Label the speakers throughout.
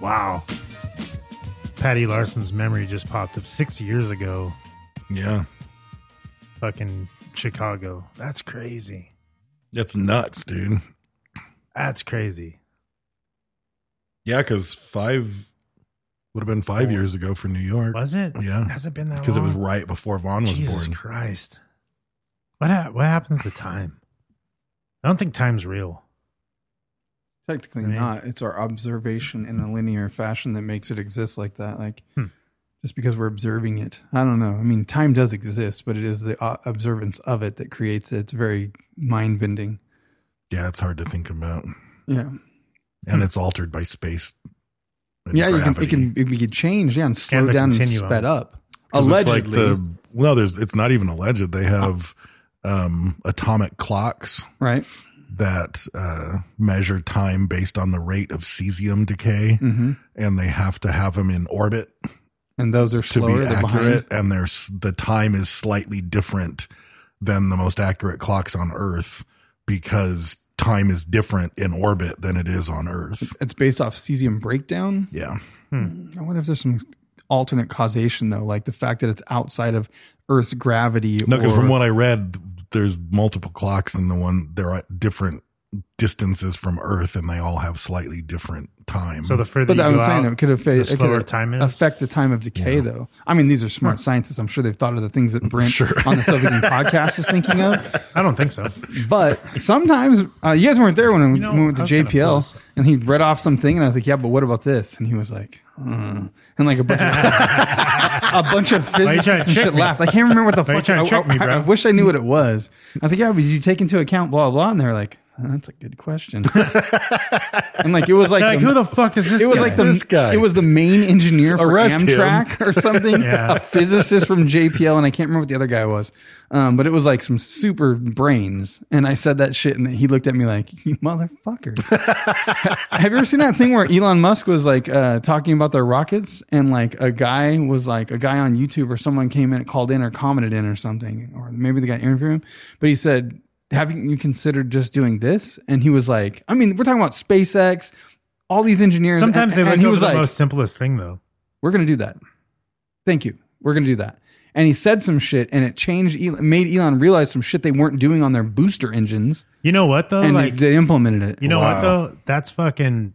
Speaker 1: Wow. Patty Larson's memory just popped up six years ago,
Speaker 2: Yeah.
Speaker 1: fucking Chicago. That's crazy.
Speaker 2: That's nuts, dude.
Speaker 1: That's crazy.
Speaker 2: Yeah, because five would have been five years ago for New York.
Speaker 1: Was it?
Speaker 2: Yeah.
Speaker 1: Hasn't been that
Speaker 2: Because it was
Speaker 1: long?
Speaker 2: right before Vaughn was
Speaker 1: Jesus
Speaker 2: born.
Speaker 1: Christ. What, ha- what happens to time? I don't think time's real.
Speaker 3: Technically
Speaker 1: I mean-
Speaker 3: not. It's our observation in a linear fashion that makes it exist like that. Like
Speaker 1: Hmm.
Speaker 3: just because we're observing it. I don't know. I mean, time does exist, but it is the uh, observance of it that creates it. It's very mind bending.
Speaker 2: Yeah, it's hard to think about.
Speaker 1: Hmm.
Speaker 3: Yeah.
Speaker 2: And it's altered by space. and
Speaker 3: yeah, you can, it
Speaker 2: gravity.
Speaker 3: can it can change, yeah, and slow
Speaker 1: the
Speaker 3: down and
Speaker 1: continuum.
Speaker 3: sped up.
Speaker 2: 'Cause
Speaker 3: Allegedly,
Speaker 2: It's like the, well, there's, it's not even alleged. They have um, atomic clocks
Speaker 3: right?
Speaker 2: that uh, measure time based on the rate of cesium decay,
Speaker 1: Mm-hmm.
Speaker 3: hmm
Speaker 2: and they have to have them in orbit
Speaker 3: And those are
Speaker 2: to
Speaker 3: slower.
Speaker 2: be
Speaker 3: they're
Speaker 2: accurate.
Speaker 3: behind.
Speaker 2: And there's the time is slightly different than the most accurate clocks on Earth because time is different in orbit than it is on Earth.
Speaker 3: It's based off cesium breakdown.
Speaker 2: Yeah,
Speaker 3: I wonder if there's some alternate causation though, like the fact that it's outside of Earth's gravity.
Speaker 2: no, because
Speaker 3: or-
Speaker 2: from what I read, there's multiple clocks, and the one they're at different distances from Earth, and they all have slightly different time.
Speaker 1: So the further
Speaker 3: But
Speaker 1: you
Speaker 3: I was
Speaker 1: go
Speaker 3: saying
Speaker 1: out,
Speaker 3: it could affect
Speaker 1: the slower time is.
Speaker 3: affect the time of decay, though. I mean, these are smart scientists. I'm sure they've thought of the things that Brent on the Soviet Union podcast is thinking of.
Speaker 1: I don't think so.
Speaker 3: But sometimes uh, you guys weren't there when I
Speaker 1: know,
Speaker 3: when we went
Speaker 1: I
Speaker 3: to
Speaker 1: was gonna pull
Speaker 3: JPL,
Speaker 1: some.
Speaker 3: and he read off something, and I was like, "Yeah, but what about this?" And he was like, "Hmm." and like a bunch of a bunch of
Speaker 1: you trying to
Speaker 3: physicists and
Speaker 1: trick
Speaker 3: shit
Speaker 1: me?
Speaker 3: laughed. I can't remember what the
Speaker 1: Why you
Speaker 3: fuck.
Speaker 1: trying to
Speaker 3: I,
Speaker 1: trick me,
Speaker 3: I- I
Speaker 1: bro?
Speaker 3: wish I knew what it was. I was like, "Yeah, but you take into account blah blah," and they were like. That's a good question. and like it was like,
Speaker 1: Like,
Speaker 3: the-
Speaker 1: who the fuck is this?
Speaker 3: it was
Speaker 1: guy?
Speaker 3: like the,
Speaker 2: This guy.
Speaker 3: It was the main engineer for
Speaker 2: Arrest him.
Speaker 3: Amtrak or something.
Speaker 1: Yeah.
Speaker 3: A physicist from JPL, and I can't remember what the other guy was. Um, but it was like some super brains. And I said that shit, and he looked at me like, "You motherfucker." Have you ever seen that thing where Elon Musk was like uh, talking about their rockets, and like a guy was like a guy on YouTube or someone came in and called in or commented in or something, or maybe the guy interviewed him, but he said. Haven't you considered just doing this? And he was like, I mean, we're talking about SpaceX, all these engineers.
Speaker 1: Sometimes they
Speaker 3: and,
Speaker 1: look
Speaker 3: and he
Speaker 1: over
Speaker 3: was
Speaker 1: the
Speaker 3: like,
Speaker 1: most simplest thing, though.
Speaker 3: "We're gonna do that. Thank you. We're gonna do that." And he said some shit, and it changed, Elon, made Elon realize some shit they weren't doing on their booster engines,
Speaker 1: You know what, though?
Speaker 3: and
Speaker 1: like,
Speaker 3: they, they implemented it.
Speaker 1: you know what,
Speaker 2: Wow.
Speaker 1: though? That's fucking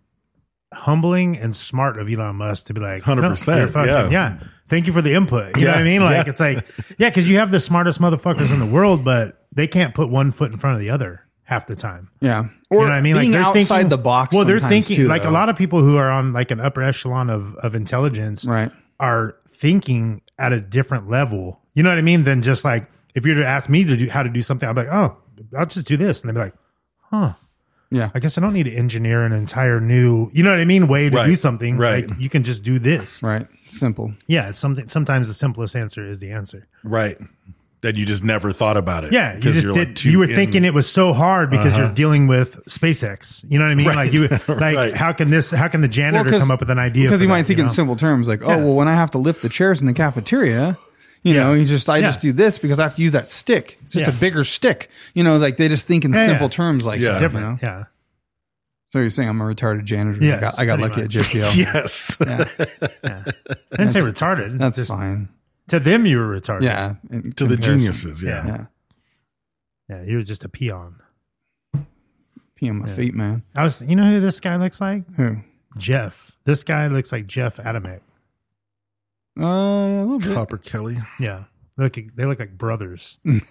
Speaker 1: humbling and smart of Elon Musk to be like,
Speaker 2: 100%,
Speaker 1: you're fucking-
Speaker 2: yeah.
Speaker 1: yeah. Thank you for the input. You know
Speaker 2: Yeah,
Speaker 1: what I mean? Like,
Speaker 2: yeah.
Speaker 1: it's like, yeah, because you have the smartest motherfuckers in the world, but they can't put one foot in front of the other half the time.
Speaker 3: yeah, or
Speaker 1: you know what I mean?
Speaker 3: being
Speaker 1: they're
Speaker 3: outside
Speaker 1: thinking-
Speaker 3: the box.
Speaker 1: Well, they're
Speaker 3: sometimes,
Speaker 1: thinking
Speaker 3: too,
Speaker 1: like
Speaker 3: though.
Speaker 1: a lot of people who are on like an upper echelon of of intelligence,
Speaker 3: Right.
Speaker 1: Are thinking at a different level. You know what I mean? Than just like if you were to ask me to do how to do something, I'd be like, oh, I'll just do this, and they'd be like, huh.
Speaker 3: Yeah.
Speaker 1: I guess I don't need to engineer an entire new, you know what I mean, way to do
Speaker 2: Right.
Speaker 1: something.
Speaker 2: Right.
Speaker 1: Like, you can just do this.
Speaker 3: right? Simple.
Speaker 1: Yeah, it's something. Sometimes the simplest answer is the answer.
Speaker 2: right. That you just never thought about it.
Speaker 1: Yeah, you
Speaker 2: 'Cause
Speaker 1: just
Speaker 2: you're, like,
Speaker 1: did.
Speaker 2: too
Speaker 1: you were
Speaker 2: in- Uh-huh.
Speaker 1: thinking it was so hard because you're dealing with SpaceX. You know what I mean?
Speaker 2: Right.
Speaker 1: Like you, like
Speaker 2: Right.
Speaker 1: how can this? How can the janitor
Speaker 3: 'cause-
Speaker 1: come up with an idea?
Speaker 3: because
Speaker 1: for
Speaker 3: he
Speaker 1: that,
Speaker 3: might think
Speaker 1: you
Speaker 3: in
Speaker 1: know?
Speaker 3: simple terms, like, "Oh,
Speaker 1: Yeah.
Speaker 3: well, when I have to lift the chairs in the cafeteria." You know,
Speaker 1: Yeah.
Speaker 3: you just I
Speaker 1: Yeah.
Speaker 3: just do this because I have to use that stick. It's just
Speaker 1: Yeah.
Speaker 3: a bigger stick. You know, like they just think in
Speaker 1: Yeah, yeah.
Speaker 3: simple terms like
Speaker 2: Yeah.
Speaker 3: that, you know?
Speaker 1: different. Yeah,
Speaker 3: So you're saying I'm a retarded janitor?
Speaker 1: Yes,
Speaker 3: I got, I got
Speaker 1: pretty much.
Speaker 3: lucky at JPL.
Speaker 2: Yes.
Speaker 1: yeah. I didn't say retarded.
Speaker 3: That's
Speaker 1: Just-
Speaker 3: fine.
Speaker 1: To them, you were retarded.
Speaker 3: Yeah, in
Speaker 2: to the
Speaker 3: comparison.
Speaker 2: geniuses. Yeah.
Speaker 3: Yeah,
Speaker 1: yeah. You were just a peon.
Speaker 3: pee on my feet, man.
Speaker 1: I was. You know who this guy looks like?
Speaker 3: Who?
Speaker 1: Jeff. This guy looks like Jeff Adamek.
Speaker 3: Uh, a little bit.
Speaker 2: Copper Kelly.
Speaker 1: Yeah, look, they look like brothers. I'm,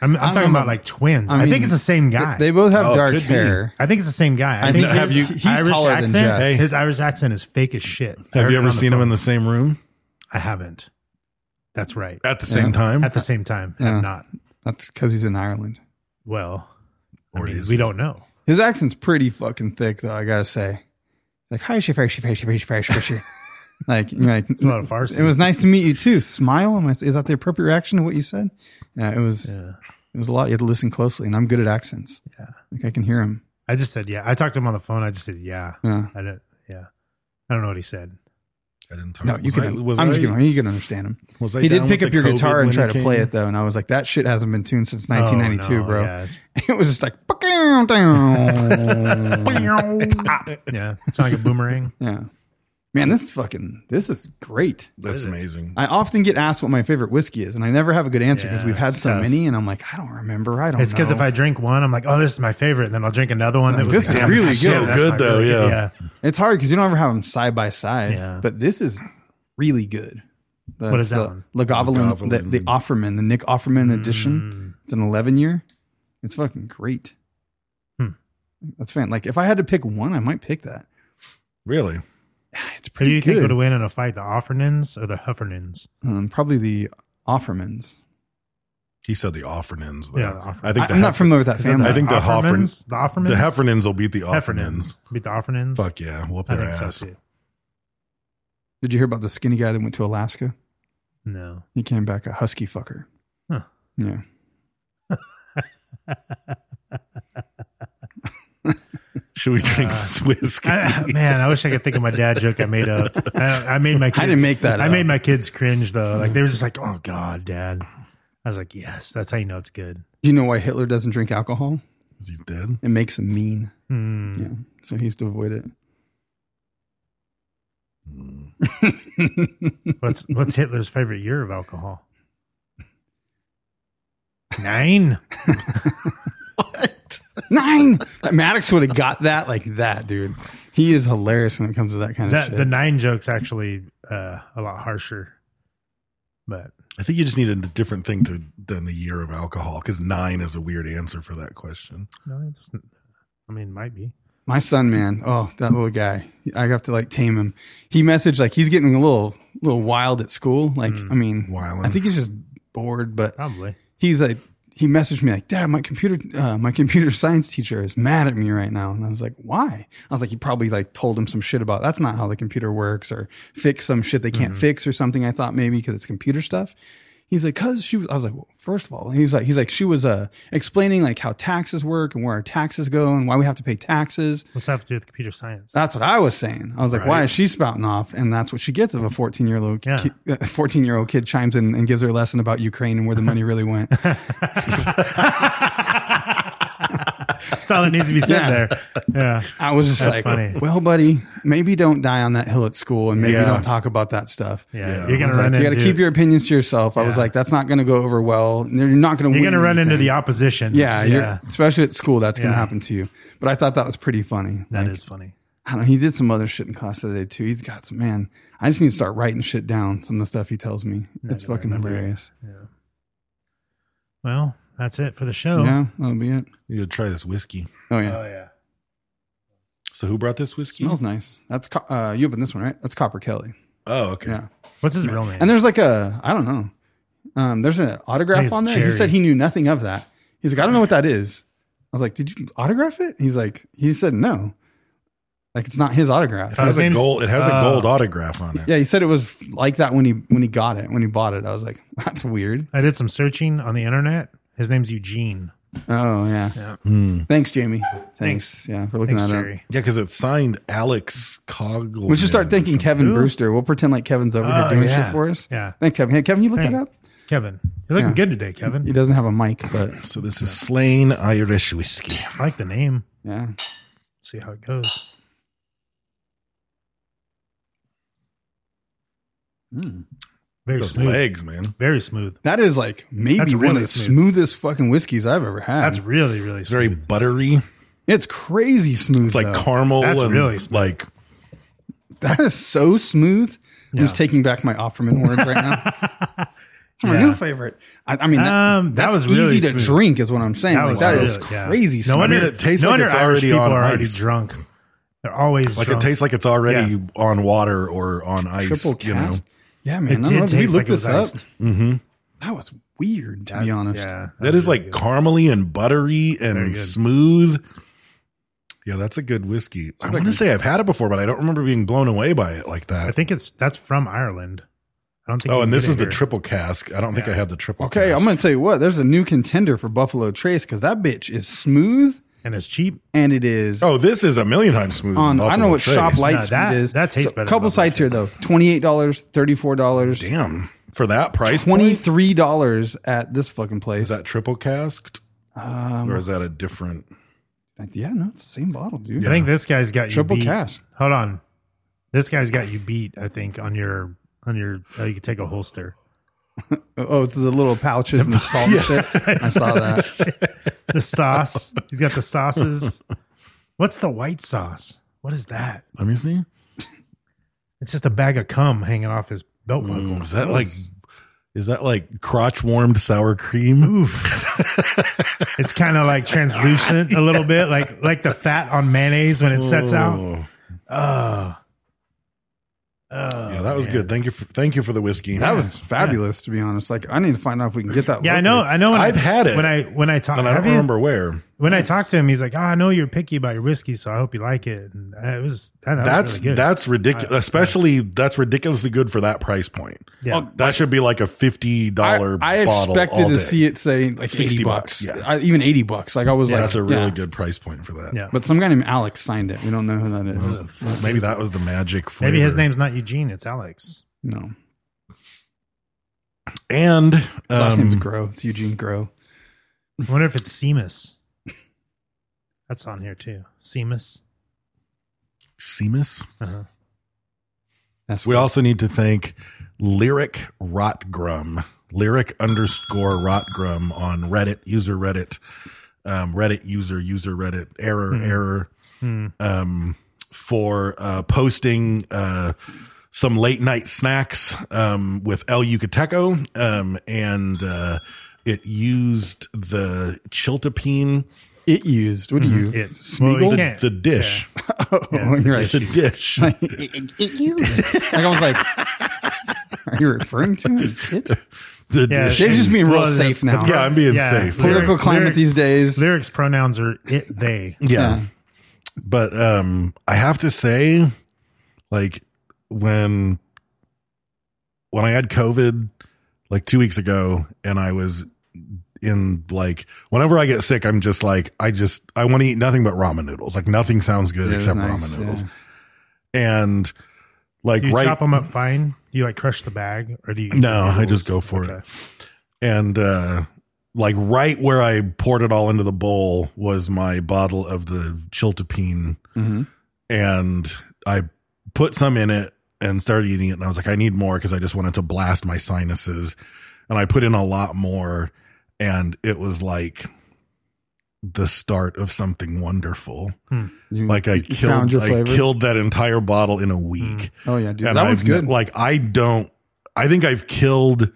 Speaker 1: I'm talking about like twins. I, think it's the same guy.
Speaker 3: They both
Speaker 2: Oh,
Speaker 3: have dark hair.
Speaker 1: I think it's the same guy. I,
Speaker 3: I
Speaker 1: think
Speaker 3: think
Speaker 1: his
Speaker 3: he's- he's
Speaker 1: Irish
Speaker 3: taller than
Speaker 1: accent.
Speaker 3: Jeff. Hey.
Speaker 1: His Irish accent is fake as shit. I
Speaker 2: Have
Speaker 1: heard
Speaker 2: you
Speaker 1: it
Speaker 2: ever
Speaker 1: on the
Speaker 2: seen them in
Speaker 1: phone.
Speaker 2: the same room
Speaker 1: I haven't. That's right.
Speaker 2: at the same time?
Speaker 1: At the same time,
Speaker 3: Yeah.
Speaker 1: I'm not.
Speaker 3: That's because he's in Ireland.
Speaker 1: Well, I
Speaker 2: Or
Speaker 1: mean,
Speaker 2: is
Speaker 1: we
Speaker 2: it?
Speaker 1: don't know.
Speaker 3: His accent's pretty fucking thick, though. I gotta say, like hi, she, she, she, she, she, she, she. Like, you're like
Speaker 1: a lot of Farsi.
Speaker 3: It was nice to meet you too. Smile. Am I- Is that the appropriate reaction to what you said? Yeah, it was.
Speaker 1: Yeah.
Speaker 3: It was a lot. You had to listen closely, and I'm good at accents. Yeah, like I can hear him.
Speaker 1: I just said yeah. I talked to him on the phone. I just said yeah.
Speaker 3: Yeah.
Speaker 1: I didn't. Yeah. I don't know what he said.
Speaker 2: I didn't talk.
Speaker 3: No, you
Speaker 2: was
Speaker 3: can.
Speaker 2: I- was
Speaker 3: I'm
Speaker 2: I-
Speaker 3: just kidding. You can understand him.
Speaker 2: was I
Speaker 3: He did
Speaker 2: down
Speaker 3: pick
Speaker 2: with
Speaker 3: up
Speaker 2: the
Speaker 3: your
Speaker 2: COVID
Speaker 3: guitar
Speaker 2: when Oh,
Speaker 3: and try
Speaker 2: it
Speaker 3: to play
Speaker 2: came?
Speaker 3: it though, and I was like, that shit hasn't been tuned since 1992,
Speaker 1: no,
Speaker 3: bro.
Speaker 1: yeah, it's-
Speaker 3: It was just like, down, down.
Speaker 1: yeah. It's not like a boomerang.
Speaker 3: yeah. Man, this fucking this is great.
Speaker 2: That's amazing.
Speaker 3: I often get asked what my favorite whiskey is, and I never have a good answer because
Speaker 1: Yeah,
Speaker 3: we've had
Speaker 1: it's
Speaker 3: so
Speaker 1: tough.
Speaker 3: many, and I'm like, I don't remember. I don't.
Speaker 1: It's because
Speaker 3: know.
Speaker 1: if I drink one, I'm like, oh, this is my favorite, and then I'll drink another one. That was
Speaker 3: This is
Speaker 1: like,
Speaker 3: really
Speaker 1: "That's
Speaker 3: good."
Speaker 1: shit,
Speaker 3: So
Speaker 1: that's
Speaker 2: good,
Speaker 1: my
Speaker 2: though,
Speaker 1: favorite.
Speaker 2: yeah.
Speaker 3: It's hard because you don't ever have them side by side.
Speaker 1: Yeah.
Speaker 3: But this is really good. The,
Speaker 1: What is that
Speaker 3: the
Speaker 1: one? Mm.
Speaker 3: Lagavulin, the,
Speaker 2: Lagavulin.
Speaker 3: the Offerman, the Nick Offerman edition. It's an 11 year. It's fucking great.
Speaker 1: Hmm.
Speaker 3: That's fan. Like if I had to pick one, I might pick that.
Speaker 2: Really?
Speaker 1: Who
Speaker 3: It's
Speaker 1: do
Speaker 3: pretty
Speaker 1: you
Speaker 3: good.
Speaker 1: think would win in a fight, the Offernins or the Huffernins?
Speaker 3: um, probably the Offermans.
Speaker 2: He said the Offernins. Though.
Speaker 1: Yeah, the Offer-
Speaker 2: I
Speaker 3: I
Speaker 2: think the
Speaker 3: am not
Speaker 2: Heffer-
Speaker 3: familiar with that
Speaker 1: Is that
Speaker 3: family.
Speaker 2: I think the Hofferns,
Speaker 1: Offermans? The Offermans?
Speaker 2: the Heffernins will beat the Offernins.
Speaker 1: Heffernins. Beat the Offernins?
Speaker 2: Fuck yeah, whoop
Speaker 1: I
Speaker 2: their
Speaker 1: think
Speaker 2: ass.
Speaker 1: so too.
Speaker 3: Did you hear about the skinny guy that went to Alaska?
Speaker 1: No.
Speaker 3: He came back a husky fucker.
Speaker 1: Huh.
Speaker 3: Yeah.
Speaker 2: Should we drink
Speaker 1: Uh,
Speaker 2: this whiskey?
Speaker 1: I, man, I wish I could think of my dad joke I made up. I, I made my kids,
Speaker 3: didn't make that
Speaker 1: I
Speaker 3: up.
Speaker 1: made my kids cringe though. Like they were just like, "Oh God, Dad." I was like, "Yes, that's how you know it's good."
Speaker 3: Do you know why Hitler doesn't drink alcohol?
Speaker 2: Is he dead?
Speaker 3: It makes him mean.
Speaker 1: Hmm.
Speaker 3: Yeah. So he used to avoid it.
Speaker 1: What's What's Hitler's favorite year of alcohol? Nine.
Speaker 3: Nine. Maddox would have got that like that, dude. He is hilarious when it comes to that kind of
Speaker 1: That
Speaker 3: shit.
Speaker 1: the nine joke's actually uh, a lot harsher, but
Speaker 2: I think you just need a different thing to than the year of alcohol because nine is a weird answer for that question.
Speaker 1: no, it doesn't. I mean, might be.
Speaker 3: My son, man. Oh, that little guy. I have to like tame him. He messaged like he's getting a little little wild at school. Like
Speaker 1: Hmm.
Speaker 3: I mean,
Speaker 2: Wildin'.
Speaker 3: I think he's just bored, but
Speaker 1: Probably.
Speaker 3: he's like he messaged me like dad my computer uh, my computer science teacher is mad at me right now and i was like why i was like you probably like told him some shit about that's not how the computer works or fix some shit they can't fix or something i thought maybe because it's computer stuff he's like cuz she was i was like well, first of all he's like he's like she was uh explaining like how taxes work and where our taxes go and why we have to pay taxes
Speaker 1: What's that have to do with computer science?
Speaker 3: that's what I was saying. I was like, why is she spouting off? And that's what she gets if a 14 year old
Speaker 1: Yeah.
Speaker 3: kid, 14 year old kid chimes in and gives her a lesson about Ukraine and where the money really went.
Speaker 1: That's all that needs to be said
Speaker 3: Yeah.
Speaker 1: there. Yeah.
Speaker 3: I was just
Speaker 1: That's
Speaker 3: like,
Speaker 1: funny.
Speaker 3: well, buddy, maybe don't die on that hill at school and maybe
Speaker 2: Yeah.
Speaker 3: don't talk about that stuff.
Speaker 1: Yeah,
Speaker 2: Yeah.
Speaker 1: you're
Speaker 3: I
Speaker 1: gonna run
Speaker 3: was like, you
Speaker 1: into
Speaker 3: got to keep your opinions to yourself. I was
Speaker 1: Yeah.
Speaker 3: like, that's not going to go over well. and You're not going to.
Speaker 1: you're gonna run into the opposition. yeah,
Speaker 3: Yeah, You're, especially at school, that's going
Speaker 1: Yeah.
Speaker 3: to happen to you. But I thought that was pretty funny.
Speaker 1: that is
Speaker 3: Like,
Speaker 1: funny.
Speaker 3: I don't know. He did some other shit in class today too. He's got some man. I just need to start writing shit down. Some of the stuff he tells me. it's fucking hilarious.
Speaker 1: Well, that's it for the show.
Speaker 3: Yeah, that'll be it.
Speaker 2: You gotta try this whiskey.
Speaker 3: Oh yeah,
Speaker 1: yeah,
Speaker 2: So who brought this whiskey?
Speaker 3: smells nice. That's co- uh, you opened this one right? That's Copper Kelly.
Speaker 2: Oh, okay.
Speaker 3: Yeah.
Speaker 1: what's his real name?
Speaker 3: And there's like a I don't know. Um, there's an
Speaker 1: I think
Speaker 3: autograph
Speaker 1: it's
Speaker 3: on there.
Speaker 1: Jerry.
Speaker 3: He said he knew nothing of that. He's like, I don't know what that is. I was like, Did you autograph it? He's like, he said no. Like it's not his autograph.
Speaker 2: It has
Speaker 1: His
Speaker 2: a
Speaker 1: name's-
Speaker 2: gold. It has a
Speaker 1: oh.
Speaker 2: gold autograph on it.
Speaker 3: Yeah, he said it was like that when he when he got it when he bought it. I was like, that's weird.
Speaker 1: I did some searching on the internet. His name's Eugene.
Speaker 3: Oh yeah. Thanks, Jamie. Thanks. Yeah, for looking
Speaker 1: Thanks,
Speaker 3: that up.
Speaker 1: Jerry.
Speaker 2: Yeah, because it's signed Alex Coggle.
Speaker 3: We should start thanking Kevin Brewster. We'll pretend like Kevin's over
Speaker 1: Oh,
Speaker 3: here doing
Speaker 1: yeah.
Speaker 3: shit for us.
Speaker 1: Yeah.
Speaker 3: Thanks, Kevin. Hey, Kevin, you look
Speaker 1: Thanks.
Speaker 3: that up.
Speaker 1: Kevin, you're looking
Speaker 3: Yeah.
Speaker 1: good today, Kevin.
Speaker 3: He doesn't have a mic, but
Speaker 2: So this is Slain Irish whiskey.
Speaker 1: I like the name.
Speaker 3: yeah.
Speaker 1: See how it goes.
Speaker 3: Hmm.
Speaker 1: Very
Speaker 2: Those
Speaker 1: smooth.
Speaker 2: legs, man.
Speaker 1: Very smooth.
Speaker 3: That is like maybe
Speaker 1: That's
Speaker 3: one of
Speaker 1: really
Speaker 3: the
Speaker 1: smooth.
Speaker 3: smoothest fucking whiskeys I've ever had.
Speaker 1: That's really, really
Speaker 2: It's very
Speaker 1: smooth.
Speaker 2: buttery.
Speaker 3: it's crazy smooth.
Speaker 2: It's like
Speaker 3: though.
Speaker 2: caramel
Speaker 1: That's
Speaker 2: and
Speaker 1: really smooth.
Speaker 2: like
Speaker 3: that is so smooth. I'm just taking back my Offerman words right now. It's my
Speaker 1: Yeah.
Speaker 3: new favorite. I, I mean, that,
Speaker 1: Um, that
Speaker 3: that's
Speaker 1: was really
Speaker 3: easy to
Speaker 1: smooth.
Speaker 3: drink, is what I'm saying. like
Speaker 1: was
Speaker 3: that
Speaker 1: really-
Speaker 3: is
Speaker 1: yeah.
Speaker 3: crazy.
Speaker 1: No
Speaker 3: smooth.
Speaker 1: wonder
Speaker 2: I mean, it tastes
Speaker 1: no
Speaker 2: like
Speaker 1: wonder
Speaker 2: it's
Speaker 1: Irish
Speaker 2: already
Speaker 1: people
Speaker 2: on
Speaker 1: are already
Speaker 2: ice.
Speaker 1: drunk. They're always
Speaker 2: Like
Speaker 1: drunk.
Speaker 2: it tastes like it's already on water or on ice.
Speaker 3: triple
Speaker 2: you know,
Speaker 3: cast. Yeah,
Speaker 1: It
Speaker 3: man. I
Speaker 1: did
Speaker 3: love- we
Speaker 1: taste
Speaker 3: looked
Speaker 1: like it was
Speaker 3: this up.
Speaker 1: iced.
Speaker 2: mm-hmm.
Speaker 3: That was weird, to be
Speaker 1: That's-
Speaker 3: honest.
Speaker 1: Yeah,
Speaker 2: that is like caramely and buttery
Speaker 1: Very good.
Speaker 2: and smooth. Yeah, that's a good whiskey. I want to say I've had it before, but I don't remember being blown away by it like
Speaker 1: I
Speaker 2: that.
Speaker 1: think it's that's from Ireland. I don't think.
Speaker 2: Oh,
Speaker 1: you
Speaker 2: and
Speaker 1: can
Speaker 2: this
Speaker 1: get
Speaker 2: is
Speaker 1: it
Speaker 2: the
Speaker 1: here.
Speaker 2: triple cask. I don't think I had the triple.
Speaker 3: Okay,
Speaker 2: cask.
Speaker 3: I'm going to tell you what. There's a new contender for Buffalo Trace because that bitch is smooth
Speaker 1: and it's cheap.
Speaker 3: and it is
Speaker 2: Oh, this is a million times smoother. than
Speaker 3: on. I
Speaker 2: Mm, Buffalo
Speaker 3: don't know what
Speaker 2: Trace.
Speaker 3: shop
Speaker 1: No,
Speaker 3: light speed
Speaker 1: that-
Speaker 3: is.
Speaker 1: that tastes better than
Speaker 3: couple
Speaker 1: Buffalo
Speaker 3: sites here though: twenty eight dollars, thirty four dollars,
Speaker 2: Damn, for that price,
Speaker 3: twenty
Speaker 2: point,
Speaker 3: three dollars at this fucking place.
Speaker 2: is that triple casked, or is that a different?
Speaker 3: Like, yeah, no, it's the same bottle, dude.
Speaker 1: I think this guy's got you
Speaker 3: Triple
Speaker 1: beat.
Speaker 3: cask.
Speaker 1: Hold on, this guy's got you beat. I think on your on your. Oh, you could take a holster.
Speaker 3: Oh, it's the little pouches and the salt and shit. I saw that.
Speaker 1: The sauce. He's got the sauces. What's the white sauce? What is that?
Speaker 2: Let me see.
Speaker 1: It's just a bag of cum hanging off his belt buckle.
Speaker 2: Mm, is that like? Is that like crotch warmed sour cream?
Speaker 1: It's kind of like translucent a little bit, like like the fat on mayonnaise when it sets out.
Speaker 2: Oh.
Speaker 1: Oh, oh
Speaker 2: Yeah, that was good. Thank you. For, thank you for the whiskey.
Speaker 3: That was fabulous, to be honest. Like, I need to find out if we can get that.
Speaker 1: Yeah, I
Speaker 3: located.
Speaker 1: know. I know. When I-
Speaker 2: I've had it.
Speaker 1: when I when I talk.
Speaker 2: and I
Speaker 1: have
Speaker 2: don't
Speaker 1: you?
Speaker 2: remember where.
Speaker 1: when I talked to him, he's like, "Oh, I know you're picky about your whiskey, so I hope you like it." And uh, it was that, that
Speaker 2: That's
Speaker 1: was really good.
Speaker 2: that's ridiculous.
Speaker 1: I-
Speaker 2: Especially that's ridiculously good for that price point.
Speaker 1: yeah.
Speaker 2: That should be like a fifty dollar.
Speaker 3: I, I
Speaker 2: bottle
Speaker 3: expected
Speaker 2: all
Speaker 3: to
Speaker 2: day.
Speaker 3: see it say like
Speaker 2: 60
Speaker 3: eighty
Speaker 2: bucks,
Speaker 3: bucks,
Speaker 2: yeah.
Speaker 3: I, even eighty bucks. Like I was like,
Speaker 2: That's a really
Speaker 3: yeah.
Speaker 2: good price point for that.
Speaker 1: Yeah.
Speaker 3: But some guy named Alex signed it. We don't know who that is.
Speaker 2: Maybe that was the magic. Flavor.
Speaker 1: Maybe his name's not Eugene; it's Alex.
Speaker 3: No,
Speaker 2: and
Speaker 3: his last name's
Speaker 2: um,
Speaker 3: Grow. It's Eugene Grow.
Speaker 1: I wonder if it's Seamus. That's on here too. Seamus.
Speaker 2: Seamus.
Speaker 1: Uh-huh.
Speaker 3: That's
Speaker 2: We also need to thank Lyric Rotgrum, Lyric underscore Rotgrum on Reddit, user Reddit, um, Reddit user, user Reddit, error,
Speaker 1: Hmm.
Speaker 2: error, um, for uh, posting uh, some late night snacks um, with El Yucateco. Um, and uh, it used the chiltepine,
Speaker 3: it used. What do you?
Speaker 1: It.
Speaker 3: Smeagol?
Speaker 1: you
Speaker 2: the,
Speaker 1: can't-
Speaker 2: the dish,
Speaker 3: oh, you're right.
Speaker 2: the dish.
Speaker 3: like I was like, are you referring to it?
Speaker 2: The
Speaker 1: Yeah,
Speaker 2: dish.
Speaker 3: They're just being real
Speaker 1: the-
Speaker 3: safe
Speaker 1: the-
Speaker 3: now.
Speaker 2: Yeah, I'm being safe.
Speaker 3: Political
Speaker 1: Lyric-
Speaker 3: climate
Speaker 1: lyrics-
Speaker 3: these days.
Speaker 1: Lyrics pronouns are it they.
Speaker 2: yeah. but um i have to say like when when i had covid like two weeks ago and i was in like whenever i get sick i'm just like i just i want to eat nothing but ramen noodles like nothing sounds good
Speaker 3: Yeah, it was
Speaker 2: except
Speaker 3: nice,
Speaker 2: ramen noodles
Speaker 3: yeah.
Speaker 2: and like
Speaker 1: Do you
Speaker 2: right
Speaker 1: chop them up fine? Do you like crush the bag, or do you?
Speaker 2: No, I just go for it. and uh like right where I poured it all into the bowl was my bottle of the chiltepine,
Speaker 3: Mm-hmm.
Speaker 2: and I put some in it and started eating it. And I was like, I need more because I just wanted to blast my sinuses. And I put in a lot more, and it was like the start of something wonderful.
Speaker 3: You-
Speaker 2: Like I
Speaker 3: you found
Speaker 2: killed,
Speaker 3: your
Speaker 2: I
Speaker 3: flavor?
Speaker 2: killed that entire bottle in a week.
Speaker 3: Oh yeah, dude,
Speaker 2: And
Speaker 3: that
Speaker 2: I've
Speaker 3: one's good.
Speaker 2: ne- Like I don't. I think I've killed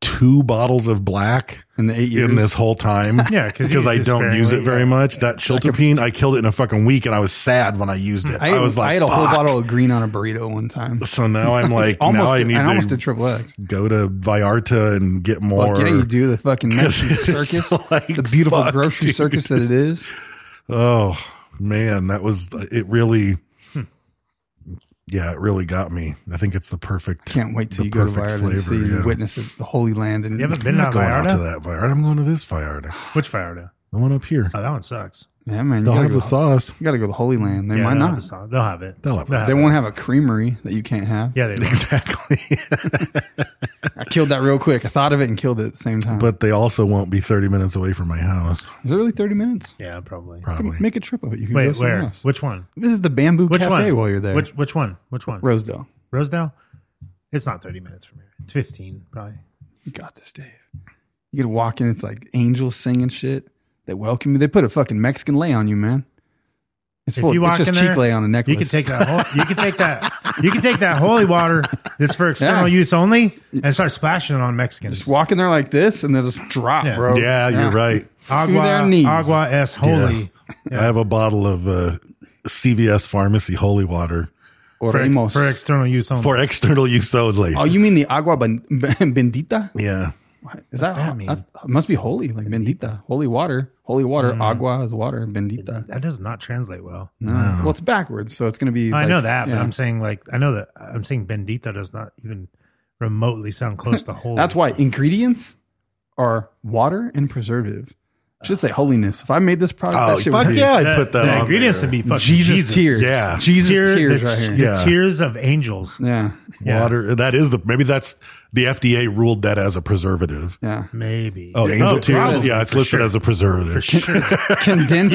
Speaker 2: two bottles of black
Speaker 3: in the eight years,
Speaker 2: in this whole time.
Speaker 1: Yeah, 'cause you
Speaker 2: because
Speaker 1: use
Speaker 2: I
Speaker 1: it
Speaker 2: don't use it
Speaker 1: sparingly.
Speaker 2: very much. That chiltepine, I killed it in a fucking week, and I was sad when I used it.
Speaker 3: I,
Speaker 2: I,
Speaker 3: ate-
Speaker 2: was like,
Speaker 3: I had a whole
Speaker 2: "Fuck."
Speaker 3: bottle of green on a burrito one time.
Speaker 2: So now I'm like,
Speaker 3: almost,
Speaker 2: now I
Speaker 3: did-
Speaker 2: need
Speaker 3: I almost
Speaker 2: to
Speaker 3: did triple X.
Speaker 2: go to Vallarta and get more.
Speaker 3: Fuck yeah, you do the fucking
Speaker 2: 'Cause
Speaker 3: Mexican
Speaker 2: it's
Speaker 3: circus,
Speaker 2: like,
Speaker 3: the beautiful
Speaker 2: fuck,
Speaker 3: grocery
Speaker 2: dude.
Speaker 3: circus that it is.
Speaker 2: Oh man, that was it. Really.
Speaker 3: Hmm.
Speaker 2: Yeah, it really got me. I think it's the perfect.
Speaker 3: Can't wait till
Speaker 2: the
Speaker 3: you go to
Speaker 2: perfect
Speaker 3: Vallarta and see and
Speaker 2: yeah.
Speaker 3: witness it, the Holy Land. And
Speaker 1: You haven't been
Speaker 2: I'm not
Speaker 1: out
Speaker 2: going out to
Speaker 1: Vallarta.
Speaker 2: that Vallarta. I'm going to this Vallarta.
Speaker 1: Which Vallarta?
Speaker 2: The one up here.
Speaker 1: Oh, that one sucks.
Speaker 3: yeah, man, Uh, you
Speaker 2: They'll
Speaker 3: gotta,
Speaker 2: have
Speaker 3: go,
Speaker 2: the sauce.
Speaker 3: you gotta go to the Holy Land. They
Speaker 1: Yeah,
Speaker 3: might
Speaker 1: they'll have
Speaker 3: not.
Speaker 1: a song. They'll have it.
Speaker 2: They'll have a
Speaker 3: They won't have a creamery that you can't have.
Speaker 1: Yeah, they will.
Speaker 2: Exactly.
Speaker 3: I killed that real quick. I thought of it and killed it at the same time.
Speaker 2: but they also won't be 30 minutes away from my house,
Speaker 3: is it really thirty minutes?
Speaker 1: Yeah, probably.
Speaker 2: probably.
Speaker 3: Make a trip of it. You can go
Speaker 1: Wait,
Speaker 3: somewhere
Speaker 1: where?
Speaker 3: else.
Speaker 1: Which one?
Speaker 3: Visit the Bamboo
Speaker 1: Which
Speaker 3: Cafe
Speaker 1: one?
Speaker 3: while you're there.
Speaker 1: Which which one? Which one?
Speaker 3: Rosedale.
Speaker 1: Rosedale. It's not thirty minutes from here. It's fifteen, probably.
Speaker 3: You got this, Dave. You get to walk in. It's like angels singing shit. They welcome you. They put a fucking Mexican lay on you, man. It's full- it's just Chicle on a necklace.
Speaker 1: You can take that. Whole, you can take that. You can take that holy water that's for external use only, and start splashing it on Mexicans.
Speaker 3: Just walk in there like this, and they'll just drop,
Speaker 1: Yeah.
Speaker 3: bro.
Speaker 2: Yeah, you're right.
Speaker 1: Agua,
Speaker 3: their knees.
Speaker 1: agua es holy.
Speaker 2: I have a bottle of uh, CVS pharmacy holy water
Speaker 1: For, ex-
Speaker 3: Oremos.
Speaker 1: for external use only.
Speaker 2: for external use only.
Speaker 3: oh, you mean the agua ben- ben- bendita?
Speaker 2: yeah.
Speaker 3: Is
Speaker 1: What's
Speaker 3: that,
Speaker 1: that mean?
Speaker 3: that's- it must be holy, like bendita, holy water, holy water.
Speaker 1: Mm.
Speaker 3: Agua is water, bendita.
Speaker 1: that does not translate well.
Speaker 3: No. Well, it's backwards, so it's going to be.
Speaker 1: I
Speaker 3: like-
Speaker 1: know that, but
Speaker 3: yeah.
Speaker 1: I'm saying like I know that I'm saying bendita does not even remotely sound close to holy.
Speaker 3: that's why ingredients are water and preservative. Should say holiness. If I made this product,
Speaker 2: Oh,
Speaker 3: that shit
Speaker 2: fuck
Speaker 3: would be
Speaker 2: yeah, I'd
Speaker 1: The-
Speaker 2: put that
Speaker 1: the
Speaker 2: on
Speaker 1: ingredients
Speaker 2: there.
Speaker 1: would be fucking
Speaker 3: Jesus,
Speaker 1: Jesus
Speaker 3: tears.
Speaker 2: Yeah.
Speaker 3: Jesus
Speaker 1: Tear-
Speaker 3: tears
Speaker 1: the,
Speaker 3: right here.
Speaker 1: the
Speaker 2: Yeah.
Speaker 1: tears of angels.
Speaker 3: Yeah,
Speaker 1: Yeah.
Speaker 2: Water. That is the, maybe that's the FDA ruled that as a preservative.
Speaker 3: yeah.
Speaker 1: Maybe.
Speaker 2: Oh, angel tears.
Speaker 1: probably,
Speaker 2: Yeah, it's
Speaker 1: for
Speaker 2: listed
Speaker 1: sure.
Speaker 2: as a preservative.
Speaker 1: For sure.
Speaker 3: Condensed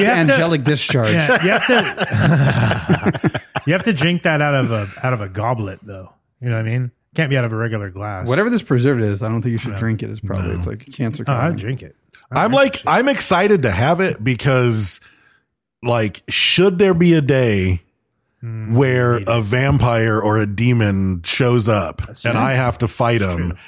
Speaker 1: You have to-
Speaker 3: angelic discharge.
Speaker 1: Yeah, you have to. you have to drink that out of a out of a goblet, though. You know what I mean? Can't be out of a regular glass.
Speaker 3: Whatever this preservative is, I don't think you should drink it. It's probably it's like cancer.
Speaker 1: Oh, I
Speaker 3: causing.
Speaker 1: drink it. I
Speaker 2: I'm
Speaker 1: drink
Speaker 2: like
Speaker 1: shit.
Speaker 2: I'm excited to have it because like should there be a day
Speaker 1: Hmm,
Speaker 2: where a vampire or a demon shows up and I have to fight him,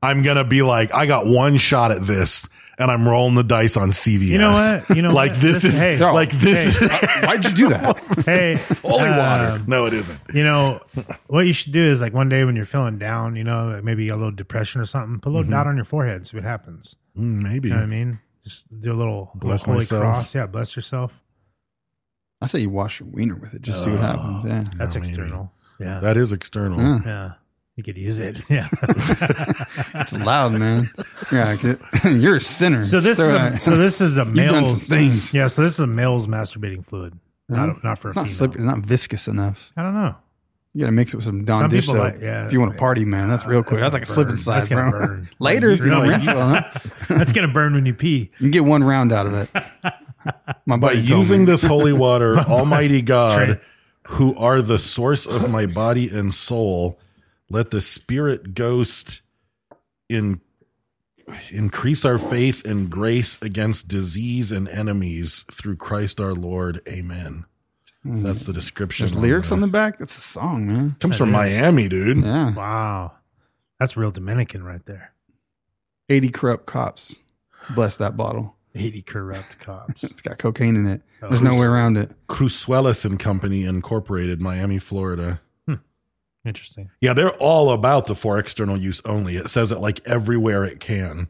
Speaker 2: I'm gonna be like, I got one shot at this and I'm rolling the dice on CVS.
Speaker 1: You know what? You know
Speaker 2: like
Speaker 1: what?
Speaker 2: this
Speaker 1: Listen,
Speaker 2: is
Speaker 1: hey. No.
Speaker 2: like this
Speaker 1: Hey.
Speaker 2: is
Speaker 3: Why'd you do that?
Speaker 1: hey,
Speaker 2: holy
Speaker 1: uh,
Speaker 2: water. No, it isn't.
Speaker 1: You know what you should do is like one day when you're feeling down, you know, like maybe a little depression or something, put a little
Speaker 3: Mm-hmm.
Speaker 1: dot on your forehead, see what happens.
Speaker 2: Mm, Maybe.
Speaker 1: You know what I mean? Just do a little
Speaker 2: Bless
Speaker 1: holy
Speaker 2: myself.
Speaker 1: cross. Yeah, bless yourself.
Speaker 3: I say you wash your wiener with it. Just see what happens. Yeah.
Speaker 1: Oh. That's
Speaker 2: maybe.
Speaker 1: external. Yeah. Mm.
Speaker 2: That is external.
Speaker 3: Yeah.
Speaker 1: yeah. You could use it. Yeah.
Speaker 3: It's loud, man. Yeah, I get- you're a sinner.
Speaker 1: So this is a, so this is a
Speaker 3: You've done some
Speaker 1: male's
Speaker 3: things. Mm-hmm.
Speaker 1: Yeah, so this is a male's masturbating fluid. Not not for a
Speaker 3: it's not
Speaker 1: female.
Speaker 3: slippery. It's not viscous enough.
Speaker 1: I don't know.
Speaker 3: You got to mix it with some Don
Speaker 1: Some
Speaker 3: Dish
Speaker 1: people
Speaker 3: soap.
Speaker 1: like- yeah.
Speaker 3: if you want to party, man, that's real quick.
Speaker 1: gonna
Speaker 3: That's, like a slip
Speaker 1: burn.
Speaker 3: and slide,
Speaker 1: That's gonna
Speaker 3: bro.
Speaker 1: burn.
Speaker 3: Later, if you don't rinse well enough,
Speaker 1: That's gonna burn when you pee.
Speaker 3: you can get one round out of it. My
Speaker 2: By
Speaker 3: buddy told
Speaker 2: using
Speaker 3: me.
Speaker 2: this holy water, Almighty
Speaker 1: Trey.
Speaker 2: God, who are the source of my body and soul, let the spirit ghost in increase our faith and grace against disease and enemies through Christ our Lord. Amen. That's the description.
Speaker 3: Hmm. There's lyrics on
Speaker 2: the
Speaker 3: the back. That's a song, man.
Speaker 2: comes from Miami, dude.
Speaker 3: Yeah,
Speaker 1: Wow. That's real Dominican right there.
Speaker 3: eighty corrupt cops. Bless that bottle.
Speaker 1: 80 corrupt cops.
Speaker 3: It's got cocaine in it. There's no way around it.
Speaker 2: Cruzuelas and Company Incorporated, Miami, Florida.
Speaker 1: Interesting.
Speaker 2: Yeah, they're all about the for external use only. It says it like everywhere it can.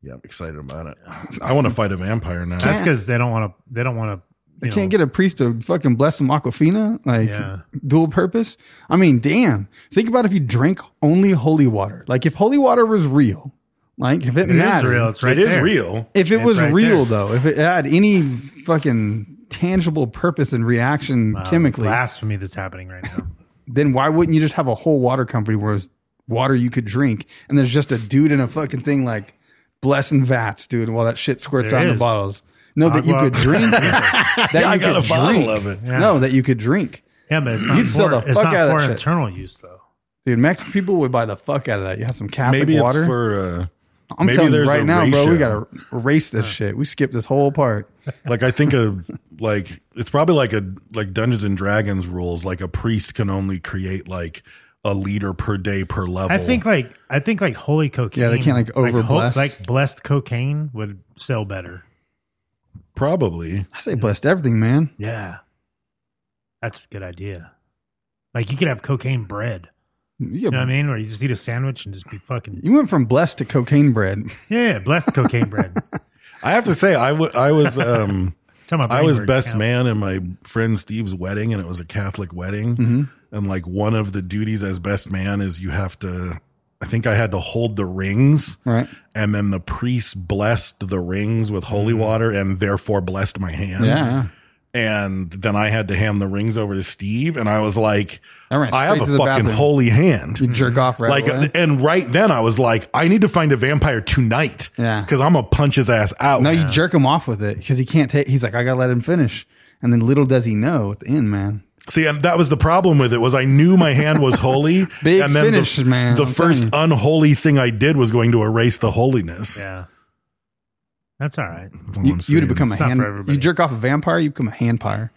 Speaker 2: Yeah, I'm excited about it. I want to fight a vampire now.
Speaker 1: That's
Speaker 3: Can't-
Speaker 1: because they don't want to. They don't want to.
Speaker 3: They can't get a priest to fucking bless some Aquafina, like
Speaker 1: Yeah.
Speaker 3: dual purpose. I mean, damn. Think about if you drank only holy water. Like if holy water was real, like if it,
Speaker 1: It is
Speaker 3: mattered,
Speaker 1: real. It's right
Speaker 2: it is
Speaker 1: there.
Speaker 2: real.
Speaker 3: if it
Speaker 1: It's
Speaker 3: was
Speaker 1: right there.
Speaker 3: real though, if it had any fucking tangible purpose and reaction
Speaker 1: Wow,
Speaker 3: chemically,
Speaker 1: uh, blasphemy that's happening right now.
Speaker 3: then why wouldn't you just have a whole water company where it's water you could drink and there's just a dude in a fucking thing like blessing vats, dude, while that shit squirts
Speaker 1: There
Speaker 3: out in the
Speaker 1: is.
Speaker 3: bottles. No, that you
Speaker 1: Agua-
Speaker 3: could drink. that
Speaker 2: Yeah,
Speaker 3: you
Speaker 2: I got
Speaker 3: could
Speaker 2: a bottle
Speaker 3: drink.
Speaker 2: of it.
Speaker 3: No, that you could drink.
Speaker 1: Yeah, but it's not
Speaker 3: You'd sell
Speaker 1: for,
Speaker 3: the
Speaker 1: it's
Speaker 3: fuck
Speaker 1: not
Speaker 3: out of that
Speaker 1: for
Speaker 3: shit.
Speaker 1: internal use though.
Speaker 3: Dude, Mexican people would buy the fuck out of that. You have some Catholic
Speaker 2: Maybe
Speaker 3: water.
Speaker 2: it's for uh,
Speaker 3: I'm
Speaker 2: maybe
Speaker 3: telling you
Speaker 2: there's
Speaker 3: right
Speaker 2: a
Speaker 3: now, bro, we
Speaker 2: ratio.
Speaker 3: gotta erase this shit. We skipped this whole part.
Speaker 2: uh like I think a like it's probably like a like Dungeons and Dragons rules. Like a priest can only create like a liter per day per level.
Speaker 1: I think like I think like holy cocaine.
Speaker 3: Yeah, they can't, like,
Speaker 1: ho-
Speaker 3: overbless.
Speaker 1: like blessed cocaine would sell better.
Speaker 2: probably.
Speaker 3: I say blessed everything, man.
Speaker 1: Yeah, that's a good idea. Like you could have cocaine bread.
Speaker 3: You,
Speaker 1: You know what I mean? Where you just eat a sandwich and just be fucking
Speaker 3: you went from blessed to cocaine bread.
Speaker 1: yeah, blessed cocaine bread.
Speaker 2: I have to say I wa- I was um
Speaker 1: Tell my
Speaker 2: I
Speaker 1: brain
Speaker 2: was
Speaker 1: works
Speaker 2: best
Speaker 1: now.
Speaker 2: man in my friend Steve's wedding, and it was a Catholic wedding.
Speaker 3: Mm-hmm.
Speaker 2: And like one of the duties as best man is you have to, I think I had to hold the rings,
Speaker 3: Right.
Speaker 2: and then the priest blessed the rings with holy water, and therefore blessed my hand.
Speaker 3: Mm-hmm. Yeah.
Speaker 2: And then I had to hand the rings over to Steve, and I was like,
Speaker 3: I ran
Speaker 2: I have
Speaker 3: straight
Speaker 2: a
Speaker 3: to the
Speaker 2: fucking
Speaker 3: bathroom.
Speaker 2: holy hand.
Speaker 3: You jerk off right
Speaker 2: Mm-hmm. like,
Speaker 3: away.
Speaker 2: and right then I was like, I need to find a vampire tonight.
Speaker 3: Yeah.
Speaker 2: Cause I'm gonna punch his ass out.
Speaker 3: No, you jerk him off with it because he can't take. He's like, I gotta let him finish, and then little does he know at the end, man.
Speaker 2: See, and that was the problem with it was I knew my hand was holy,
Speaker 3: Big
Speaker 2: and then
Speaker 3: finish,
Speaker 2: the,
Speaker 3: man.
Speaker 2: the
Speaker 3: I'm
Speaker 2: first
Speaker 3: telling
Speaker 2: unholy thing I did was going to erase the holiness.
Speaker 1: Yeah, That's all right.
Speaker 2: That's all
Speaker 3: You,
Speaker 2: I'm
Speaker 3: you
Speaker 2: saying.
Speaker 3: would have become a
Speaker 2: It's not
Speaker 3: hand.
Speaker 2: for everybody.
Speaker 3: You jerk off a vampire, you become a handpire.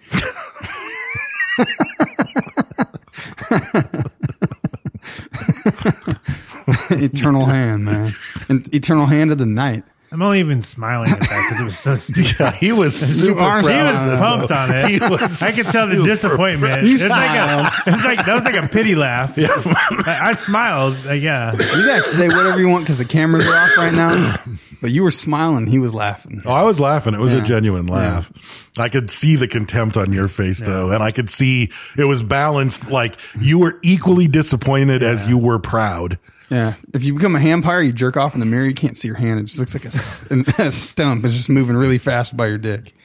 Speaker 3: eternal hand, man. And eternal hand of the night.
Speaker 1: I'm only even smiling at that because it was so stupid.
Speaker 2: Yeah, he was super
Speaker 3: are-
Speaker 2: proud.
Speaker 1: He was
Speaker 2: of it,
Speaker 1: pumped
Speaker 2: though.
Speaker 1: on it.
Speaker 2: He was
Speaker 1: I could tell the
Speaker 2: super
Speaker 1: disappointment.
Speaker 3: You
Speaker 1: It's like, a,
Speaker 3: smiled.
Speaker 1: it's like that was like a pity laugh. I, I smiled. Like, yeah,
Speaker 3: You guys say whatever you want because the cameras are off right now. But you were smiling, he was laughing.
Speaker 2: Oh, I was laughing. It was a
Speaker 3: Yeah.
Speaker 2: genuine laugh. I could see the contempt on your face though, and I could see it was balanced. Like you were equally disappointed as you were proud.
Speaker 3: Yeah. If you become a vampire, you jerk off in the mirror, you can't see your hand. It just looks like a, s- an- a stump. It's just moving really fast by your dick.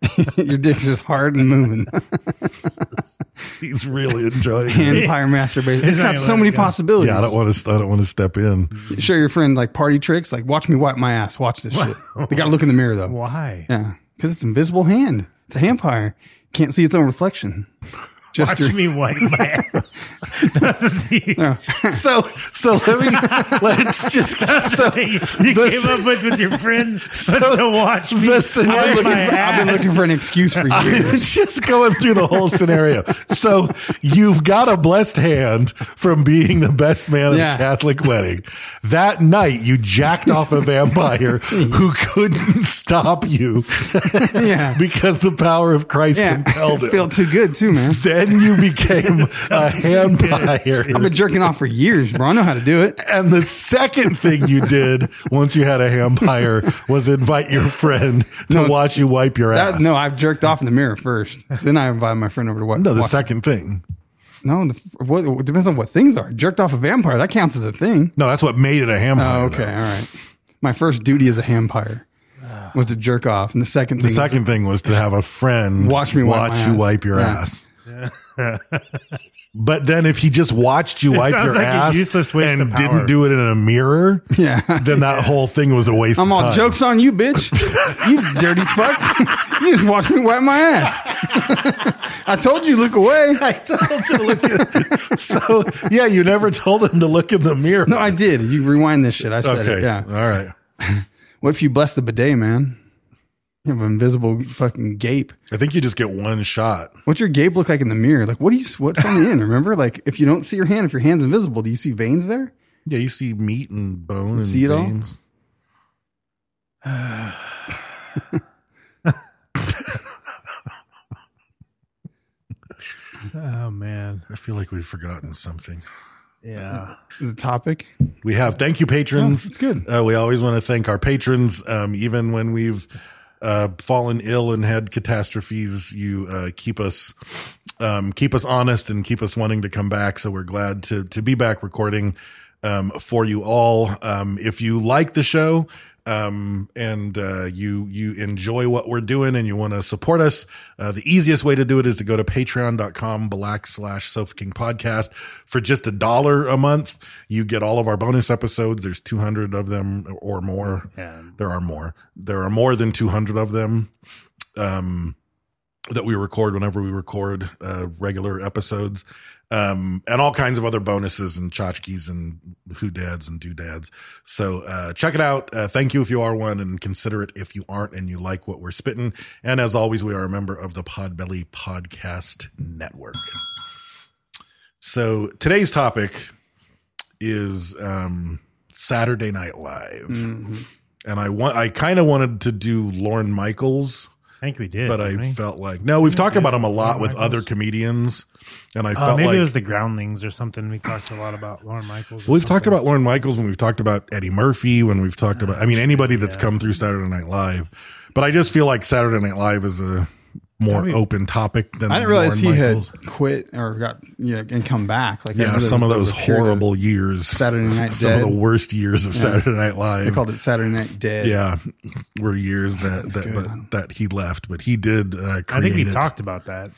Speaker 3: your dick's just hard and moving.
Speaker 2: He's really enjoying. it.
Speaker 3: Vampire masturbation.
Speaker 1: He's
Speaker 3: It's
Speaker 1: not
Speaker 3: got
Speaker 1: gonna
Speaker 3: so
Speaker 1: let
Speaker 3: many
Speaker 1: it go.
Speaker 3: possibilities.
Speaker 2: Yeah, I don't want to. I don't want to step in.
Speaker 3: show your friend like party tricks. Like, watch me wipe my ass. Watch this shit. They got to look in the mirror though.
Speaker 1: why?
Speaker 3: Yeah, because it's invisible hand. It's a vampire. Can't see its own reflection. Just
Speaker 1: Watch
Speaker 3: your-
Speaker 1: me wipe my ass. That's the thing.
Speaker 2: So, so let me. let's just. So,
Speaker 1: You came up with with your friend just to watch me
Speaker 2: the scenario- I've been
Speaker 1: wipe my
Speaker 2: looking-
Speaker 1: ass.
Speaker 2: I've
Speaker 3: I've been looking for an excuse for you.
Speaker 2: I'm just going through the whole scenario. So you've got a blessed hand from being the best man at
Speaker 3: Yeah.
Speaker 2: a Catholic wedding. That night you jacked off a vampire who couldn't stop you
Speaker 3: yeah,
Speaker 2: because the power of Christ
Speaker 3: yeah.
Speaker 2: compelled
Speaker 3: It
Speaker 2: him.
Speaker 3: felt too good too, man.
Speaker 2: Then you became a
Speaker 3: I've
Speaker 2: vampire.
Speaker 3: been jerking off for years, bro. I know how to do it.
Speaker 2: And the second thing you did once you had a vampire was invite your friend to
Speaker 3: No.
Speaker 2: watch you wipe your
Speaker 3: That,
Speaker 2: ass.
Speaker 3: no, I've jerked off in the mirror first. Then I invited my friend over to what?
Speaker 2: no, the second thing.
Speaker 3: No, the, what, it depends on what things are. Jerked off a vampire. That counts as a thing.
Speaker 2: No, that's what made it a
Speaker 3: Oh,
Speaker 2: vampire.
Speaker 3: okay,
Speaker 2: though.
Speaker 3: all right. My first duty as a vampire was to jerk off, and the second
Speaker 2: Ah. The
Speaker 3: thing
Speaker 2: second thing was to have a friend
Speaker 3: Watch me wipe
Speaker 2: watch
Speaker 3: my
Speaker 2: you
Speaker 3: ass.
Speaker 2: wipe your
Speaker 3: Yeah.
Speaker 2: ass. but then if he just watched you
Speaker 1: It
Speaker 2: wipe
Speaker 1: sounds
Speaker 2: your
Speaker 1: like a
Speaker 2: ass
Speaker 1: useless waste
Speaker 2: and
Speaker 1: of power.
Speaker 2: didn't do it in a mirror,
Speaker 3: Yeah.
Speaker 2: then that whole thing was a waste.
Speaker 3: I'm
Speaker 2: of
Speaker 3: all
Speaker 2: time.
Speaker 3: jokes on you, bitch. you dirty fuck. you just watched me wipe my ass. I told you, look away.
Speaker 2: I told you to look at- so yeah, you never told him to look in the mirror.
Speaker 3: No, I did. You rewind this shit. I said
Speaker 2: okay,
Speaker 3: it. Yeah.
Speaker 2: all right.
Speaker 3: What if you bless the bidet, man? You have an invisible fucking gape.
Speaker 2: I think you just get one shot.
Speaker 3: What's your gape look like in the mirror? Like, what do you? What's on the end? Remember, like, if you don't see your hand, if your hand's invisible, do you see veins there?
Speaker 2: Yeah, you see meat and bone and
Speaker 3: See it all?
Speaker 2: veins.
Speaker 1: Oh man,
Speaker 2: I feel like we've forgotten something.
Speaker 1: yeah.
Speaker 3: The topic.
Speaker 2: We have. Thank you, patrons.
Speaker 3: Yeah, it's good.
Speaker 2: Uh, we always want to thank our patrons, um, even when we've uh, fallen ill and had catastrophes. You uh, keep us um, keep us honest and keep us wanting to come back. So we're glad to to be back recording um, for you all. Um, if you like the show. Um, and, uh, you, you enjoy what we're doing and you want to support us. Uh, the easiest way to do it is to go to patreon.com black slash Sofa King podcast for just a dollar a month. You get all of our bonus episodes. There's 200 of them or more. There are more. There are more than 200 of them um, that we record whenever we record uh, regular episodes, um, and all kinds of other bonuses and tchotchkes and who dads and do dads. So uh, check it out. Uh, thank you if you are one, and consider it if you aren't and you like what we're spitting. And as always, we are a member of the Podbelly Podcast Network. So today's topic is um, Saturday Night Live. And I want, I kind of wanted to do Lorne Michaels,
Speaker 1: I think we did,
Speaker 2: but I
Speaker 1: didn't we?
Speaker 2: felt like no, we've talked about him a lot
Speaker 1: Lorne
Speaker 2: with
Speaker 1: Michaels.
Speaker 2: other comedians, and I
Speaker 1: Uh,
Speaker 2: felt
Speaker 1: maybe
Speaker 2: like
Speaker 1: it was the Groundlings or something. We talked a lot about Lauren Michaels. or
Speaker 2: we've talked
Speaker 1: something.
Speaker 2: about Lauren Michaels when we've talked about Eddie Murphy when we've talked about I mean anybody that's come through Saturday Night Live, but I just feel like Saturday Night Live is a more
Speaker 1: That'd be-
Speaker 2: open topic than
Speaker 3: I didn't realize
Speaker 2: Lorne
Speaker 3: he
Speaker 2: Michaels.
Speaker 3: had quit or got you know, and come back. Like I
Speaker 2: yeah
Speaker 3: knew there
Speaker 2: some of
Speaker 3: was- there was
Speaker 2: those
Speaker 3: a period of-
Speaker 2: horrible years
Speaker 3: Saturday Night
Speaker 2: some of
Speaker 3: Dead.
Speaker 2: the worst years of Saturday Night Live
Speaker 3: They called it Saturday Night Dead.
Speaker 2: yeah were years that that, but,
Speaker 3: good.
Speaker 2: that he left but he did uh, create
Speaker 1: I think we
Speaker 2: it
Speaker 1: talked about that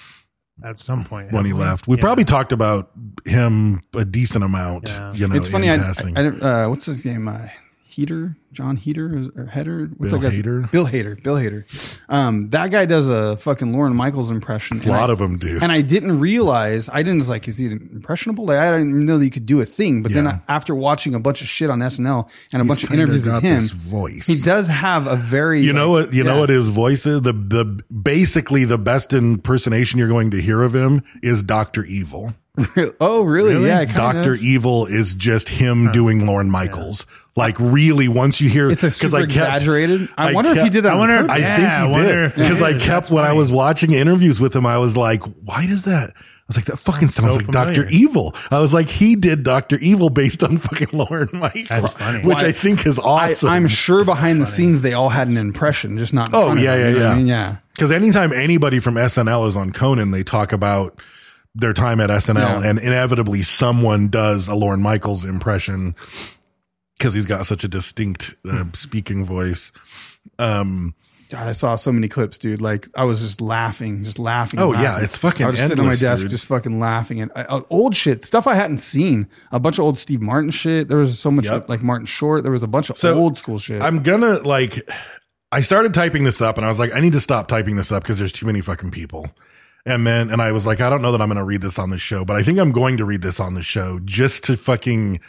Speaker 1: at some point
Speaker 2: when
Speaker 1: haven't
Speaker 2: he left we
Speaker 1: Yeah.
Speaker 2: probably talked about him a decent amount
Speaker 1: Yeah.
Speaker 2: you know
Speaker 3: it's funny.
Speaker 2: in
Speaker 3: I, I,
Speaker 2: passing.
Speaker 3: I don't- uh, what's his name? Uh, Heater, John Heater is- or Header.
Speaker 2: Bill
Speaker 3: that guy's-
Speaker 2: Hader?
Speaker 3: Bill Hader. Bill Hader. Um, that guy does a fucking Lauren Michaels impression.
Speaker 2: A lot
Speaker 3: and I-
Speaker 2: of them do.
Speaker 3: And I didn't realize. I didn't was like, is he impressionable? Like, I didn't even know that you could do a thing. But
Speaker 2: Yeah.
Speaker 3: then after watching a bunch of shit on SNL and a
Speaker 2: He's
Speaker 3: bunch of
Speaker 2: kinda
Speaker 3: interviews
Speaker 2: got
Speaker 3: with him,
Speaker 2: this voice.
Speaker 3: he does have a very.
Speaker 2: You know
Speaker 3: like-
Speaker 2: what? You know
Speaker 3: yeah.
Speaker 2: what his voice is. The the basically the best impersonation you're going to hear of him is Doctor Evil.
Speaker 3: oh, really? Yeah, it kind
Speaker 2: Doctor
Speaker 3: of-
Speaker 2: Evil is just him doing Lauren Michaels. Like really, once you hear,
Speaker 3: It's a super exaggerated. I, wonder if he did that.
Speaker 1: I
Speaker 3: on
Speaker 1: wonder-
Speaker 3: purpose.
Speaker 2: I
Speaker 1: Yeah, I
Speaker 2: think he
Speaker 1: wonder
Speaker 2: did
Speaker 1: if it
Speaker 2: because I
Speaker 1: is.
Speaker 2: kept
Speaker 1: That's
Speaker 2: when I
Speaker 1: funny.
Speaker 2: was watching interviews with him. I was like, why does that? I was like, that fucking sounds
Speaker 1: so
Speaker 2: like Doctor
Speaker 1: familiar.
Speaker 2: Evil. I was like, he did Doctor Evil based on fucking Lauren Michaels,
Speaker 1: That's funny.
Speaker 2: which
Speaker 3: Why-
Speaker 2: I think is awesome.
Speaker 3: I, am sure behind the scenes they all had an impression, just not. in
Speaker 2: Oh
Speaker 3: front of
Speaker 2: yeah,
Speaker 3: them,
Speaker 2: yeah,
Speaker 3: you know what
Speaker 2: yeah,
Speaker 3: I mean? yeah.
Speaker 2: Because anytime anybody from SNL is on Conan, they talk about their time at SNL,
Speaker 3: Yeah.
Speaker 2: and inevitably someone does a Lauren Michaels impression because he's got such a distinct
Speaker 3: Hmm.
Speaker 2: uh, speaking voice. Um,
Speaker 3: God, I saw so many clips, dude. Like I was just laughing, just laughing.
Speaker 2: Oh,
Speaker 3: laughing.
Speaker 2: yeah, it's fucking
Speaker 3: I was just sitting on my
Speaker 2: endless,
Speaker 3: desk,
Speaker 2: dude.
Speaker 3: just fucking laughing and I, uh, old shit, stuff I hadn't seen. A bunch of old Steve Martin shit. There was so much
Speaker 2: Yep.
Speaker 3: like Martin Short. There was a bunch of
Speaker 2: So,
Speaker 3: old school shit.
Speaker 2: I'm gonna like, I started typing this up, and I was like, I need to stop typing this up because there's too many fucking people. And then, and I was like, I don't know that I'm gonna read this on the show, but I think I'm going to read this on the show just to fucking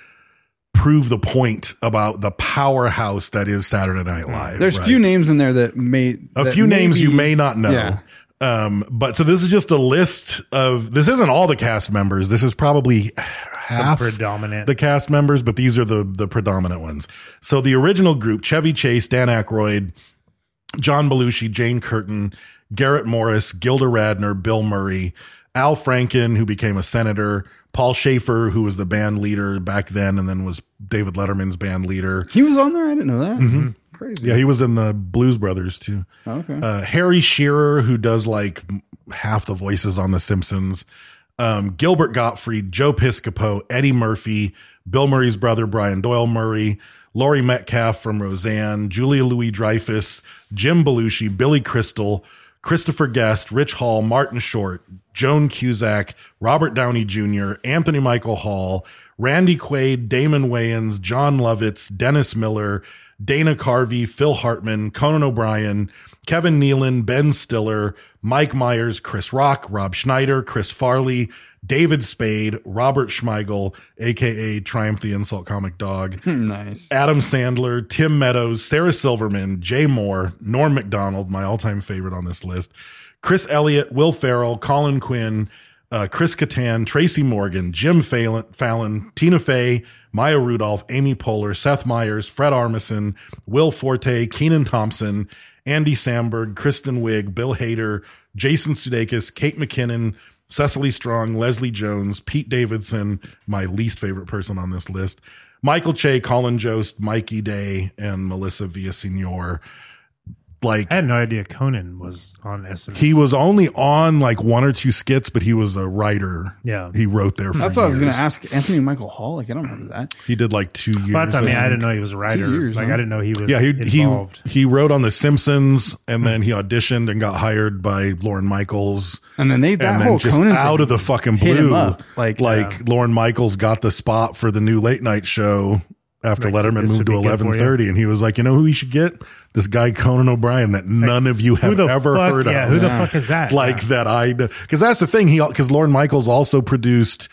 Speaker 2: prove the point about the powerhouse that is Saturday Night Live.
Speaker 3: Hmm. There's
Speaker 2: right?
Speaker 3: few names in there that may
Speaker 2: a
Speaker 3: that
Speaker 2: few names
Speaker 3: be-
Speaker 2: you may not know.
Speaker 3: Yeah.
Speaker 2: Um, but so this is just a list of this isn't all the cast members. This is probably half
Speaker 1: predominant.
Speaker 2: the cast members, but these are the the predominant ones. So the original group: Chevy Chase, Dan Aykroyd, John Belushi, Jane Curtin, Garrett Morris, Gilda Radner, Bill Murray, Al Franken, who became a senator, Paul Schaefer, who was the band leader back then, and then was David Letterman's band leader.
Speaker 3: He was on there. I didn't know that. Crazy.
Speaker 2: Mm-hmm. Yeah, he was in the Blues Brothers too.
Speaker 3: Okay.
Speaker 2: Uh, Harry Shearer, who does like m- half the voices on The Simpsons, um, Gilbert Gottfried, Joe Piscopo, Eddie Murphy, Bill Murray's brother, Brian Doyle Murray, Laurie Metcalf from Roseanne, Julia Louis Dreyfus, Jim Belushi, Billy Crystal, Christopher Guest, Rich Hall, Martin Short, Joan Cusack, Robert Downey Jr., Anthony Michael Hall, Randy Quaid, Damon Wayans, John Lovitz, Dennis Miller, Dana Carvey, Phil Hartman, Conan O'Brien, Kevin Nealon, Ben Stiller, Mike Myers, Chris Rock, Rob Schneider, Chris Farley, David Spade, Robert Schmeigel, aka Triumph the Insult Comic Dog,
Speaker 3: Hmm, nice.
Speaker 2: Adam Sandler, Tim Meadows, Sarah Silverman, Jay Moore, Norm MacDonald, my all time favorite on this list, Chris Elliott, Will Farrell, Colin Quinn, uh, Chris Kattan, Tracy Morgan, Jim Fallon, Fallon, Tina Fey, Maya Rudolph, Amy Poehler, Seth Meyers, Fred Armisen, Will Forte, Keenan Thompson, Andy Samberg, Kristen Wiig, Bill Hader, Jason Sudeikis, Kate McKinnon, Cecily Strong, Leslie Jones, Pete Davidson, my least favorite person on this list, Michael Che, Colin Jost, Mikey Day, and Melissa Villasenor. Like
Speaker 1: I had no idea Conan was on SNL.
Speaker 2: he was only on like one or two skits, but he was a writer.
Speaker 1: Yeah.
Speaker 2: he wrote there. For
Speaker 3: That's what I was gonna
Speaker 2: years.
Speaker 3: ask. Anthony Michael Hall. Like I don't remember that.
Speaker 2: He did like two years.
Speaker 1: Well, that's, I mean, I
Speaker 2: think.
Speaker 1: didn't know he was a writer.
Speaker 3: years,
Speaker 1: like,
Speaker 3: huh?
Speaker 1: I didn't know he was
Speaker 2: Yeah, he he,
Speaker 1: involved. Hmm.
Speaker 2: he wrote on The Simpsons, and then he auditioned and got hired by Lauren Michaels.
Speaker 3: And then they that
Speaker 2: and
Speaker 1: Oh,
Speaker 3: whole
Speaker 2: then just
Speaker 3: Conan
Speaker 2: out
Speaker 3: thing
Speaker 2: of the fucking
Speaker 3: hit him
Speaker 2: blue,
Speaker 3: up, like
Speaker 2: like Lauren Michaels got the spot for the new late night show after
Speaker 1: Like,
Speaker 2: Letterman
Speaker 1: this
Speaker 2: moved
Speaker 1: would
Speaker 2: to
Speaker 1: be good for you.
Speaker 2: eleven thirty, and he was like, you know who you should get this guy Conan O'Brien that none of you
Speaker 1: who
Speaker 2: have
Speaker 1: the
Speaker 2: ever
Speaker 1: fuck,
Speaker 2: heard
Speaker 1: yeah,
Speaker 2: of,
Speaker 1: Who the fuck is that?
Speaker 2: like
Speaker 1: Yeah.
Speaker 2: that I because that's the thing he because Lauren Michaels also produced.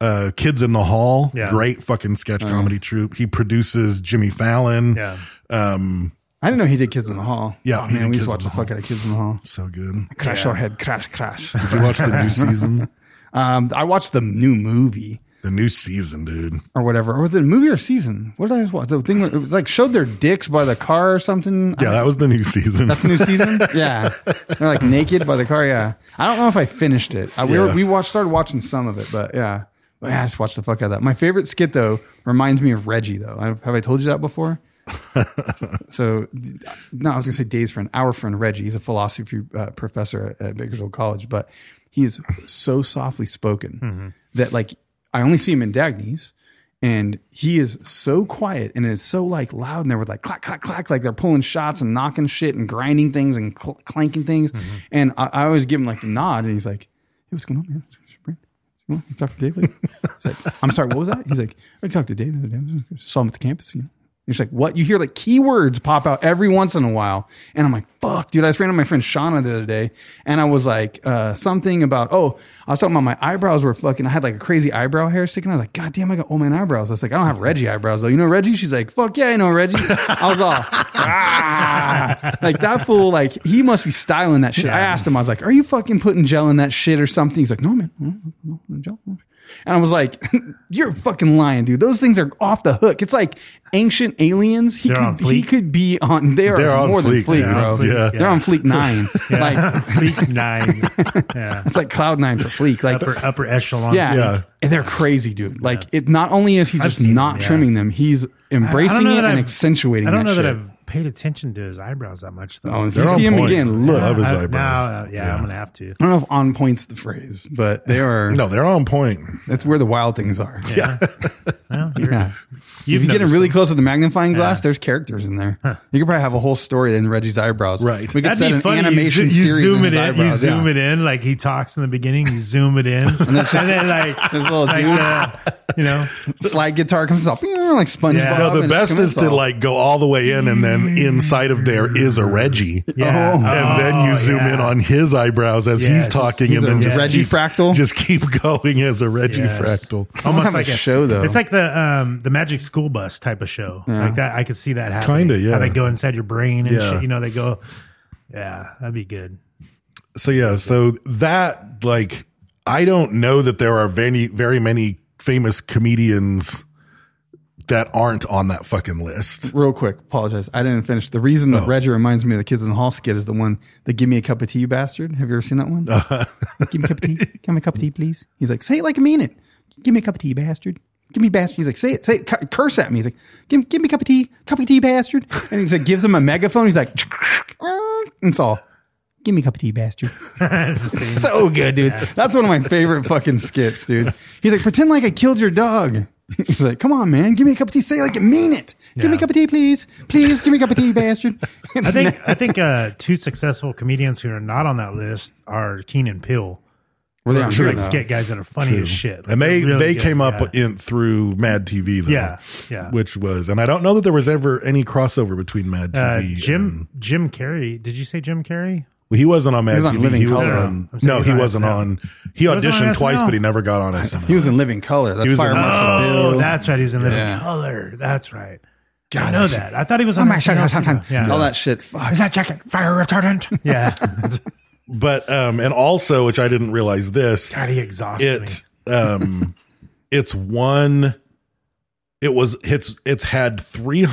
Speaker 2: Uh, Kids in the Hall,
Speaker 1: Yeah.
Speaker 2: great fucking sketch comedy troupe. He produces Jimmy Fallon.
Speaker 1: Yeah.
Speaker 2: Um,
Speaker 3: I didn't know he did Kids in the Hall.
Speaker 2: Yeah,
Speaker 3: oh,
Speaker 2: he did
Speaker 3: man, we
Speaker 2: Kids
Speaker 3: used to
Speaker 2: in
Speaker 3: watch
Speaker 2: the
Speaker 3: the fuck
Speaker 2: Hall.
Speaker 3: out of Kids in the Hall.
Speaker 2: so good.
Speaker 3: Crash our head, crash, crash.
Speaker 2: Did you watch the new season?
Speaker 3: um, I watched the new movie
Speaker 2: The new season, dude.
Speaker 3: or whatever, or was it a movie or season? What did I just watch? The thing where- it was like showed their dicks by the car or something.
Speaker 2: Yeah,
Speaker 3: I-
Speaker 2: that was the new season.
Speaker 3: that's the new season. Yeah, they're like naked by the car. Yeah, I don't know if I finished it. I, we were,
Speaker 2: Yeah.
Speaker 3: we watched started watching some of it, but yeah, but yeah, I just watched the fuck out of that. My favorite skit though reminds me of Reggie though. I, have I told you that before? so no, I was gonna say Dave's friend, our friend Reggie. He's a philosophy uh, professor at, at Bakersfield College, but he is so softly spoken that like I only see him in Dagny's. And he is so quiet and is so like loud, and they were like clack clack clack, like they're pulling shots and knocking shit and grinding things and cl- clanking things. And I, I always give him like the nod, and he's like, "Hey, what's going on, man? You talk to Dave? Later? He's like, "I'm sorry, what was that?" He's like, "I talked to Dave the other day. Saw him at the campus. You know, You're just like, what? You hear like keywords pop out every once in a while. And I'm like, fuck, dude. I was praying my friend Shauna the other day and I was like, uh, something about, oh, I was talking about my eyebrows were fucking, I had like a crazy eyebrow hair sticking. I was like, God damn, I got old man eyebrows. I was like, I don't have Reggie eyebrows though. You know Reggie? She's like, fuck yeah, I know Reggie. I was all, ah. like that fool, like he must be styling that shit. I asked him, I was like, are you fucking putting gel in that shit or something? He's like, no, man, no, no, no gel. no." And I was like, "You're fucking lying, dude. Those things are off the hook. It's like ancient aliens. He
Speaker 1: They're on
Speaker 3: could he
Speaker 1: fleek.
Speaker 3: could be on. They are
Speaker 2: They're on
Speaker 3: more than
Speaker 2: fleek,
Speaker 3: fleek,
Speaker 2: yeah.
Speaker 3: bro.
Speaker 2: Yeah.
Speaker 3: They're on fleek nine. Like
Speaker 1: Fleek nine. Yeah.
Speaker 3: it's like cloud nine for fleek. Like
Speaker 1: upper upper echelon.
Speaker 3: yeah,
Speaker 2: Yeah.
Speaker 3: and they're crazy, dude. Like it. Not only is he
Speaker 1: I've
Speaker 3: just
Speaker 1: seen them,
Speaker 3: not
Speaker 1: yeah.
Speaker 3: trimming them, he's
Speaker 1: I
Speaker 3: embracing
Speaker 1: don't know
Speaker 3: it
Speaker 1: that
Speaker 3: and
Speaker 1: I've-
Speaker 3: accentuating.
Speaker 1: I don't know
Speaker 3: shit.
Speaker 1: that I've paid attention to his eyebrows that much though.
Speaker 3: Oh, if
Speaker 2: They're
Speaker 3: you
Speaker 2: on
Speaker 3: see him
Speaker 2: point.
Speaker 3: again, look.
Speaker 2: I love his
Speaker 1: I've-
Speaker 2: eyebrows.
Speaker 1: Uh, Now, yeah, I'm gonna have to.
Speaker 3: I don't know if on point's the phrase, but they are.
Speaker 2: No, they're on point.
Speaker 3: That's where the wild things are. Yeah.
Speaker 1: Well, you're,
Speaker 3: If you get him
Speaker 1: noticed
Speaker 3: really
Speaker 1: them.
Speaker 3: close with the magnifying glass, there's characters in there. You could probably have a whole story in Reggie's eyebrows.
Speaker 2: Right.
Speaker 3: We could
Speaker 1: That'd
Speaker 3: set
Speaker 1: be
Speaker 3: an
Speaker 1: funny.
Speaker 3: animation
Speaker 1: you, zo- you
Speaker 3: series
Speaker 1: zoom
Speaker 3: in
Speaker 1: it
Speaker 3: his
Speaker 1: in,
Speaker 3: eyebrows.
Speaker 1: you
Speaker 3: yeah.
Speaker 1: zoom it in, like he talks in the beginning. You zoom it in, and, then like,
Speaker 3: There's a little
Speaker 1: like
Speaker 3: dude.
Speaker 1: the, you know,
Speaker 3: Slide guitar comes off, you know, like SpongeBob.
Speaker 1: Yeah.
Speaker 2: No, the
Speaker 3: and it
Speaker 2: best
Speaker 3: comes
Speaker 2: is to
Speaker 3: off.
Speaker 2: like go all the way in, and then inside of there is a Reggie.
Speaker 1: Mm. yeah,
Speaker 3: Oh.
Speaker 2: And then you zoom in on his eyebrows as
Speaker 1: Yes.
Speaker 2: he's talking,
Speaker 3: He's
Speaker 2: and
Speaker 3: a
Speaker 2: then just
Speaker 3: Reggie
Speaker 2: keep,
Speaker 3: fractal?
Speaker 2: Just keep going as a Reggie fractal.
Speaker 3: have a show, though.
Speaker 1: It's like the um the Magic School Bus type of show. Like that, I could see that happening.
Speaker 2: Kinda, yeah.
Speaker 1: How they go inside your brain and
Speaker 2: Yeah.
Speaker 1: shit. You know, they go, yeah, that'd be good.
Speaker 2: So yeah, so that like I don't know that there are very very many famous comedians that aren't on that fucking list.
Speaker 3: Real quick, apologize. I didn't finish. The reason that Reggie reminds me of the Kids in the Hall skit is the one, the Give Me a Cup of Tea, you bastard. Have you ever seen that one? Give me a cup of tea. Give me a cup of tea, please. He's like, say it like I mean it. Give me a cup of tea, bastard. Give me bastard. He's like, say it, say it, cu- curse at me. He's like, give, give me a cup of tea, cup of tea, bastard. And he's like, gives him a megaphone. He's like, and it's all, give me a cup of tea, bastard.
Speaker 1: It's the same.
Speaker 3: So good, dude. That's one of my favorite fucking skits, dude. He's like, pretend like I killed your dog. He's like, come on, man, give me a cup of tea. Say it like you mean it. Give me a
Speaker 1: Yeah.
Speaker 3: cup of tea, please. Please, give me a cup of tea, bastard.
Speaker 1: I think I think uh, two successful comedians who are not on that list are Keenan Pill.
Speaker 3: We're there on
Speaker 1: True.
Speaker 3: here
Speaker 1: Like
Speaker 3: now.
Speaker 1: skit guys that are funny as shit. Like,
Speaker 2: And they
Speaker 1: they're really
Speaker 2: they
Speaker 1: good,
Speaker 2: came up
Speaker 1: yeah.
Speaker 2: in through Mad TV though.
Speaker 1: Yeah, yeah.
Speaker 2: Which was and I don't know that there was ever any crossover between Mad
Speaker 1: uh,
Speaker 2: TV.
Speaker 1: Jim
Speaker 2: and-
Speaker 1: Jim Carrey. Did you say Jim Carrey?
Speaker 2: well, he wasn't on Mad
Speaker 3: He was on
Speaker 2: TV.
Speaker 3: Living
Speaker 2: He was
Speaker 3: Colour.
Speaker 2: on
Speaker 1: I'm saying
Speaker 2: No,
Speaker 1: he's
Speaker 2: he
Speaker 1: on
Speaker 2: wasn't
Speaker 1: SNL.
Speaker 2: on he
Speaker 1: was on
Speaker 2: auditioned twice
Speaker 1: SNL.
Speaker 2: but he never got on SNL.
Speaker 3: He was in Living Color. That's
Speaker 2: was in-
Speaker 3: Fire Marshal
Speaker 1: Oh,
Speaker 3: Bill.
Speaker 1: that's right. He was in Living
Speaker 3: Yeah.
Speaker 1: Color. That's right. I know that. I thought he was
Speaker 3: Oh
Speaker 1: on
Speaker 3: my
Speaker 1: SNL
Speaker 3: God,
Speaker 1: too, though. Yeah.
Speaker 3: all that shit. Fuck.
Speaker 1: Is that jacket fire retardant? Yeah.
Speaker 2: But um and also which I didn't realize this
Speaker 1: God, he exhausts me.
Speaker 2: it um it's one it was it's it's had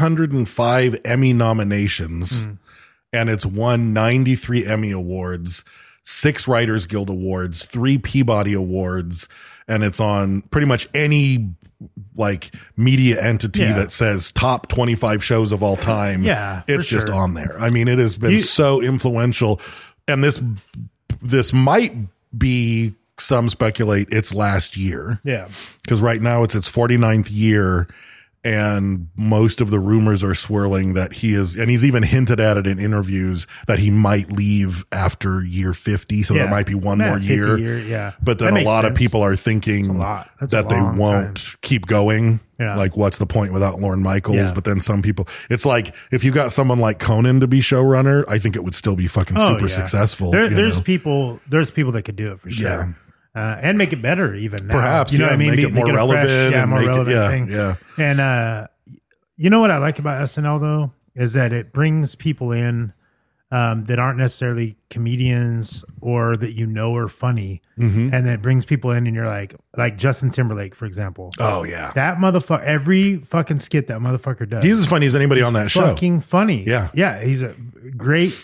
Speaker 2: 305 emmy nominations
Speaker 1: Hmm.
Speaker 2: and it's won 93 emmy awards six writers guild awards three peabody awards and it's on pretty much any like media entity
Speaker 1: Yeah.
Speaker 2: that says top 25 shows of all time
Speaker 1: Yeah, for
Speaker 2: it's just
Speaker 1: sure.
Speaker 2: on there i mean it has been
Speaker 1: You-
Speaker 2: so influential and this this might be some speculate it's last year
Speaker 1: Yeah.
Speaker 2: because right now it's its 49th year and most of the rumors are swirling that he is and he's even hinted at it in interviews that he might leave after year 50 so
Speaker 1: yeah.
Speaker 2: there might be one
Speaker 1: Yeah,
Speaker 2: more
Speaker 1: 50
Speaker 2: year
Speaker 1: Yeah.
Speaker 2: but then
Speaker 1: That
Speaker 2: a
Speaker 1: makes
Speaker 2: lot of
Speaker 1: sense.
Speaker 2: people are thinking
Speaker 1: a lot. That's a
Speaker 2: that they
Speaker 1: long
Speaker 2: won't keep going.
Speaker 1: Yeah.
Speaker 2: Like, what's the point without Lauren Michaels?
Speaker 1: Yeah.
Speaker 2: But then some people, it's like if you got someone like Conan to be showrunner, I think it would still be fucking
Speaker 1: Oh,
Speaker 2: super
Speaker 1: yeah.
Speaker 2: successful.
Speaker 1: There,
Speaker 2: you
Speaker 1: there's
Speaker 2: know?
Speaker 1: people. There's people that could do it for sure.
Speaker 2: Yeah.
Speaker 1: Uh, and make it better, even now.
Speaker 2: Perhaps,
Speaker 1: you know
Speaker 2: yeah,
Speaker 1: what I mean.
Speaker 2: make it more
Speaker 1: Make- make a fresh,
Speaker 2: relevant
Speaker 1: yeah,
Speaker 2: and
Speaker 1: more
Speaker 2: make it-
Speaker 1: relevant
Speaker 2: yeah,
Speaker 1: thing.
Speaker 2: yeah.
Speaker 1: And uh, you know what I like about SNL though is that it brings people in um, that aren't necessarily comedians or that you know are funny,
Speaker 2: Mm-hmm.
Speaker 1: and that brings people in, and you're like, like Justin Timberlake, for example.
Speaker 2: Oh, yeah.
Speaker 1: That motherfucker, every fucking skit that motherfucker does.
Speaker 2: He's as funny as anybody on that show.
Speaker 1: fucking funny.
Speaker 2: Yeah.
Speaker 1: Yeah. He's a great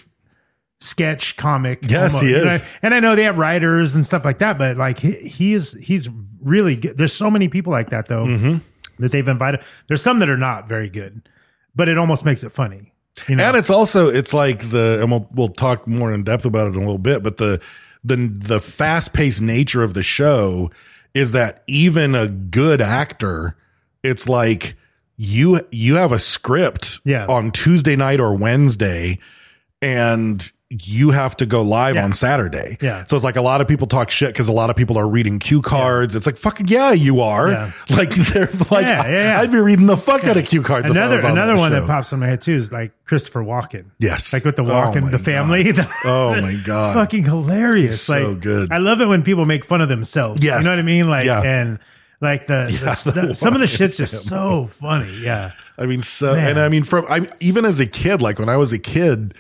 Speaker 1: sketch comic.
Speaker 2: Yes, he
Speaker 1: You know,
Speaker 2: is.
Speaker 1: and I know they have writers and stuff like that, but like he, he is, he's really good. There's so many people like that though
Speaker 2: Mm-hmm.
Speaker 1: that they've invited. There's some that are not very good, but it almost makes it funny. You know?
Speaker 2: And it's also it's like the and we'll we'll talk more in depth about it in a little bit, but the the the fast paced nature of the show is that even a good actor, it's like you you have a script
Speaker 1: Yeah.
Speaker 2: on Tuesday night or Wednesday, and you have to go live on Saturday.
Speaker 1: Yeah.
Speaker 2: So it's like a lot of people talk shit because a lot of people are reading cue cards. It's like, fuck yeah, you are.
Speaker 1: Yeah.
Speaker 2: Like, they're like,
Speaker 1: Yeah, yeah, yeah.
Speaker 2: I'd be reading the fuck out of cue cards. if I
Speaker 1: Another
Speaker 2: was on
Speaker 1: another one
Speaker 2: show.
Speaker 1: that pops in my head too is like Christopher Walken.
Speaker 2: Yes.
Speaker 1: like with the
Speaker 2: Oh
Speaker 1: Walken,
Speaker 2: my
Speaker 1: the family.
Speaker 2: Oh my God.
Speaker 1: it's fucking hilarious.
Speaker 2: He's so
Speaker 1: like,
Speaker 2: good.
Speaker 1: I love it when people make fun of themselves.
Speaker 2: Yes.
Speaker 1: you know what I mean. Like,
Speaker 2: Yeah.
Speaker 1: and like the,
Speaker 2: Yeah,
Speaker 1: the-
Speaker 2: the
Speaker 1: the- some of the
Speaker 2: Walken
Speaker 1: shit's just so
Speaker 2: family.
Speaker 1: funny. Yeah,
Speaker 2: I mean, so
Speaker 1: Man.
Speaker 2: and I mean, from I even as a kid, like when I was a kid,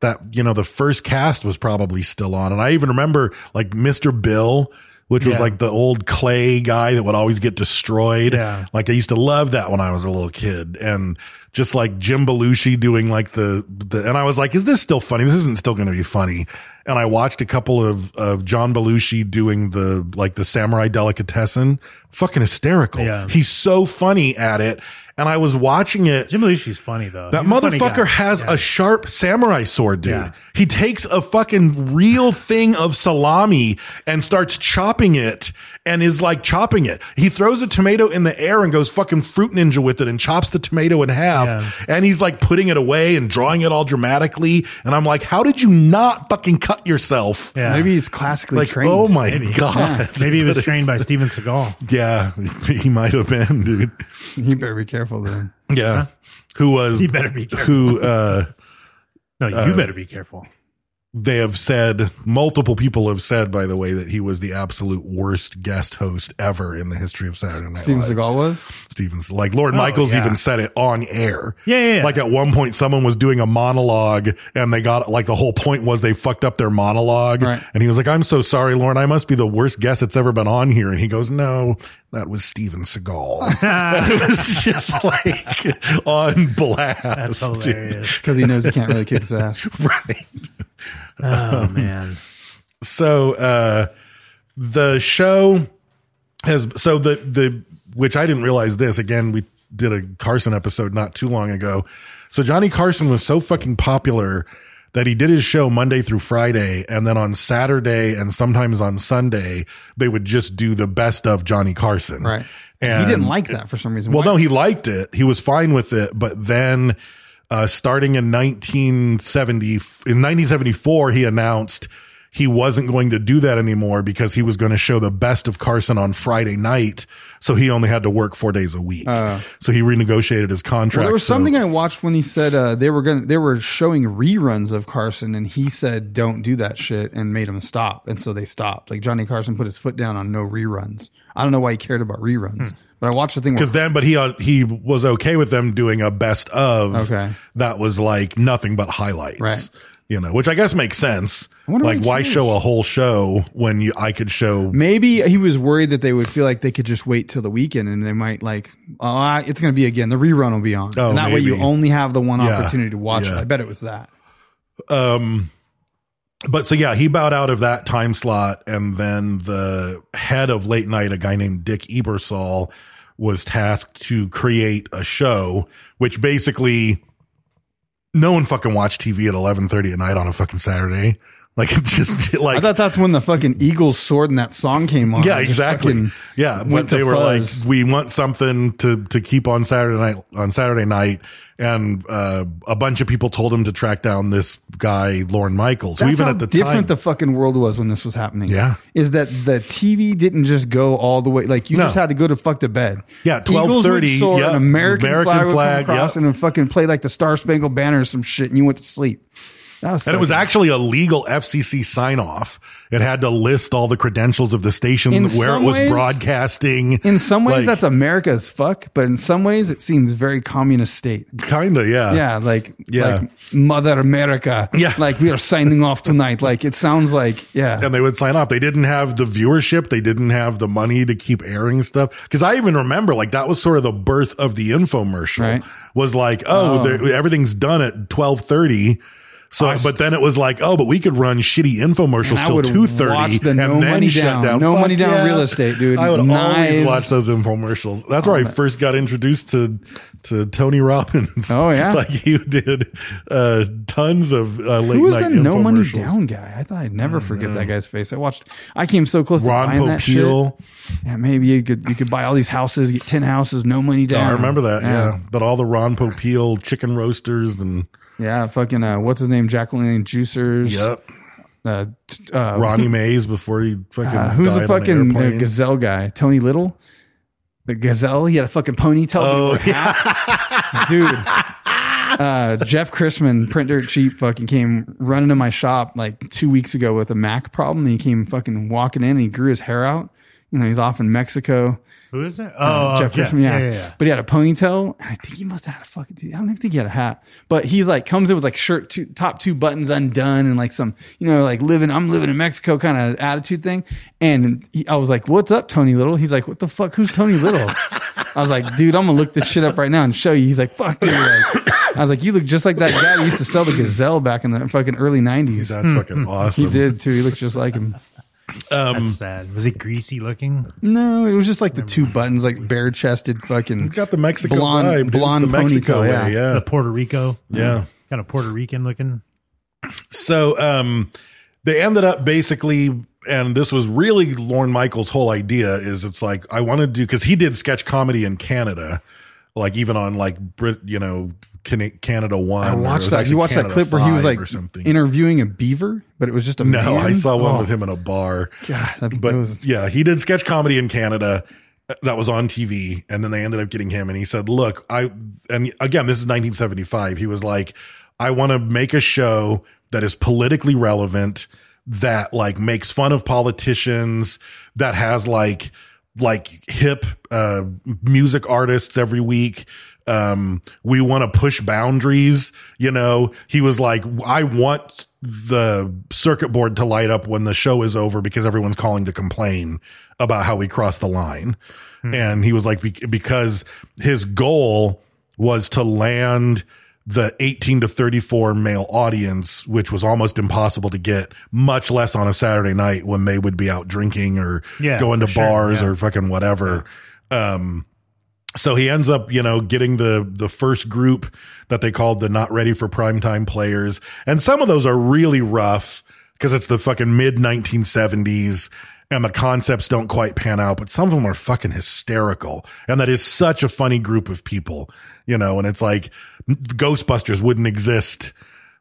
Speaker 2: that you know the first cast was probably still on, and I even remember like Mr. Bill, which was
Speaker 1: Yeah.
Speaker 2: like the old clay guy that would always get destroyed.
Speaker 1: Yeah.
Speaker 2: Like I used to love that when I was a little kid, and just like Jim Belushi doing like the the, and I was like, is this still funny? This isn't still going to be funny. And I watched a couple of of John Belushi doing the like the samurai delicatessen, fucking hysterical.
Speaker 1: Yeah.
Speaker 2: He's so funny at it. And I was watching it.
Speaker 1: Jim Belushi's funny though.
Speaker 2: That
Speaker 1: He's a funny guy.
Speaker 2: motherfucker has a sharp samurai sword, dude.
Speaker 1: Yeah.
Speaker 2: He takes a fucking real thing of salami and starts chopping it and is like chopping it. He throws a tomato in the air and goes fucking fruit ninja with it and chops the tomato in half. And he's like putting it away and drawing it all dramatically. And I'm like, how did you not fucking cut yourself?
Speaker 1: Yeah.
Speaker 3: Maybe he's classically
Speaker 2: Like,
Speaker 3: trained.
Speaker 2: oh my
Speaker 1: Maybe.
Speaker 2: God.
Speaker 1: Maybe he was
Speaker 2: But
Speaker 1: trained by
Speaker 2: it's-
Speaker 1: Steven Seagal.
Speaker 2: Yeah, he might have been, dude.
Speaker 3: He better be careful then.
Speaker 2: Yeah. Who was,
Speaker 1: He better be careful.
Speaker 2: who, uh,
Speaker 1: No, you
Speaker 2: Uh,
Speaker 1: better be careful.
Speaker 2: they have said multiple people have said by the way that he was the absolute worst guest host ever in the history of Saturday Night
Speaker 3: Steven
Speaker 2: Live.
Speaker 3: Seagal was.
Speaker 2: Stevens like Lord
Speaker 1: Oh,
Speaker 2: Michaels
Speaker 1: yeah.
Speaker 2: even said it on air.
Speaker 1: Yeah, yeah, yeah.
Speaker 2: Like at one point someone was doing a monologue and they got like the whole point was they fucked up their monologue
Speaker 3: Right.
Speaker 2: and he was like I'm so sorry Lauren I must be the worst guest that's ever been on here and he goes no that was Steven Seagal. and it was just like on blast.
Speaker 1: That's
Speaker 2: dude.
Speaker 1: hilarious.
Speaker 3: Because he knows he can't really kick his ass.
Speaker 2: Right.
Speaker 1: Oh man.
Speaker 2: so uh the show has so the the which I didn't realize this again we did a Carson episode not too long ago. So Johnny Carson was so fucking popular that he did his show Monday through Friday and then on Saturday and sometimes on Sunday they would just do the best of Johnny Carson.
Speaker 3: Right.
Speaker 2: And
Speaker 3: he didn't like that for some reason.
Speaker 2: well,
Speaker 3: Why-
Speaker 2: no, he liked it. He was fine with it. But then, uh, starting in 1970, in 1974, he announced he wasn't going to do that anymore because he was going to show the best of Carson on Friday night. So he only had to work four days a week. so he renegotiated his contract.
Speaker 3: Uh. Well, there was
Speaker 2: So-
Speaker 3: something I watched when he said uh, they were going to they were showing reruns of Carson and he said don't do that shit and made him stop and so they stopped. Like Johnny Carson put his foot down on no reruns. I don't know why he cared about reruns, but I watched the thing where
Speaker 2: Hmm. because then, but he uh, he was okay with them doing a best of
Speaker 3: Okay.
Speaker 2: that was like nothing but highlights,
Speaker 3: Right.
Speaker 2: You know, which I guess makes sense.
Speaker 3: wonder why
Speaker 2: Like,
Speaker 3: he
Speaker 2: why
Speaker 3: cares.
Speaker 2: show a whole show when you I could show
Speaker 3: maybe he was worried that they would feel like they could just wait till the weekend and they might like ah it's going to be again the rerun will be on
Speaker 2: Oh,
Speaker 3: and that way you
Speaker 2: maybe.
Speaker 3: only have the one
Speaker 2: Yeah.
Speaker 3: opportunity to watch it.
Speaker 2: Yeah.
Speaker 3: I bet it was that.
Speaker 2: um but so yeah he bowed out of that time slot and then the head of late night a guy named dick ebersol was tasked to create a show which basically no one fucking watched tv at 11.30 at night on a fucking saturday like it just like
Speaker 3: I thought that's when the fucking Eagles sword and that song came on.
Speaker 2: yeah
Speaker 3: It just
Speaker 2: exactly
Speaker 3: fucking
Speaker 2: yeah but
Speaker 3: went
Speaker 2: they
Speaker 3: to
Speaker 2: were
Speaker 3: fuzz.
Speaker 2: like we want something to to keep on saturday night on saturday night and uh, a bunch of people told him to track down this guy Lorne michaels
Speaker 3: That's
Speaker 2: who even
Speaker 3: how
Speaker 2: at the
Speaker 3: different
Speaker 2: time
Speaker 3: the fucking world was when this was happening.
Speaker 2: Yeah.
Speaker 3: is that the TV didn't just go all the way like you
Speaker 2: No.
Speaker 3: just had to go to fuck to bed.
Speaker 2: Yeah,
Speaker 3: Eagles would
Speaker 2: 12:30,
Speaker 3: soar,
Speaker 2: yep.
Speaker 3: an American,
Speaker 2: American
Speaker 3: flag,
Speaker 2: flag,
Speaker 3: would come across
Speaker 2: yep.
Speaker 3: and then fucking play like the Star Spangled Banner or some shit, and you went to sleep. That was
Speaker 2: And it was
Speaker 3: fucking-
Speaker 2: actually a legal FCC sign off. It had to list all the credentials of the station
Speaker 3: In
Speaker 2: where it
Speaker 3: some
Speaker 2: was
Speaker 3: ways-
Speaker 2: broadcasting.
Speaker 3: in some ways
Speaker 2: like,
Speaker 3: that's America as fuck, but in some ways it seems very communist state.
Speaker 2: kinda, yeah.
Speaker 3: yeah, like
Speaker 2: Uh, Yeah.
Speaker 3: like Mother America.
Speaker 2: Yeah.
Speaker 3: like we are signing off tonight. Like it sounds like yeah.
Speaker 2: And they would sign off. They didn't have the viewership. They didn't have the money to keep airing stuff. Cause I even remember like that was sort of the birth of the infomercial
Speaker 3: Right.
Speaker 2: was like, oh,
Speaker 3: Oh.
Speaker 2: there- everything's done at 1230. So,
Speaker 3: I
Speaker 2: but then it was like, oh, but we could run shitty infomercials
Speaker 3: And I
Speaker 2: till
Speaker 3: would
Speaker 2: two thirty,
Speaker 3: watch the No
Speaker 2: and then
Speaker 3: Money
Speaker 2: shut
Speaker 3: Down-
Speaker 2: down.
Speaker 3: No
Speaker 2: Fuck
Speaker 3: Money Down Real Estate, dude.
Speaker 2: I would always
Speaker 3: Knives. Oh,
Speaker 2: watch those infomercials. That's where I first got introduced to to Tony Robbins.
Speaker 3: Oh, yeah.
Speaker 2: like he did uh, tons of uh, late
Speaker 3: Who was
Speaker 2: night
Speaker 3: the No Money
Speaker 2: infomercials.
Speaker 3: Down guy? I thought I'd never forget that guy's face. I watched. I came so close
Speaker 2: Mm, Ron
Speaker 3: to buying that shit.
Speaker 2: Popeil.
Speaker 3: Yeah, maybe you could you could buy all these houses,
Speaker 2: Oh,
Speaker 3: get ten houses, no money down.
Speaker 2: I remember that. Yeah. but all the Ron Popeil chicken roasters and
Speaker 3: Yeah, fucking uh, what's his name? Jacqueline Juicers.
Speaker 2: Yep.
Speaker 3: Uh, t- uh,
Speaker 2: Ronnie Mays before he fucking
Speaker 3: Uh, who's
Speaker 2: died
Speaker 3: the
Speaker 2: on an
Speaker 3: fucking uh,
Speaker 2: airplane.
Speaker 3: gazelle guy? Tony Little, the gazelle. He had a fucking ponytail,
Speaker 2: Oh,
Speaker 3: yeah. dude. Uh, Jeff Chrisman, print dirt cheap, fucking came running to my shop like two weeks ago with a Mac problem. And he came fucking walking in and he grew his hair out. You know, he's off in Mexico.
Speaker 1: Who is it?
Speaker 3: Uh,
Speaker 1: Oh, oh,
Speaker 3: Jeff Chrisman, yeah.
Speaker 1: yeah, yeah.
Speaker 3: But he had a ponytail. and I think he must have had a fucking. I don't even think he had a hat. But he's like comes in with like shirt two, top two buttons undone and like some you know like living I'm living in Mexico kind of attitude thing. And he, I was like, "What's up, Tony Little?" He's like, "What the fuck? Who's Tony Little?" I was like, "Dude, I'm gonna look this shit up right now and show you." He's like, "Fuck, dude." Like, I was like, "You look just like that guy who used to sell the gazelle back in the fucking early '90s."
Speaker 2: That's fucking awesome.
Speaker 3: Hmm. He did too. He looked just like him.
Speaker 2: Um,
Speaker 1: That's sad. Was he greasy looking?
Speaker 3: No, it was just like the two buttons, like bare chested, fucking.
Speaker 2: got the Mexico
Speaker 3: blonde,
Speaker 2: vibe. dude. It's
Speaker 3: blonde
Speaker 2: the Mexico
Speaker 3: ponytail.
Speaker 2: way,
Speaker 3: yeah.
Speaker 2: yeah.
Speaker 1: The Puerto Rico.
Speaker 2: Yeah.
Speaker 1: Kind of Puerto Rican looking.
Speaker 2: So um, they ended up basically, and this was really Lorne Michaels' whole idea is it's like I want to do because he did sketch comedy in Canada, like even on like Brit, you know, Can- Canada One.
Speaker 3: I
Speaker 2: or it
Speaker 3: watched
Speaker 2: was
Speaker 3: that.
Speaker 2: actually
Speaker 3: You watched that
Speaker 2: Canada
Speaker 3: clip where he was
Speaker 2: Five
Speaker 3: like
Speaker 2: or something.
Speaker 3: interviewing a beaver, but it was just a
Speaker 2: no,
Speaker 3: Man?
Speaker 2: I saw one
Speaker 3: Oh,
Speaker 2: with him in a bar.
Speaker 3: God, that,
Speaker 2: but
Speaker 3: that was
Speaker 2: yeah, he did sketch comedy in Canada. uh, That was on TV, and then they ended up getting him. And he said, "Look, I." And again, this is 1975. He was like, "I want to make a show that is politically relevant, that like makes fun of politicians, that has like like hip uh, music artists every week." um we want to push boundaries you know he was like i want the circuit board to light up when the show is over because everyone's calling to complain about how we crossed the line
Speaker 1: Hmm.
Speaker 2: and he was like be- because his goal was to land the 18 to 34 male audience which was almost impossible to get much less on a saturday night when they would be out drinking or
Speaker 1: Yeah,
Speaker 2: going to
Speaker 1: for sure,
Speaker 2: bars
Speaker 1: yeah.
Speaker 2: or fucking whatever um so he ends up, you know, getting the the first group that they called the not ready for primetime players. And some of those are really rough because it's the fucking mid 1970s and the concepts don't quite pan out, but some of them are fucking hysterical. And that is such a funny group of people, you know, and it's like Ghostbusters wouldn't exist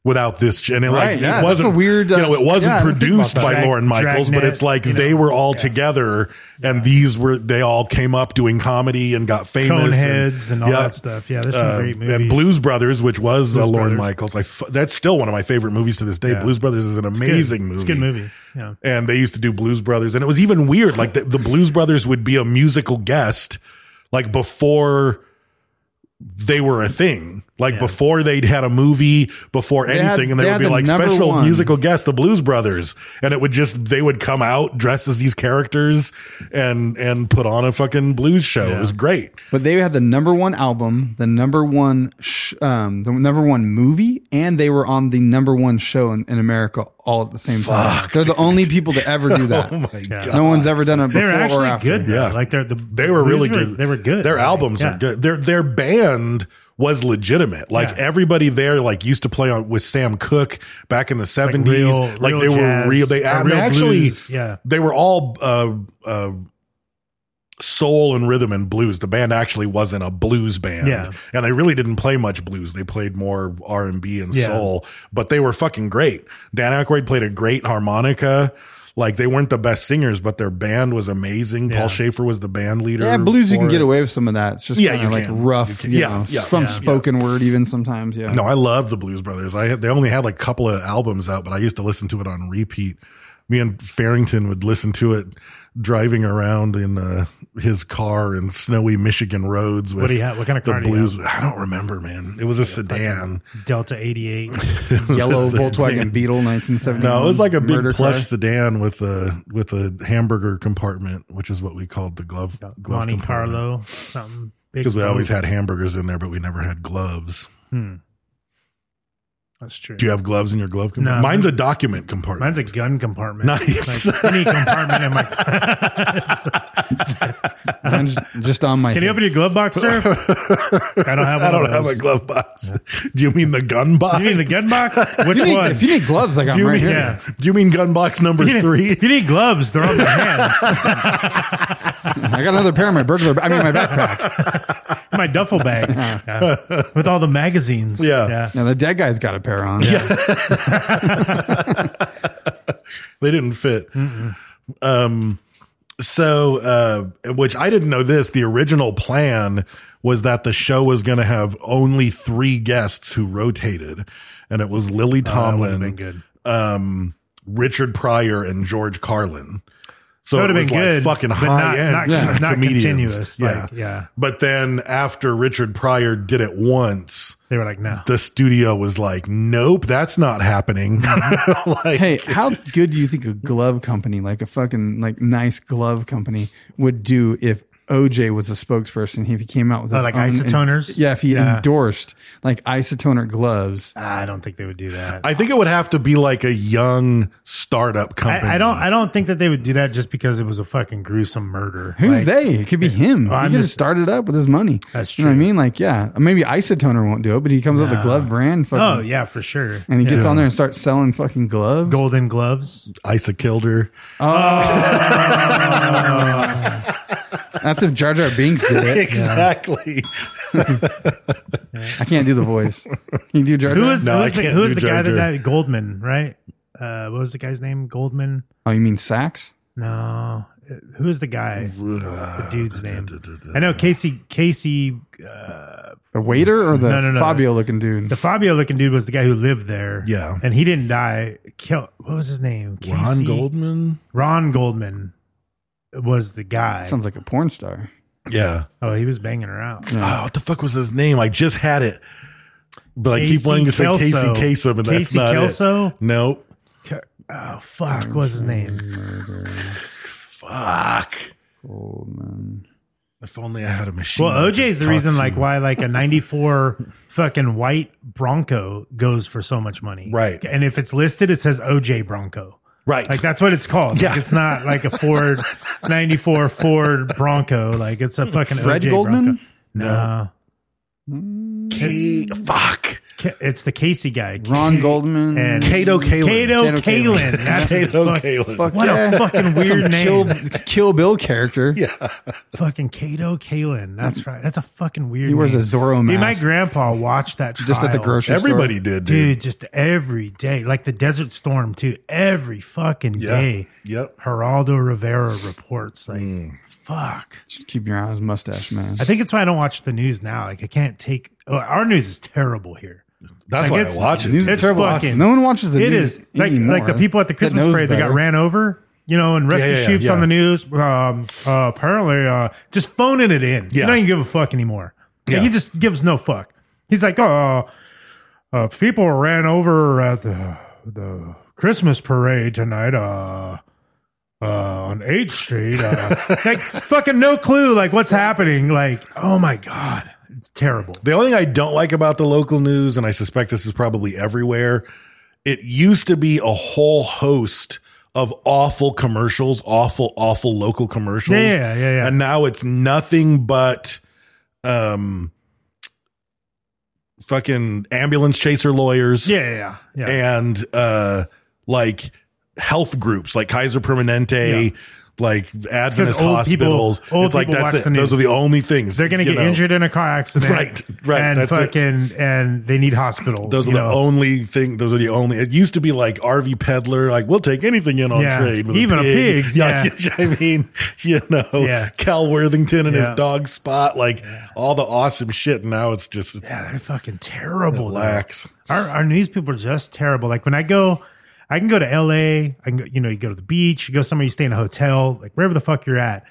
Speaker 2: without this. sh- And it, like,
Speaker 3: Right, yeah,
Speaker 2: it
Speaker 3: that's
Speaker 2: wasn't
Speaker 3: a weird,
Speaker 2: you
Speaker 3: uh,
Speaker 2: know, it wasn't
Speaker 3: yeah, I didn't think about
Speaker 2: produced
Speaker 3: that.
Speaker 2: by
Speaker 1: Drag-
Speaker 2: Lauren Michaels, but
Speaker 1: Dragnet,
Speaker 2: it's like
Speaker 1: you
Speaker 2: they
Speaker 1: know,
Speaker 2: were all
Speaker 1: yeah.
Speaker 2: together and these were, they all came up doing comedy and got famous.
Speaker 1: Coneheads and all that stuff. Yeah, there's some great
Speaker 2: Uh, Um, And
Speaker 1: movies.
Speaker 2: Blues Brothers, which was
Speaker 1: Blues
Speaker 2: uh, Lauren
Speaker 1: Brothers.
Speaker 2: Michaels. I f- that's still one of my favorite movies to this day.
Speaker 1: Yeah.
Speaker 2: Blues Brothers is an
Speaker 1: It's good.
Speaker 2: amazing movie.
Speaker 1: It's a good movie. Yeah.
Speaker 2: And they used to do Blues Brothers, and it was even weird. Like the, the Blues Brothers would be a musical guest, like before they were a thing. Like before they'd had a movie, before
Speaker 3: had-
Speaker 2: anything, and they,
Speaker 3: they
Speaker 2: would
Speaker 3: had
Speaker 2: be
Speaker 3: the
Speaker 2: like
Speaker 3: number
Speaker 2: special
Speaker 3: one.
Speaker 2: musical guest, the Blues Brothers, and it would just they would come out dressed as these characters and and put on a fucking blues show. It was great.
Speaker 3: But they had the number one album, the number one, sh- um, the number one movie, and they were on the number one show in, in America all at the same time. They're the only people to ever do that.
Speaker 2: Oh my god.
Speaker 3: no one's ever done it before
Speaker 1: They were
Speaker 3: or
Speaker 1: actually
Speaker 3: after.
Speaker 1: good. though.
Speaker 2: Yeah.
Speaker 1: Like they're the
Speaker 2: They were
Speaker 1: Blues
Speaker 2: really good.
Speaker 1: They were good.
Speaker 2: Their
Speaker 1: Like,
Speaker 2: albums
Speaker 1: yeah.
Speaker 2: are good. Their their band was legitimate. Like
Speaker 1: Yeah.
Speaker 2: everybody there, like used to play on with Sam Cooke back in the seventies.
Speaker 1: real-
Speaker 2: Like,
Speaker 1: real
Speaker 2: they were
Speaker 1: jazz,
Speaker 2: real. They
Speaker 1: or
Speaker 2: and
Speaker 1: real
Speaker 2: actually,
Speaker 1: blues, yeah.
Speaker 2: they were all uh, uh, soul and rhythm and blues. The band actually wasn't a blues band,
Speaker 1: Yeah.
Speaker 2: and they really didn't play much blues. They played more R and B and
Speaker 1: Yeah.
Speaker 2: soul, but they were fucking great. Dan Aykroyd played a great harmonica. Like they weren't the best singers, but their band was amazing.
Speaker 1: Yeah.
Speaker 2: Paul Schaefer was the band leader.
Speaker 3: Yeah, blues you can
Speaker 2: for
Speaker 3: get
Speaker 2: it.
Speaker 3: away with some of that. It's just
Speaker 2: Yeah,
Speaker 3: kind of
Speaker 2: you
Speaker 3: like
Speaker 2: can. You
Speaker 3: rough,
Speaker 2: can.
Speaker 3: you
Speaker 2: Yeah,
Speaker 3: know,
Speaker 2: yeah,
Speaker 3: some
Speaker 2: yeah.
Speaker 3: spoken word even sometimes. Yeah,
Speaker 2: No, I love the Blues Brothers. I had, they only had like a couple of albums out, but I used to listen to it on repeat. Me and Farrington would listen to it driving around in uh, his car in snowy Michigan roads. With
Speaker 1: do you have- what kind of car
Speaker 2: the
Speaker 1: do you
Speaker 2: blues? I don't remember, man. It was a sedan.
Speaker 1: Delta 88.
Speaker 3: yellow
Speaker 2: It's a
Speaker 3: Volkswagen
Speaker 2: sedan.
Speaker 3: Beetle, nineteen seventy.
Speaker 2: No, it was like a big plush
Speaker 3: car.
Speaker 2: sedan with a with a hamburger compartment, which is what we called the glove glove
Speaker 1: Monte
Speaker 2: compartment.
Speaker 1: Carlo. Something. big
Speaker 2: Because we always
Speaker 1: boat.
Speaker 2: had hamburgers in there, but we never had gloves.
Speaker 1: That's true.
Speaker 2: Do you have gloves in your glove compartment?
Speaker 1: No.
Speaker 2: Mine's a document compartment.
Speaker 1: Mine's a gun compartment.
Speaker 2: Nice.
Speaker 1: Like any compartment in my
Speaker 3: Mine's just on my.
Speaker 1: Can you
Speaker 3: hip.
Speaker 1: open your glove box, sir? I don't have one.
Speaker 2: I don't
Speaker 1: of
Speaker 2: have a
Speaker 1: those.
Speaker 2: glove box. Do you mean the gun box?
Speaker 1: You mean the gun box? Which
Speaker 3: You need-
Speaker 1: one?
Speaker 3: If you need gloves, I got
Speaker 2: Do you
Speaker 3: them right
Speaker 2: mean
Speaker 3: here.
Speaker 1: Yeah.
Speaker 2: do you mean gun box number
Speaker 1: If you need-
Speaker 2: three?
Speaker 1: If you need gloves, they're on my hands.
Speaker 3: I got another pair in my burglar. I mean, my backpack.
Speaker 1: my duffel bag yeah. with all the magazines.
Speaker 2: Yeah.
Speaker 1: yeah.
Speaker 3: Now the dead guy's got a pair on.
Speaker 2: they didn't fit.
Speaker 1: Mm-mm.
Speaker 2: Um, so, uh, which I didn't know this. The original plan was that the show was going to have only three guests who rotated, and it was Lily
Speaker 1: Ah, that would've
Speaker 2: Tomlin,
Speaker 1: been good.
Speaker 2: um, Richard Pryor, and George Carlin. So
Speaker 1: That
Speaker 2: it was
Speaker 1: would've been
Speaker 2: like
Speaker 1: good,
Speaker 2: fucking
Speaker 1: but
Speaker 2: high
Speaker 1: not-
Speaker 2: end,
Speaker 1: not-
Speaker 2: yeah.
Speaker 1: not
Speaker 2: comedians.
Speaker 1: continuous,
Speaker 2: Yeah.
Speaker 1: like, yeah.
Speaker 2: But then after Richard Pryor did it once,
Speaker 1: They were like, no.
Speaker 2: the studio was like, "Nope, that's not happening."
Speaker 3: hey, how good do you think a glove company, like a fucking like nice glove company, would do if OJ was a spokesperson? If he came out with
Speaker 1: Oh,
Speaker 3: his
Speaker 1: like
Speaker 3: own-
Speaker 1: isotoners?
Speaker 3: yeah, if he
Speaker 1: Yeah.
Speaker 3: endorsed like isotoner gloves,
Speaker 1: I don't think they would do that.
Speaker 2: I think it would have to be like a young startup company.
Speaker 1: I, I don't. I don't think that they would do that just because it was a fucking gruesome murder.
Speaker 3: Who's
Speaker 1: Like,
Speaker 3: they? It could be him.
Speaker 1: Well,
Speaker 3: he
Speaker 1: I'm
Speaker 3: could have
Speaker 1: just-
Speaker 3: started up with his money.
Speaker 1: That's
Speaker 3: You know what
Speaker 1: true.
Speaker 3: I mean? Like, yeah, maybe Isotoner won't do it, but he comes up with
Speaker 1: No.
Speaker 3: a glove brand. Fucking,
Speaker 1: Oh yeah, for sure.
Speaker 3: And he
Speaker 1: Yeah.
Speaker 3: gets on there and starts selling fucking gloves. Oh.
Speaker 1: golden gloves.
Speaker 2: Isa Kilder.
Speaker 3: That's if Jar Jar Binks did it.
Speaker 2: exactly.
Speaker 3: I can't do the voice. Can you do Jar Jar?
Speaker 1: Who is
Speaker 2: No, I
Speaker 1: who's the,
Speaker 2: can't
Speaker 1: who is
Speaker 2: do
Speaker 1: the guy that
Speaker 2: Jar Jar.
Speaker 1: died? Goldman, right? Uh, what was the guy's name? Goldman.
Speaker 3: Oh, you mean Sax?
Speaker 1: No, who's the guy? the dude's name. I know Casey. Casey. Uh,
Speaker 3: The waiter or the
Speaker 1: No, no, no.
Speaker 3: Fabio looking dude?
Speaker 1: the Fabio looking dude was the guy who lived there.
Speaker 2: Yeah.
Speaker 1: and he didn't die. Kill. What was his name?
Speaker 2: Ron
Speaker 1: Casey-
Speaker 2: Goldman.
Speaker 1: Ron Goldman was the guy.
Speaker 3: Sounds like a porn star.
Speaker 2: Yeah.
Speaker 1: oh, he was banging her out.
Speaker 2: Oh, what the fuck was his name? I just had it, but I keep
Speaker 1: Casey
Speaker 2: wanting to say
Speaker 1: Kelso.
Speaker 2: Casey Kasem, but that's
Speaker 1: Casey
Speaker 2: not
Speaker 1: Kelso?
Speaker 2: it. No.
Speaker 1: Ca- Oh fuck, what's his name?
Speaker 2: Fuck.
Speaker 3: Goldman.
Speaker 2: If only I had a machine.
Speaker 1: Well,
Speaker 2: I could
Speaker 1: OJ's the
Speaker 2: talk
Speaker 1: reason
Speaker 2: to.
Speaker 1: like why like a 94 fucking white Bronco goes for so much money.
Speaker 2: Right.
Speaker 1: And if it's listed it says OJ Bronco.
Speaker 2: Right.
Speaker 1: Like that's what it's called.
Speaker 2: Yeah.
Speaker 1: Like it's not like a Ford 94 Ford Bronco, like it's a fucking
Speaker 3: Fred
Speaker 1: OJ
Speaker 3: Goldman?
Speaker 1: Bronco. No.
Speaker 2: K- fuck.
Speaker 1: Ca- It's the Casey guy.
Speaker 3: Ron Goldman.
Speaker 1: and
Speaker 2: Kato Kalin.
Speaker 1: Kato
Speaker 3: Kato Kalin.
Speaker 1: Kalin. That's his
Speaker 2: Kato
Speaker 1: fuck-
Speaker 2: Kalin.
Speaker 3: Fuck
Speaker 1: What
Speaker 3: yeah.
Speaker 1: a fucking weird name.
Speaker 3: Kill, Kill Bill character. Yeah.
Speaker 1: Fucking Kato Kalin. That's right. That's a fucking weird.
Speaker 3: He wears
Speaker 1: name.
Speaker 3: a Zorro
Speaker 1: Me and
Speaker 3: mask.
Speaker 1: my grandpa watched that
Speaker 3: Just at the
Speaker 1: trial.
Speaker 3: grocery store.
Speaker 2: Everybody did, dude.
Speaker 1: Dude, just every day, like the Desert Storm, too. Every fucking
Speaker 2: Yeah.
Speaker 1: day.
Speaker 2: Yep.
Speaker 1: Geraldo Rivera reports, like,
Speaker 3: Mm.
Speaker 1: fuck.
Speaker 3: Just keep your eye on his mustache, man.
Speaker 1: I think it's why I don't watch the news now. Like, I can't take. Oh, our news is terrible here.
Speaker 2: That's
Speaker 1: Like,
Speaker 2: why I
Speaker 1: it's-
Speaker 2: watch it.
Speaker 3: News is
Speaker 2: dude.
Speaker 1: It's
Speaker 3: terrible.
Speaker 1: fucking-
Speaker 3: no one watches the
Speaker 1: It
Speaker 3: news
Speaker 1: is like
Speaker 3: anymore.
Speaker 1: like the people at the
Speaker 3: That
Speaker 1: Christmas
Speaker 3: knows
Speaker 1: parade that got
Speaker 3: better.
Speaker 1: ran over. You know, and Rusty
Speaker 2: Yeah, yeah,
Speaker 1: Shoops
Speaker 2: yeah.
Speaker 1: on the news. Um, uh, apparently, uh, just phoning it in.
Speaker 2: Yeah.
Speaker 1: You don't even give a fuck anymore. Like,
Speaker 2: Yeah.
Speaker 1: He just gives no fuck. He's like, oh, uh, people ran over at the the Christmas parade tonight. Uh, uh, on H Street, uh, like fucking no clue, like what's happening. Like, oh my god, it's terrible.
Speaker 2: The only thing I don't like about the local news, and I suspect this is probably everywhere, it used to be a whole host of awful commercials, awful, awful local commercials.
Speaker 1: Yeah, yeah, yeah.
Speaker 2: And now it's nothing but um fucking ambulance chaser lawyers
Speaker 1: Yeah, yeah, yeah.
Speaker 2: and uh like health groups like Kaiser Permanente. Like Adventist
Speaker 1: old people-
Speaker 2: hospitals,
Speaker 1: old
Speaker 2: it's like
Speaker 1: people
Speaker 2: that's
Speaker 1: watch
Speaker 2: it.
Speaker 1: the
Speaker 2: Those are
Speaker 1: news.
Speaker 2: the only things
Speaker 1: They're going to
Speaker 2: you
Speaker 1: get
Speaker 2: know.
Speaker 1: injured in a car accident,
Speaker 2: Right, right,
Speaker 1: And
Speaker 2: that's it.
Speaker 1: fucking, and they need hospital.
Speaker 2: Those are
Speaker 1: you
Speaker 2: the
Speaker 1: know?
Speaker 2: only thing. Those are the only. It used to be like RV peddler. Like we'll take anything in on
Speaker 1: Yeah,
Speaker 2: trade, with
Speaker 1: even
Speaker 2: a
Speaker 1: a
Speaker 2: pig.
Speaker 1: pig's, yeah.
Speaker 2: I mean, you know,
Speaker 1: Yeah.
Speaker 2: Cal Worthington and
Speaker 1: Yeah.
Speaker 2: his dog Spot. Like all the awesome shit. And now it's just it's
Speaker 1: Yeah, they're fucking terrible. though.
Speaker 2: relax.
Speaker 1: Our our news people are just terrible. Like when I go, I can go to L.A. I can go, you know you go to the beach, you go somewhere, you stay in a hotel, like wherever the fuck you're at,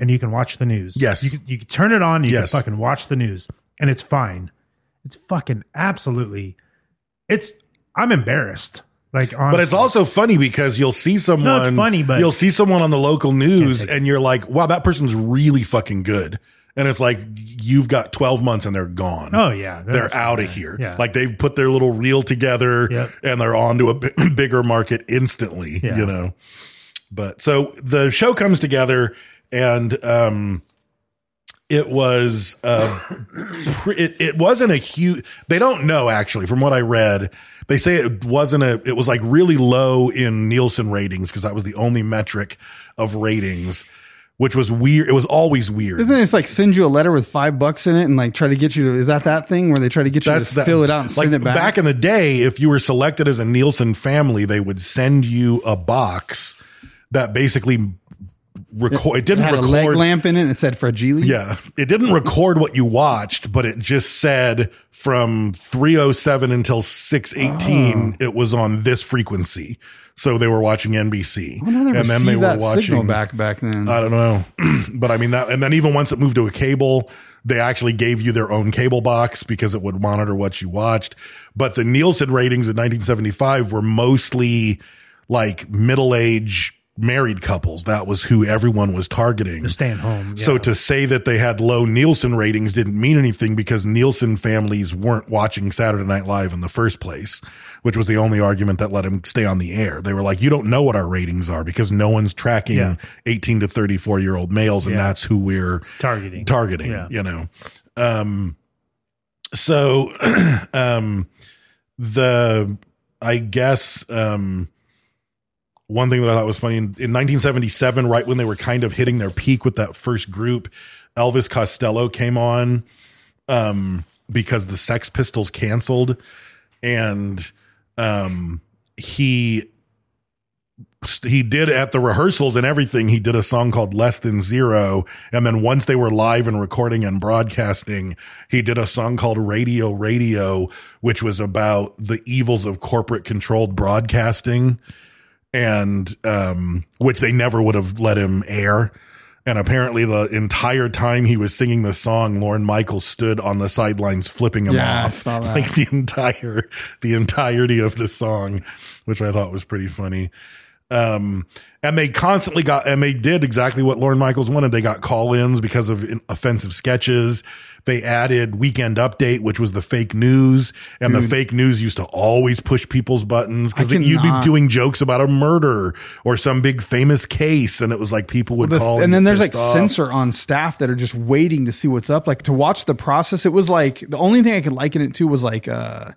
Speaker 1: and you can watch the news.
Speaker 2: Yes.
Speaker 1: you can, you can turn it on, you
Speaker 2: Yes.
Speaker 1: can fucking watch the news, and it's fine. It's fucking absolutely. It's I'm embarrassed. Like honestly.
Speaker 2: But it's also funny because you'll see someone.
Speaker 1: funny, but-
Speaker 2: you'll see someone on the local news,
Speaker 1: take it.
Speaker 2: and you're like, "Wow, that person's really fucking good." And it's like you've got 12 months, and they're gone.
Speaker 1: oh yeah
Speaker 2: they're
Speaker 1: that's-
Speaker 2: out of here.
Speaker 1: Yeah.
Speaker 2: Like they've put their little reel together
Speaker 1: Yep.
Speaker 2: and they're on to a bi- bigger market instantly,
Speaker 1: Yeah.
Speaker 2: you know. But so the show comes together and um it was uh pre- it, it wasn't a huge they don't know actually from what I read. They say it wasn't a it was like really low in Nielsen ratings because that was the only metric of ratings. which was weird. It was always weird.
Speaker 3: Isn't it just like send you a letter with five bucks in it and like try to get you to, is that that thing where they try to get you to
Speaker 2: that-
Speaker 3: fill it out and
Speaker 2: like,
Speaker 3: send it back?
Speaker 2: in the day, if you were selected as a Nielsen family, they would send you a box that basically record. It didn't
Speaker 3: had
Speaker 2: record
Speaker 3: a leg lamp in it and it said fragile.
Speaker 2: Yeah, it didn't record what you watched, but it just said from 307 until 618
Speaker 3: Oh.
Speaker 2: it was on this frequency. So they were watching NBC.
Speaker 3: How did they receive that signal back back then?
Speaker 2: I don't know. but I mean that and then even once it moved to a cable, they actually gave you their own cable box because it would monitor what you watched. But the Nielsen ratings in 1975 were mostly like middle age married couples. That was who everyone was targeting.
Speaker 1: staying home.
Speaker 2: So to say that they had low Nielsen ratings didn't mean anything because Nielsen families weren't watching Saturday Night Live in the first place, which was the only argument that let him stay on the air. They were like, you don't know what our ratings are because no one's tracking
Speaker 1: Yeah.
Speaker 2: 18 to 34 year old males. And
Speaker 1: Yeah.
Speaker 2: that's who we're
Speaker 1: Targeting.
Speaker 2: targeting,
Speaker 1: Yeah.
Speaker 2: you know? Um, so, um, the, I guess, um, one thing that I thought was funny in, in 1977, right when they were kind of hitting their peak with that first group, Elvis Costello came on um, because the Sex Pistols canceled, and um, he he did at the rehearsals and everything. He did a song called "Less Than Zero, and then once they were live and recording and broadcasting, he did a song called "Radio Radio," which was about the evils of corporate controlled broadcasting and um, which they never would have let him air. And apparently, the entire time he was singing the song, Lauren Michaels stood on the sidelines flipping him
Speaker 3: Yeah, I
Speaker 2: off,
Speaker 3: saw that.
Speaker 2: like the entire the entirety of the song, which I thought was pretty funny. Um, and they constantly got and they did exactly what Lauren Michaels wanted. They got call ins because of in- offensive sketches. They added Weekend Update, which was the fake news, and the fake news used to always push people's buttons because
Speaker 3: I
Speaker 2: you'd be
Speaker 3: cannot-
Speaker 2: doing doing jokes about a murder or some big famous case, and it was like people would
Speaker 3: This-
Speaker 2: call.
Speaker 3: and then
Speaker 2: get
Speaker 3: there's like
Speaker 2: pissed off.
Speaker 3: censor on staff that are just waiting to see what's up. Like to watch the process, it was like the only thing I could liken it to was like uh,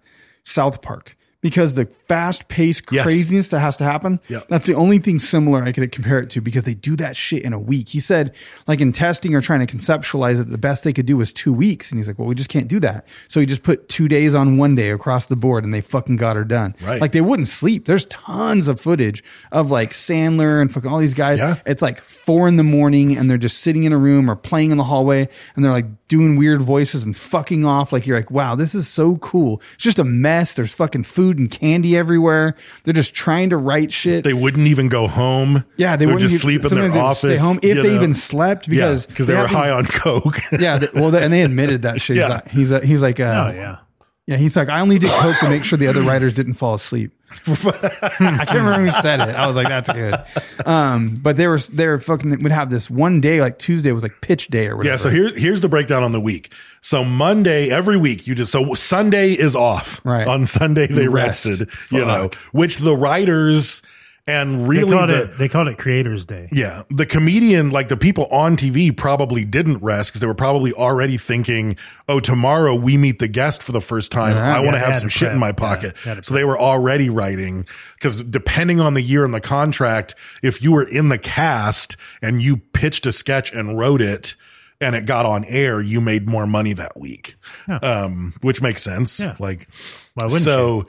Speaker 3: South Park because the fast paced
Speaker 2: Yes.
Speaker 3: craziness that has to happen.
Speaker 2: Yep.
Speaker 3: That's the only thing similar I could compare it to because they do that shit in a week. He said, like in testing or trying to conceptualize it, the best they could do was two weeks. And he's like, well, we just can't do that. So he just put two days on one day across the board and they fucking got her done.
Speaker 2: Right.
Speaker 3: Like they wouldn't sleep. There's tons of footage of like Sandler and fucking all these guys.
Speaker 2: Yeah.
Speaker 3: It's like four in the morning and they're just sitting in a room or playing in the hallway and they're like doing weird voices and fucking off. Like you're like, wow, this is so cool. It's just a mess. There's fucking food and candy everywhere. They're just trying to write shit.
Speaker 2: They wouldn't even go home.
Speaker 3: yeah, they
Speaker 2: They'd
Speaker 3: wouldn't
Speaker 2: just
Speaker 3: give-
Speaker 2: sleep in their
Speaker 3: sometimes they would
Speaker 2: office.
Speaker 3: stay home if
Speaker 2: you
Speaker 3: they
Speaker 2: know?
Speaker 3: even slept because
Speaker 2: yeah, 'cause they, were
Speaker 3: have these-
Speaker 2: high on coke.
Speaker 3: yeah, they, well, they, and they admitted that shit.
Speaker 2: Yeah.
Speaker 3: He's like, he's like, he's like, uh,
Speaker 1: Oh yeah.
Speaker 3: yeah, he's like, I only did coke to make sure the other writers didn't fall asleep. I can't remember who said it. I was like, that's good. Um, but they were they were fucking would have this one day like Tuesday was like pitch day or whatever.
Speaker 2: Yeah, so here's here's the breakdown on the week. So Monday every week you just so Sunday is off.
Speaker 3: Right.
Speaker 2: On Sunday they
Speaker 3: Rest.
Speaker 2: rested, you know,
Speaker 3: Fuck.
Speaker 2: which the writers and
Speaker 1: They
Speaker 2: really
Speaker 1: called
Speaker 2: the,
Speaker 1: it. They called it Creators Day.
Speaker 2: Yeah, the comedian, like the people on TV, probably didn't rest because they were probably already thinking, "Oh, tomorrow we meet the guest for the first time.
Speaker 3: Yeah.
Speaker 2: I want to
Speaker 1: Uh-huh. Yeah, they
Speaker 2: have
Speaker 1: had
Speaker 2: some
Speaker 1: to
Speaker 2: shit in
Speaker 1: prep.
Speaker 2: my
Speaker 1: Yeah,
Speaker 2: pocket."
Speaker 1: they had to
Speaker 2: so they were already writing because depending on the year and the contract, if you were in the cast and you pitched a sketch and wrote it and it got on air, you made more money that week, um, which makes sense.
Speaker 1: Yeah.
Speaker 2: Like,
Speaker 1: Why wouldn't
Speaker 2: so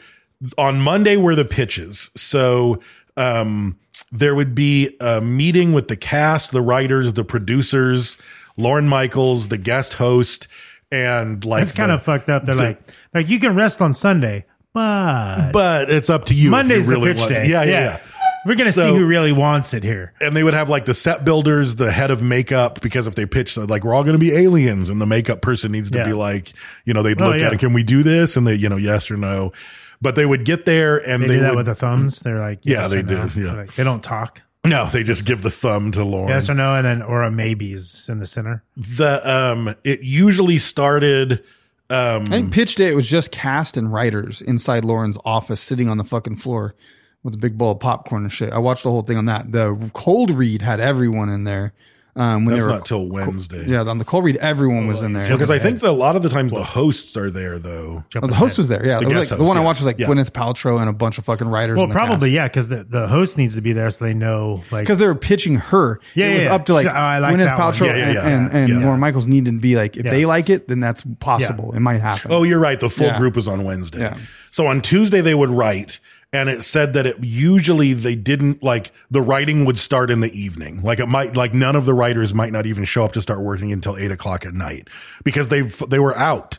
Speaker 2: on Monday were the pitches. So um, there would be a meeting with the cast, the writers, the producers, Lauren Michaels, the guest host, and like
Speaker 1: That's kind
Speaker 2: the-
Speaker 1: of fucked up. They're
Speaker 2: the-
Speaker 1: like, like you can rest on Sunday, but
Speaker 2: But it's up to you. if you
Speaker 1: Monday's
Speaker 2: really
Speaker 1: the pitch
Speaker 2: want to.
Speaker 1: day.
Speaker 2: Yeah, yeah, yeah.
Speaker 1: We're gonna
Speaker 2: So-
Speaker 1: see who really wants it here.
Speaker 2: and they would have like the set builders, the head of makeup, because if they pitch like we're all going to be aliens, and the makeup person needs to
Speaker 1: Yeah.
Speaker 2: be like, you know, they'd
Speaker 1: Oh,
Speaker 2: look
Speaker 1: yeah.
Speaker 2: at it, can we do this? And they, you know, yes or no. But they would get there and
Speaker 1: They,
Speaker 2: they,
Speaker 1: do that
Speaker 2: would,
Speaker 1: with the thumbs. They're like,
Speaker 2: Yeah,
Speaker 1: yes
Speaker 2: they
Speaker 1: or no.
Speaker 2: do, yeah.
Speaker 1: Like, they don't talk.
Speaker 2: no, they just give the thumb to Lauren.
Speaker 1: Yes or no, and then or a maybe is in the center.
Speaker 2: the um it usually started um
Speaker 3: I think pitch day it was just cast and writers inside Lauren's office sitting on the fucking floor with a big bowl of popcorn and shit. I watched the whole thing on that. The cold read had everyone in there. Um, when
Speaker 2: That's
Speaker 3: they were
Speaker 2: not till Wednesday.
Speaker 3: Yeah, on the cold read, everyone was in there
Speaker 2: Because I think that a lot of the times the hosts are there though.
Speaker 3: Oh, the host was there. Yeah,
Speaker 2: the,
Speaker 3: It was
Speaker 2: guest host,
Speaker 3: like- the one I
Speaker 2: yeah.
Speaker 3: watched was like
Speaker 2: Yeah.
Speaker 3: Gwyneth Paltrow and a bunch of fucking writers.
Speaker 1: Well, probably yeah, because the, the host needs to be there so they know like
Speaker 3: because they were pitching her.
Speaker 1: Yeah,
Speaker 3: it was
Speaker 1: yeah,
Speaker 3: up to
Speaker 1: yeah.
Speaker 3: like,
Speaker 2: "Oh,
Speaker 1: So, I like
Speaker 3: Gwyneth
Speaker 1: that one.
Speaker 3: Paltrow
Speaker 1: Yeah, yeah,
Speaker 3: and,
Speaker 1: yeah.
Speaker 3: and, and
Speaker 1: Yeah.
Speaker 3: Lauren Michaels needed to be like, if
Speaker 2: Yeah.
Speaker 3: they like it, then that's possible. It might happen.
Speaker 2: Oh, you're right. The full
Speaker 3: Yeah.
Speaker 2: group was on Wednesday. So on Tuesday they would write, and it said that it usually they didn't like the writing would start in the evening. Like it might like none of the writers might not even show up to start working until eight o'clock at night because they they were out.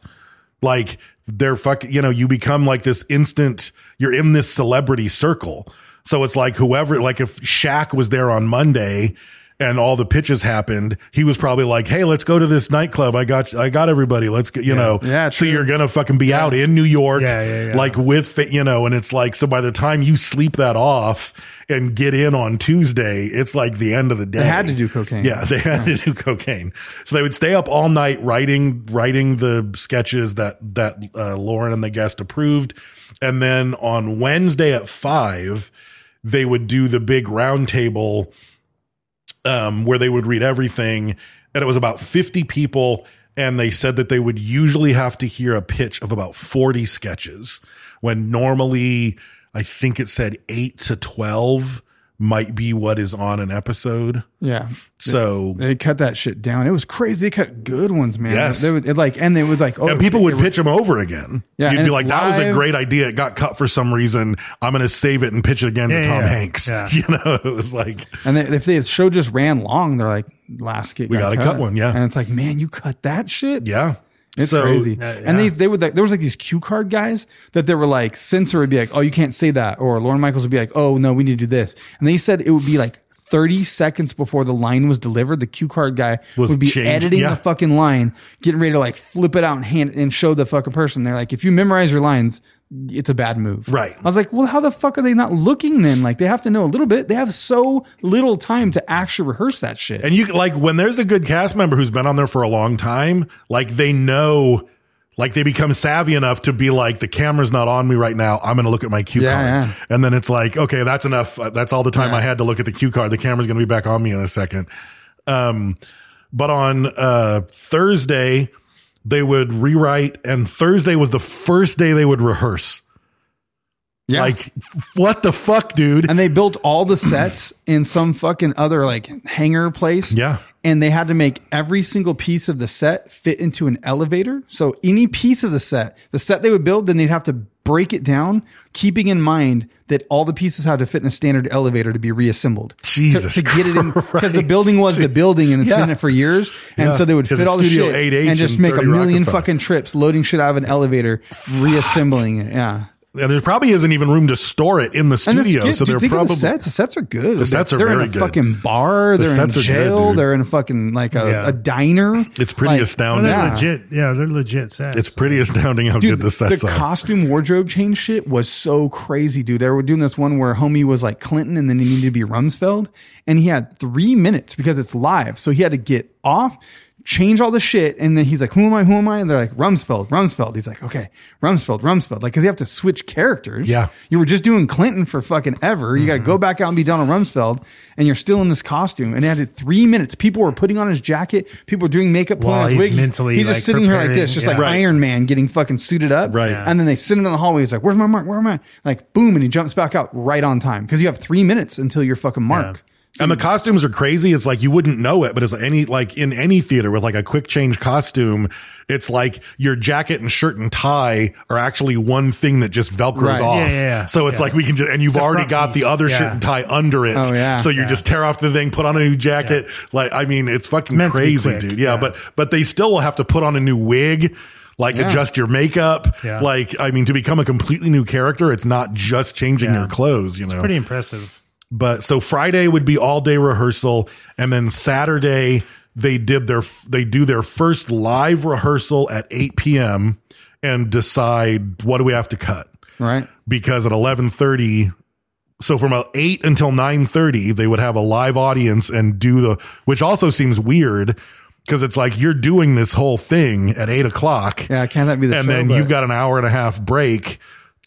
Speaker 2: Like they're fucking you know you become like this instant you're in this celebrity circle. So it's like whoever like if Shaq was there on Monday. And all the pitches happened. He was probably like, "Hey, let's go to this nightclub. I got, I got everybody. Let's get, you know."
Speaker 3: Yeah,
Speaker 2: So you're gonna fucking be out in New York,
Speaker 3: Yeah, yeah, yeah.
Speaker 2: like with fa- you know, and it's like so by the time you sleep that off and get in on Tuesday, it's like the end of the day.
Speaker 3: They had to do cocaine.
Speaker 2: Yeah, they had to do cocaine. So they would stay up all night writing writing the sketches that that uh, Lauren and the guest approved, and then on Wednesday at five, they would do the big round table um, where they would read everything, and it was about 50 people. And they said that they would usually have to hear a pitch of about 40 sketches when normally I think it said eight to 12 might be what is on an episode.
Speaker 3: Yeah.
Speaker 2: So
Speaker 3: They cut that shit down. It was crazy. They cut good ones, man.
Speaker 2: Yes.
Speaker 3: They would it like, and they would like, oh,
Speaker 2: and people would pitch them over again.
Speaker 3: Yeah,
Speaker 2: You'd be
Speaker 3: and it's
Speaker 2: like, that was a
Speaker 3: live.
Speaker 2: great idea. It got cut for some reason. I'm going to save it and pitch it again
Speaker 3: Yeah,
Speaker 2: to Tom
Speaker 3: yeah,
Speaker 2: Hanks.
Speaker 3: yeah.
Speaker 2: You know, it was like,
Speaker 3: And they, if the show just ran long, they're like, last skit.
Speaker 2: We gotta cut one, yeah.
Speaker 3: And it's like, man, you cut that shit.
Speaker 2: Yeah.
Speaker 3: It's
Speaker 2: So-
Speaker 3: crazy.
Speaker 2: Yeah,
Speaker 3: And
Speaker 2: yeah.
Speaker 3: these they would like there was like these cue card guys that they were like censor would be like, oh, you can't say that, or Lauren Michaels would be like, oh no, we need to do this. And they said it would be like. 30 seconds before the line was delivered, the cue card guy
Speaker 2: Was
Speaker 3: would be
Speaker 2: changed,
Speaker 3: editing
Speaker 2: yeah.
Speaker 3: the fucking line, getting ready to like flip it out and hand and show the fucking person. They're like, if you memorize your lines, it's a bad move.
Speaker 2: Right.
Speaker 3: I was like, well, how the fuck are they not looking then? Like, they have to know a little bit. They have so little time to actually rehearse that shit.
Speaker 2: And you like when there's a good cast member who's been on there for a long time, like they know, like they become savvy enough to be like, the camera's not on me right now. I'm going to look at my cue
Speaker 3: Yeah,
Speaker 2: card.
Speaker 3: yeah.
Speaker 2: And then it's like, okay, that's enough. Uh, That's all the time
Speaker 3: Yeah.
Speaker 2: I had to look at the cue card. The camera's going to be back on me in a second. Um, but on uh, Thursday, they would rewrite, and Thursday was the first day they would rehearse.
Speaker 3: Yeah.
Speaker 2: Like, what the fuck, dude?
Speaker 3: And they built all the sets in some fucking other like hangar place.
Speaker 2: Yeah.
Speaker 3: And they had to make every single piece of the set fit into an elevator. So any piece of the set, the set they would build, then they'd have to break it down, keeping in mind that all the pieces had to fit in a standard elevator to be reassembled. To-
Speaker 2: Jesus
Speaker 3: To, get it in because the
Speaker 2: Christ.
Speaker 3: building was the building and it's
Speaker 2: Yeah.
Speaker 3: been there for years. And
Speaker 2: Yeah.
Speaker 3: so they would
Speaker 2: 'Cause
Speaker 3: fit
Speaker 2: it's
Speaker 3: all the
Speaker 2: Studio
Speaker 3: shit
Speaker 2: 8H
Speaker 3: and just
Speaker 2: and
Speaker 3: make a
Speaker 2: 30
Speaker 3: million
Speaker 2: Rockefeller.
Speaker 3: fucking trips loading shit out of an elevator, reassembling it. Yeah.
Speaker 2: And there probably isn't even room to store it in the studio.
Speaker 3: skit-
Speaker 2: so
Speaker 3: do
Speaker 2: they're
Speaker 3: you think of the
Speaker 2: probably
Speaker 3: sets? The sets are good.
Speaker 2: The sets are
Speaker 3: they're
Speaker 2: very
Speaker 3: in a
Speaker 2: good.
Speaker 3: Fucking bar.
Speaker 2: The
Speaker 3: They're
Speaker 2: sets are
Speaker 3: in
Speaker 2: good,
Speaker 3: jail.
Speaker 2: dude.
Speaker 3: they're in fucking like a,
Speaker 2: Yeah.
Speaker 3: a diner.
Speaker 2: It's pretty astounding.
Speaker 1: they're
Speaker 3: Yeah.
Speaker 1: legit. Yeah, they're legit sets.
Speaker 2: It's pretty astounding how
Speaker 3: Dude,
Speaker 2: good the sets
Speaker 3: the
Speaker 2: are.
Speaker 3: costume wardrobe change shit was so crazy, dude. They were doing this one where homie was like Clinton and then he needed to be Rumsfeld. And he had three minutes because it's live. So he had to get off, change all the shit. And then he's like, who am I? Who am I? And they're like, Rumsfeld, Rumsfeld. He's like, okay, Rumsfeld, Rumsfeld. Like, cause you have to switch characters.
Speaker 2: Yeah.
Speaker 3: You were just doing Clinton for fucking ever. You got to
Speaker 1: Mm-hmm.
Speaker 3: go back out and be Donald Rumsfeld and you're still in this costume. And it had three minutes. People were putting on his jacket. People were doing makeup, pulling
Speaker 1: While
Speaker 3: on his
Speaker 1: he's
Speaker 3: wig.
Speaker 1: mentally,
Speaker 3: he's just
Speaker 1: like,
Speaker 3: sitting here like
Speaker 1: preparing,
Speaker 3: this, just
Speaker 1: yeah.
Speaker 3: like
Speaker 1: Right.
Speaker 3: Iron Man getting fucking suited up.
Speaker 2: Right. Yeah.
Speaker 3: And then they send him in the hallway. He's like, where's my mark? Where am I? Like, boom. And he jumps back out right on time because you have three minutes until your fucking mark.
Speaker 2: and the costumes are crazy. It's like you wouldn't know it, but it's like any like in any theater with like a quick change costume, it's like your jacket and shirt and tie are actually one thing that just velcros
Speaker 3: Right. Yeah,
Speaker 2: off.
Speaker 3: yeah, yeah.
Speaker 2: So it's
Speaker 3: Yeah.
Speaker 2: like we can just and you've
Speaker 3: It's a
Speaker 2: already
Speaker 3: front
Speaker 2: got
Speaker 3: piece.
Speaker 2: the other shirt
Speaker 3: Yeah.
Speaker 2: and tie under it.
Speaker 3: Oh, yeah.
Speaker 2: So you
Speaker 3: Yeah.
Speaker 2: just tear off the thing, put on a new jacket. Like I mean, it's fucking
Speaker 1: meant to be
Speaker 2: crazy,
Speaker 1: quick.
Speaker 2: dude. Yeah, but but they still will have to put on a new wig. Like
Speaker 1: Yeah.
Speaker 2: adjust your makeup.
Speaker 1: Yeah.
Speaker 2: Like I mean, to become a completely new character, it's not just changing
Speaker 1: Yeah.
Speaker 2: your clothes. You know,
Speaker 1: pretty impressive.
Speaker 2: but so Friday would be all day rehearsal, and then Saturday they did their they do their first live rehearsal at eight p.m. and decide what do we have to cut
Speaker 3: Right.
Speaker 2: because at eleven thirty. So from uh, eight until nine thirty, they would have a live audience and do the, which also seems weird because it's like you're doing this whole thing at eight o'clock,
Speaker 3: Yeah. Can't that be the
Speaker 2: and
Speaker 3: show,
Speaker 2: then
Speaker 3: but-
Speaker 2: you've got an hour and a half break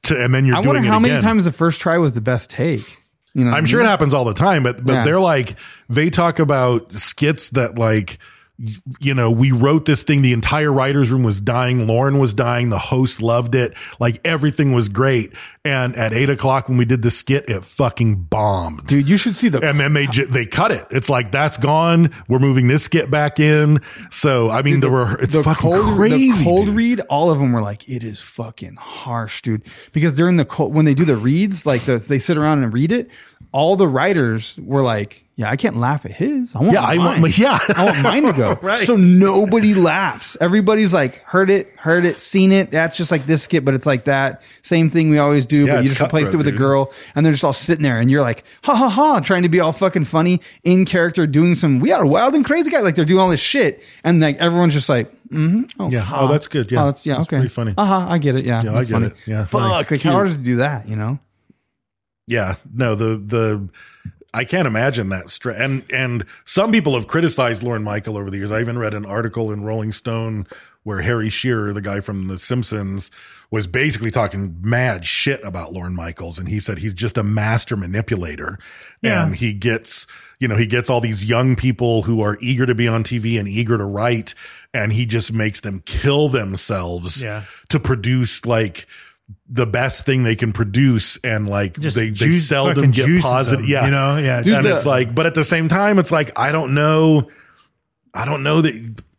Speaker 2: to, and then you're
Speaker 3: I
Speaker 2: doing
Speaker 3: wonder
Speaker 2: it
Speaker 3: how many
Speaker 2: again.
Speaker 3: times the first try was the best take. You know,
Speaker 2: I'm sure it happens all the time, but but
Speaker 3: Mm-hmm. Yeah.
Speaker 2: they're like they talk about skits that like y- you know we wrote this thing the entire writers room was dying lauren was dying the host loved it like everything was great and at eight o'clock when we did the skit it fucking bombed
Speaker 3: dude you should see the
Speaker 2: and then they ju- they cut it it's like that's gone we're moving this skit back in so i mean there were it's fucking
Speaker 3: cold,
Speaker 2: crazy
Speaker 3: The cold
Speaker 2: dude.
Speaker 3: read, all of them were like, it is fucking harsh, dude. Because during the cold, when they do the reads, like the, they sit around and read it, all the writers were like, yeah, I can't laugh at his. I want
Speaker 2: Yeah, I
Speaker 3: mine.
Speaker 2: want my- yeah.
Speaker 3: I want mine to go.
Speaker 2: Right.
Speaker 3: So nobody laughs. Everybody's like, heard it, heard it, seen it. That's just like this skit, but it's like that same thing we always do,
Speaker 2: Yeah,
Speaker 3: but
Speaker 2: it's
Speaker 3: you just replaced it
Speaker 2: cutthroat,
Speaker 3: with a
Speaker 2: dude.
Speaker 3: girl, and they're just all sitting there, and you're like, ha ha ha, trying to be all fucking funny in character, doing some we are wild and crazy guys, like they're doing all this shit, and like everyone's just like, mm-hmm, oh
Speaker 2: Yeah.
Speaker 3: ha.
Speaker 2: Oh, that's good. Yeah.
Speaker 3: oh, that's yeah,
Speaker 2: That's
Speaker 3: okay,
Speaker 2: pretty funny.
Speaker 3: Uh huh, I get it. Yeah,
Speaker 2: Yeah, I
Speaker 3: that's
Speaker 2: get it. Yeah,
Speaker 3: fuck,
Speaker 2: funny.
Speaker 3: like how hard is it to do that? You know,
Speaker 2: Yeah, no, the the I can't imagine that stress. And and some people have criticized Lauren Michael over the years. I even read an article in Rolling Stone where Harry Shearer, the guy from The Simpsons, was basically talking mad shit about Lauren Michaels, and he said he's just a master manipulator,
Speaker 1: Yeah.
Speaker 2: and he gets you know he gets all these young people who are eager to be on TV and eager to write, and he just makes them kill themselves
Speaker 1: Yeah.
Speaker 2: to produce like the best thing they can produce and like
Speaker 1: Just
Speaker 2: they, they
Speaker 1: juice-
Speaker 2: seldom
Speaker 1: fucking
Speaker 2: get
Speaker 1: juices
Speaker 2: positive
Speaker 1: them,
Speaker 2: yeah
Speaker 1: you know? Yeah,
Speaker 2: and
Speaker 1: Dude, the-
Speaker 2: it's like but at the same time it's like i don't know i don't know that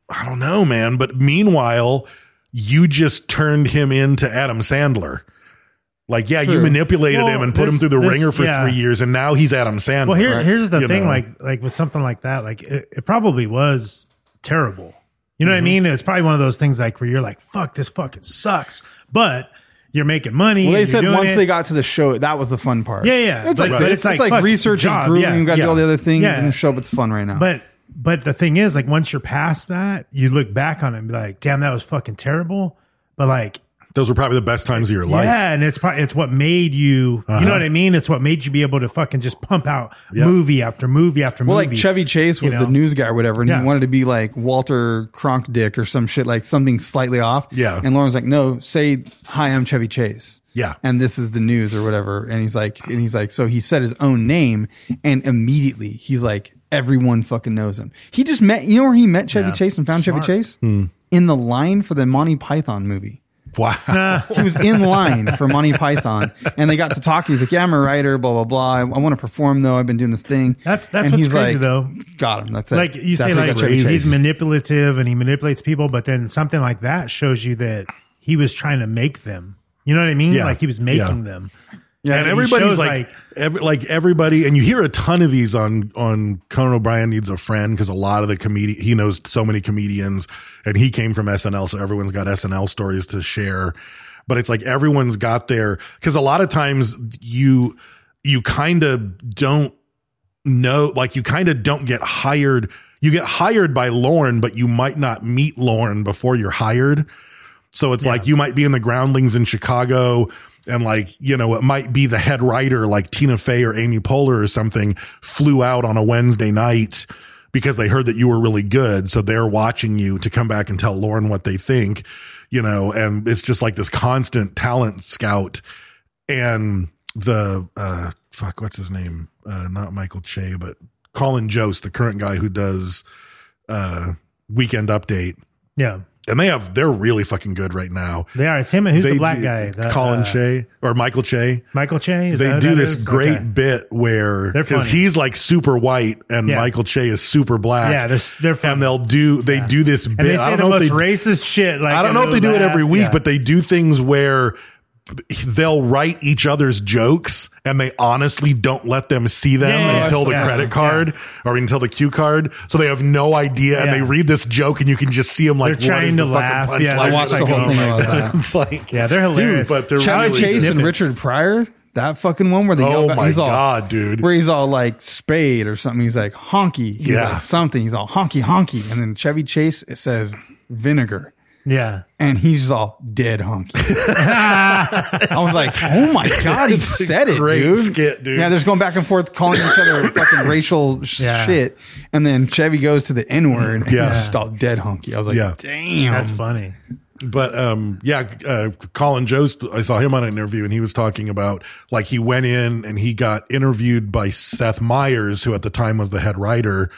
Speaker 2: i don't know man but meanwhile you just turned him into adam sandler like yeah you
Speaker 3: True.
Speaker 2: manipulated
Speaker 1: Well,
Speaker 2: him and put him
Speaker 1: this-
Speaker 2: through the
Speaker 1: this-
Speaker 2: ringer for
Speaker 1: yeah.
Speaker 2: three years and now he's adam sandler
Speaker 1: Well, here,
Speaker 2: Right.
Speaker 1: here's the
Speaker 2: You
Speaker 1: thing.
Speaker 2: know?
Speaker 1: Like, like with something like that, like it, it probably was terrible. You know what I
Speaker 3: Mm-hmm.
Speaker 1: mean? It's probably one of those things like where you're like, "Fuck, this fucking sucks," but you're making money.
Speaker 3: well, they
Speaker 1: and you're
Speaker 3: said
Speaker 1: doing
Speaker 3: once
Speaker 1: it.
Speaker 3: they got to the show, that was the fun part.
Speaker 1: Yeah, yeah.
Speaker 3: it's
Speaker 1: But-
Speaker 3: like
Speaker 1: but
Speaker 3: it's, like,
Speaker 1: fuck,
Speaker 3: research is
Speaker 1: job,
Speaker 3: grooming.
Speaker 1: yeah,
Speaker 3: you got to
Speaker 2: yeah.
Speaker 3: do all the other things
Speaker 1: Yeah.
Speaker 3: in the show, but it's fun right now.
Speaker 1: But but the thing is, like once you're past that, you look back on it and be like, "Damn, that was fucking terrible." But like,
Speaker 2: those were probably the best times of your life
Speaker 1: yeah, and it's probably it's what made you. You
Speaker 2: Uh-huh.
Speaker 1: know what I mean? It's what made you be able to fucking just pump out
Speaker 2: Yeah.
Speaker 1: movie after movie after
Speaker 3: Well,
Speaker 1: movie.
Speaker 3: like Chevy Chase
Speaker 1: you
Speaker 3: was
Speaker 1: know?
Speaker 3: the news guy or whatever, and
Speaker 1: Yeah.
Speaker 3: he wanted to be like Walter Cronk Dick or some shit, like something slightly off.
Speaker 2: Yeah.
Speaker 3: And Lauren's like, no, say, hi, I'm Chevy Chase.
Speaker 2: Yeah.
Speaker 3: And this is the news or whatever. And he's like, and he's like, so he said his own name, and immediately he's like, everyone fucking knows him. He just met, you know where he met Chevy
Speaker 1: Yeah.
Speaker 3: Chase and found
Speaker 1: Smart. Hmm.
Speaker 3: Chevy Chase? In the line for the Monty Python movie
Speaker 2: wow
Speaker 3: he was in line for Monty Python, and they got to talking. He's like, "Yeah, I'm a writer, blah blah blah. I, want to perform though. I've been doing this thing."
Speaker 1: That's- that's
Speaker 3: And
Speaker 1: what's
Speaker 3: he's
Speaker 1: crazy,
Speaker 3: like,
Speaker 1: though.
Speaker 3: Got him. That's it.
Speaker 1: like you say,
Speaker 3: That's what
Speaker 1: like
Speaker 3: got Chevy
Speaker 1: he's
Speaker 3: Chase.
Speaker 1: manipulative and he manipulates people, but then something like that shows you that he was trying to make them. You know what I mean?
Speaker 2: Yeah.
Speaker 1: Like he was making
Speaker 2: Yeah.
Speaker 1: them.
Speaker 2: and
Speaker 1: he
Speaker 2: everybody's
Speaker 1: shows,
Speaker 2: like, every, like everybody, and you hear a ton of these on on Conan O'Brien needs a friend because a lot of the comedian he knows so many comedians, and he came from SNL, so everyone's got SNL stories to share. But it's like everyone's got their because a lot of times you you kind of don't no, like you kind of don't get hired. You get hired by Lauren, but you might not meet Lauren before you're hired. So it's like you might be in the groundlings in Chicago and like, you know, it might be the head writer like Tina Fey or Amy Poehler or something flew out on a Wednesday night because they heard that you were really good. So they're watching you to come back and tell Lauren what they think, you know, and it's just like this constant talent scout and the uh fuck what's his name uh not michael che but colin jost the current guy who does uh weekend update
Speaker 1: yeah,
Speaker 2: and they have they're really fucking good right now
Speaker 1: they are. It's him and who's
Speaker 2: They
Speaker 1: the black
Speaker 2: do-
Speaker 1: guy? The,
Speaker 2: colin
Speaker 1: uh,
Speaker 2: che or michael che
Speaker 1: Michael Che. Is that
Speaker 2: they
Speaker 1: who
Speaker 2: do
Speaker 1: that
Speaker 2: this
Speaker 1: is?
Speaker 2: great
Speaker 1: Okay.
Speaker 2: bit where
Speaker 1: They're
Speaker 2: because
Speaker 1: funny.
Speaker 2: he's like super white and
Speaker 1: Yeah.
Speaker 2: Michael Che is super black.
Speaker 1: Yeah, they're- they're funny.
Speaker 2: and they'll do they do this bit.
Speaker 1: And they say
Speaker 2: I don't
Speaker 1: the
Speaker 2: know
Speaker 1: most
Speaker 2: if they
Speaker 1: racist shit. Like
Speaker 2: I don't know if they do it every week,
Speaker 1: yeah.
Speaker 2: but they do things where they'll write each other's jokes and they honestly don't let them see them
Speaker 1: Yeah, yeah,
Speaker 2: until the
Speaker 1: yeah,
Speaker 2: credit
Speaker 1: yeah.
Speaker 2: card or until the cue card. So they have no idea and
Speaker 1: Yeah.
Speaker 2: they read this joke and you can just see them like,
Speaker 1: They're
Speaker 2: what is
Speaker 1: trying
Speaker 2: the
Speaker 1: to
Speaker 2: fucking
Speaker 1: laugh. Yeah,
Speaker 2: punchline?
Speaker 1: I
Speaker 2: It's
Speaker 3: watched the
Speaker 2: like,
Speaker 3: whole
Speaker 2: oh
Speaker 3: thing
Speaker 2: my
Speaker 3: about
Speaker 2: God.
Speaker 3: that.
Speaker 2: It's like,
Speaker 1: yeah, they're hilarious.
Speaker 2: but they're
Speaker 3: Chevy
Speaker 2: really
Speaker 3: Chase and
Speaker 1: snippets.
Speaker 3: Richard Pryor. That fucking one where they
Speaker 2: Oh
Speaker 3: yell about,
Speaker 2: my
Speaker 3: he's all,
Speaker 2: God, dude.
Speaker 3: where he's all like spade or something. He's like honky, he's
Speaker 2: Yeah.
Speaker 3: like something. He's all honky honky, and then Chevy Chase it says vinegar.
Speaker 1: yeah,
Speaker 3: and he's all dead honky. I was like, oh my god, he
Speaker 2: It's a
Speaker 3: said it,
Speaker 2: great
Speaker 3: dude.
Speaker 2: skit, dude.
Speaker 3: Yeah, there's going back and forth calling each other fucking racial sh-
Speaker 1: Yeah.
Speaker 3: shit, and then Chevy goes to the N word, and
Speaker 2: Yeah.
Speaker 3: he's just all dead honky. I was like,
Speaker 2: Yeah.
Speaker 3: damn,
Speaker 1: that's funny.
Speaker 2: but um yeah uh colin jost i saw him on an interview and he was talking about like he went in and he got interviewed by seth meyers who at the time was the head writer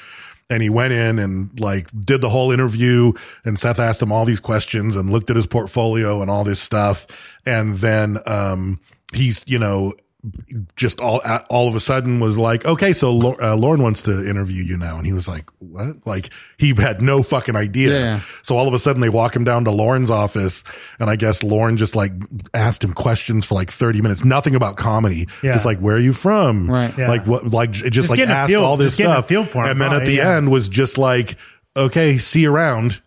Speaker 2: and he went in and like did the whole interview and seth asked him all these questions and looked at his portfolio and all this stuff and then um he's you know just all all of a sudden was like, okay, so uh, Lauren wants to interview you now, and he was like, what? Like he had no fucking idea.
Speaker 3: Yeah.
Speaker 2: So all of a sudden they walk him down to Lauren's office, and I guess Lauren just like asked him questions for like thirty minutes, nothing about comedy,
Speaker 1: Yeah.
Speaker 2: just like where are you from,
Speaker 3: Right.
Speaker 1: Yeah.
Speaker 2: Like what? Like j- just,
Speaker 1: Just
Speaker 2: like
Speaker 1: getting a
Speaker 2: asked
Speaker 1: feel-
Speaker 2: all this
Speaker 1: just getting a
Speaker 2: stuff,
Speaker 1: feel for him,
Speaker 2: and then at
Speaker 1: right,
Speaker 2: the
Speaker 1: yeah.
Speaker 2: end was just like, okay, see you around,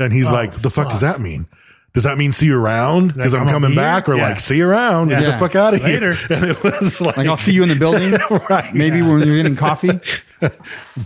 Speaker 2: and he's like, the fuck does that mean? Does that mean see you around? Because
Speaker 1: Oh, Like,
Speaker 2: I'm,
Speaker 1: I'm
Speaker 2: coming
Speaker 1: here?
Speaker 2: back, or
Speaker 1: Yeah.
Speaker 2: like see you around? Get the
Speaker 3: Yeah.
Speaker 2: fuck out of here.
Speaker 1: Later.
Speaker 2: And it was like,
Speaker 3: Like I'll see you in the building.
Speaker 2: right.
Speaker 3: Maybe when you're getting coffee.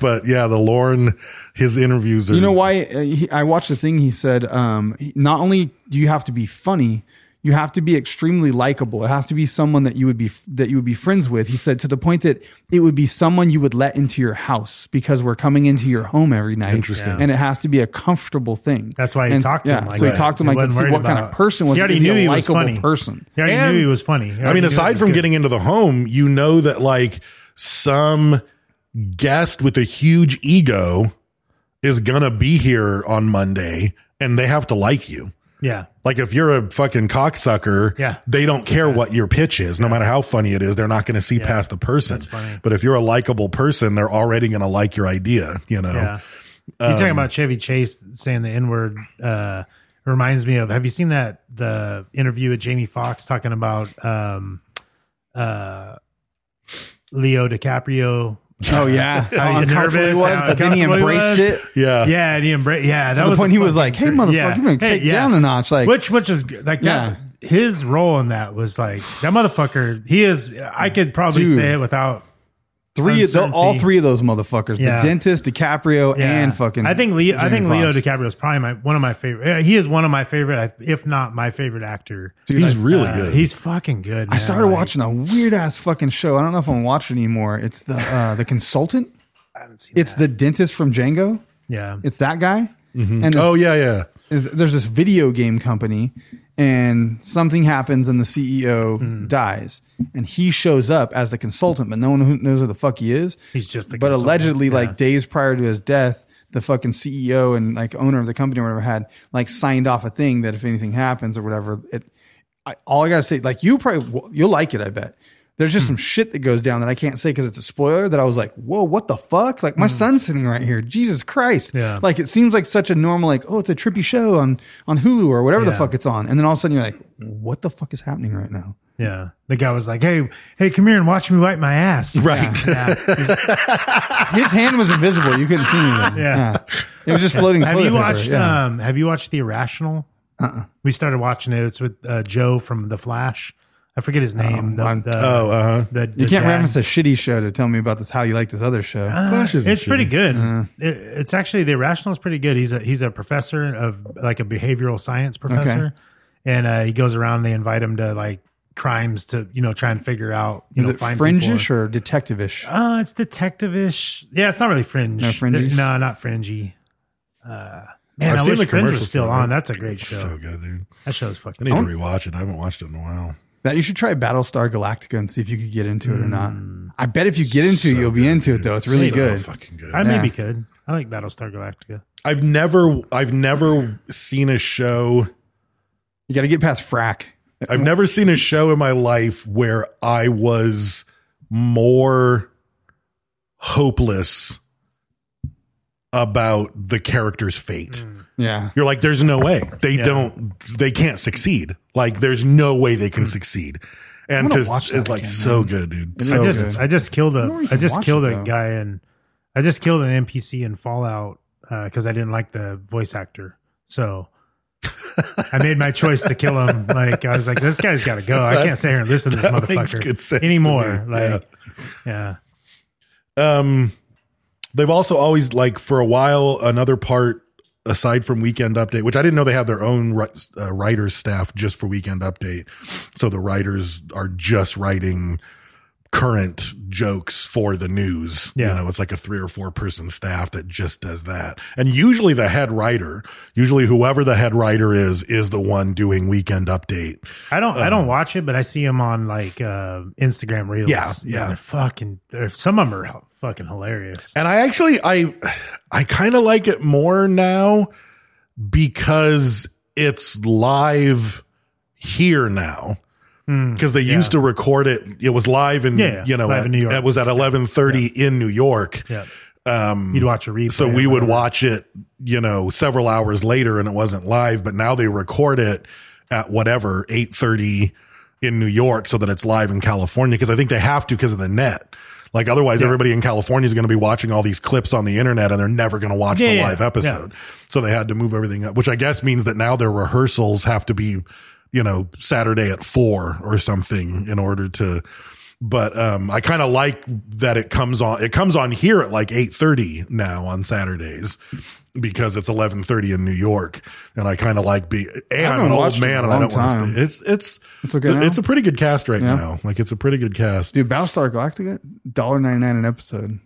Speaker 2: But yeah, the Lorne, his interviews are.
Speaker 3: You know why? uh, he- I watched a thing he said. Um, he- not only do you have to be funny, you have to be extremely likable. It has to be someone that you would be that you would be friends with. He said to the point that it would be someone you would let into your house because we're coming into your home every night.
Speaker 2: Interesting.
Speaker 3: And it has to be a comfortable thing.
Speaker 1: That's why he
Speaker 3: And-
Speaker 1: talked to him.
Speaker 3: yeah,
Speaker 1: Like
Speaker 3: so he
Speaker 1: that.
Speaker 3: talked to him
Speaker 1: He
Speaker 3: like to
Speaker 1: wasn't
Speaker 3: see
Speaker 1: worried
Speaker 3: what kind
Speaker 1: about
Speaker 3: of
Speaker 1: it.
Speaker 3: person was.
Speaker 1: He already
Speaker 3: is
Speaker 1: knew
Speaker 3: a
Speaker 1: he was
Speaker 3: likable
Speaker 1: funny.
Speaker 3: person.
Speaker 1: He already
Speaker 2: And-
Speaker 1: knew he was funny. He
Speaker 2: I
Speaker 1: already
Speaker 2: mean,
Speaker 1: knew he
Speaker 2: aside
Speaker 1: was
Speaker 2: from
Speaker 1: good.
Speaker 2: getting into the home, you know that like some guest with a huge ego is gonna be here on Monday, and they have to like you.
Speaker 1: yeah,
Speaker 2: Like if you're a fucking cocksucker,
Speaker 1: Yeah.
Speaker 2: they don't care what your pitch is. No matter how funny it is, they're not going to see past the person.
Speaker 1: That's funny.
Speaker 2: But if you're a likable person, they're already going to like your idea. You know,
Speaker 1: yeah. You're
Speaker 3: um,
Speaker 1: talking about Chevy Chase saying the N word. Uh, reminds me of. Have you seen that the interview with Jamie Foxx talking about um, uh, Leo DiCaprio?
Speaker 3: Oh yeah,
Speaker 1: How
Speaker 3: how
Speaker 1: he's
Speaker 3: uncomfortable he
Speaker 1: nervous,
Speaker 3: was,
Speaker 1: how
Speaker 3: but then he
Speaker 1: uncomfortable he
Speaker 3: embraced
Speaker 1: was.
Speaker 3: it.
Speaker 2: yeah,
Speaker 1: yeah, and he embraced. Yeah, that
Speaker 3: the
Speaker 1: was
Speaker 3: point
Speaker 1: a
Speaker 3: he was
Speaker 1: fucking
Speaker 3: like, "Hey,
Speaker 1: great-
Speaker 3: motherfucker, you're gonna take down a notch," like-
Speaker 1: which, which is like that. His role in that was like that motherfucker. He is. I could probably
Speaker 3: Dude.
Speaker 1: say it without
Speaker 3: Three, of the,
Speaker 1: Uncertainty.
Speaker 3: all three of those motherfuckers:
Speaker 1: Yeah.
Speaker 3: the dentist, DiCaprio,
Speaker 1: Yeah.
Speaker 3: and fucking.
Speaker 1: I think Leo. I
Speaker 3: Jamie
Speaker 1: think Leo
Speaker 3: Foxx.
Speaker 1: DiCaprio is probably my one of my favorite. yeah, He is one of my favorite, I- if not my favorite actor.
Speaker 2: he's
Speaker 1: Uh,
Speaker 2: really good.
Speaker 1: He's fucking good.
Speaker 3: I
Speaker 1: man.
Speaker 3: started
Speaker 1: Like,
Speaker 3: watching a weird ass fucking show. I don't know if I'm watching anymore. It's the uh, the consultant.
Speaker 1: I haven't seen
Speaker 3: It's
Speaker 1: that.
Speaker 3: the dentist from Django.
Speaker 1: yeah.
Speaker 3: It's that guy.
Speaker 1: Mm-hmm.
Speaker 3: And
Speaker 2: oh yeah, yeah.
Speaker 3: is, there's this video game company, and something happens, and the CEO
Speaker 1: Hmm.
Speaker 3: dies, and he shows up as the consultant, but no one who knows who the fuck he is.
Speaker 1: He's just the
Speaker 3: but
Speaker 1: consultant,
Speaker 3: allegedly,
Speaker 1: yeah.
Speaker 3: like days prior to his death, the fucking CEO and like owner of the company or whatever had like signed off a thing that if anything happens or whatever, it. I, all I gotta say, like you probably you'll like it. I bet. There's
Speaker 1: Hmm.
Speaker 3: just some shit that goes down that I can't say because it's a spoiler. That I was like, "Whoa, what the fuck?" Like my son's sitting right here. Jesus Christ!
Speaker 1: Hmm. Yeah.
Speaker 3: Like it seems like such a normal, like, oh, it's a trippy show on on Hulu or whatever the
Speaker 1: Yeah.
Speaker 3: fuck it's on, and then all of a sudden you're like, what the fuck is happening right now?
Speaker 1: yeah. The guy was like, "Hey, hey, come here and watch me wipe my ass."
Speaker 2: Right.
Speaker 1: Yeah.
Speaker 3: His hand was invisible; you couldn't see anything.
Speaker 1: Yeah.
Speaker 3: it was just floating.
Speaker 1: Have
Speaker 3: toilet
Speaker 1: you
Speaker 3: paper.
Speaker 1: watched?
Speaker 3: Yeah.
Speaker 1: um Have you watched The Irrational? Uh-uh. We started watching it. It's with uh, Joe from The Flash. I forget his name.
Speaker 3: Oh, I'm-
Speaker 1: the, the,
Speaker 2: Oh, uh huh.
Speaker 1: the-
Speaker 3: you
Speaker 1: the
Speaker 3: can't
Speaker 1: dad.
Speaker 3: reference a shitty show to tell me about this. How you like this other show?
Speaker 2: Flash isn't
Speaker 1: it's pretty
Speaker 2: shitty.
Speaker 1: good.
Speaker 3: Uh-huh.
Speaker 1: It- it's actually the irrational is pretty good. He's a he's a professor of like a behavioral science professor,
Speaker 3: Okay.
Speaker 1: and uh, he goes around. and They invite him to like crimes to you know try and figure out you
Speaker 3: is
Speaker 1: know
Speaker 3: it
Speaker 1: find
Speaker 3: fringish
Speaker 1: people.
Speaker 3: or detective-ish?
Speaker 1: Uh, it's detective-ish. Yeah, it's not really fringe.
Speaker 3: No fringy?
Speaker 1: No, not fringy. Uh, man,
Speaker 2: I've
Speaker 1: i
Speaker 2: seen
Speaker 1: wish
Speaker 2: the
Speaker 1: Fringe
Speaker 2: commercials
Speaker 1: was still
Speaker 2: for it.
Speaker 1: on. That's a great show.
Speaker 2: So good, dude.
Speaker 1: That show's
Speaker 2: I
Speaker 1: fucking.
Speaker 2: need to
Speaker 1: awesome.
Speaker 2: rewatch it. I haven't watched it in a while.
Speaker 3: That you should try Battlestar Galactica and see if you could get into it or not. I bet if you get into it, you'll be into it though. It's really
Speaker 2: Hmm. So
Speaker 3: good.
Speaker 2: Fucking good.
Speaker 1: I
Speaker 3: Yeah.
Speaker 1: maybe could. I like Battlestar Galactica.
Speaker 2: I've never, I've never seen a show.
Speaker 3: You got to get past Frack.
Speaker 2: I've never seen a show in my life where I was more hopeless about the character's fate.
Speaker 3: Hmm. Yeah.
Speaker 2: You're like, there's no way they don't, they can't succeed. Like, there's no way they can succeed. And
Speaker 3: Hmm. I'm gonna
Speaker 2: to
Speaker 3: watch that
Speaker 2: it's like
Speaker 3: again,
Speaker 2: so
Speaker 3: man.
Speaker 2: good, dude.
Speaker 3: It
Speaker 2: So
Speaker 1: I
Speaker 3: is
Speaker 2: good.
Speaker 1: just
Speaker 3: good.
Speaker 1: I just killed
Speaker 3: I
Speaker 1: a
Speaker 3: wonder where you
Speaker 1: I
Speaker 3: can
Speaker 1: just
Speaker 3: watch
Speaker 1: killed
Speaker 3: it,
Speaker 1: a
Speaker 3: though.
Speaker 1: guy in I just killed an NPC in Fallout because I didn't like the voice actor. So I made my choice to kill him. Like I was like, this guy's got to go. I can't sit here and listen to this
Speaker 2: That makes
Speaker 1: motherfucker
Speaker 2: good sense to
Speaker 1: anymore.
Speaker 2: me.
Speaker 1: Like, yeah.
Speaker 2: um they've also always like for a while another part aside from weekend update which i didn't know they had their own wri- uh, writers staff just for weekend update so the writers are just writing current jokes for the news.
Speaker 1: Yeah.
Speaker 2: You know, it's like a three or four person staff that just does that. And usually the head writer, usually whoever the head writer is, is the one doing weekend update.
Speaker 1: I don't. I don't watch it, but I see them on like uh, Instagram reels.
Speaker 2: Uh. Yeah, yeah.
Speaker 1: They're fucking. They're, some of them are h- fucking hilarious.
Speaker 2: And I actually I I kind of like it more now because it's live here now. Because they used to record it, it was live in
Speaker 1: Hmm. Yeah, yeah,
Speaker 2: you know
Speaker 1: live
Speaker 2: at,
Speaker 1: in New York.
Speaker 2: It was at eleven thirty in New York.
Speaker 1: Yeah.
Speaker 2: Um,
Speaker 1: You'd watch a replay.
Speaker 2: so
Speaker 1: or
Speaker 2: we would
Speaker 1: whatever.
Speaker 2: watch it, you know, several hours later, and it wasn't live. But now they record it at whatever eight thirty in New York, so that it's live in California. Because I think they have to because of the net. Like otherwise, everybody in California is going to be watching all these clips on the internet, and they're never going to watch
Speaker 1: Yeah,
Speaker 2: the
Speaker 1: yeah,
Speaker 2: live
Speaker 1: yeah.
Speaker 2: episode. So they had to move everything up, which I guess means that now their rehearsals have to be, you know, Saturday at four or something in order to. But um, I kind of like that it comes on. It comes on here at like eight thirty now on Saturdays because it's eleven thirty in New York, and I kind of like be. And
Speaker 3: I
Speaker 2: I'm an
Speaker 3: haven't watched
Speaker 2: old
Speaker 3: it
Speaker 2: man,
Speaker 3: in a
Speaker 2: and I
Speaker 3: long
Speaker 2: don't want
Speaker 3: time.
Speaker 2: to. It's it's
Speaker 3: It's okay now?
Speaker 2: It's a pretty good cast right
Speaker 3: Yeah.
Speaker 2: now. Like it's a pretty good cast.
Speaker 3: Dude, Battlestar Galactica, $1.99 an episode.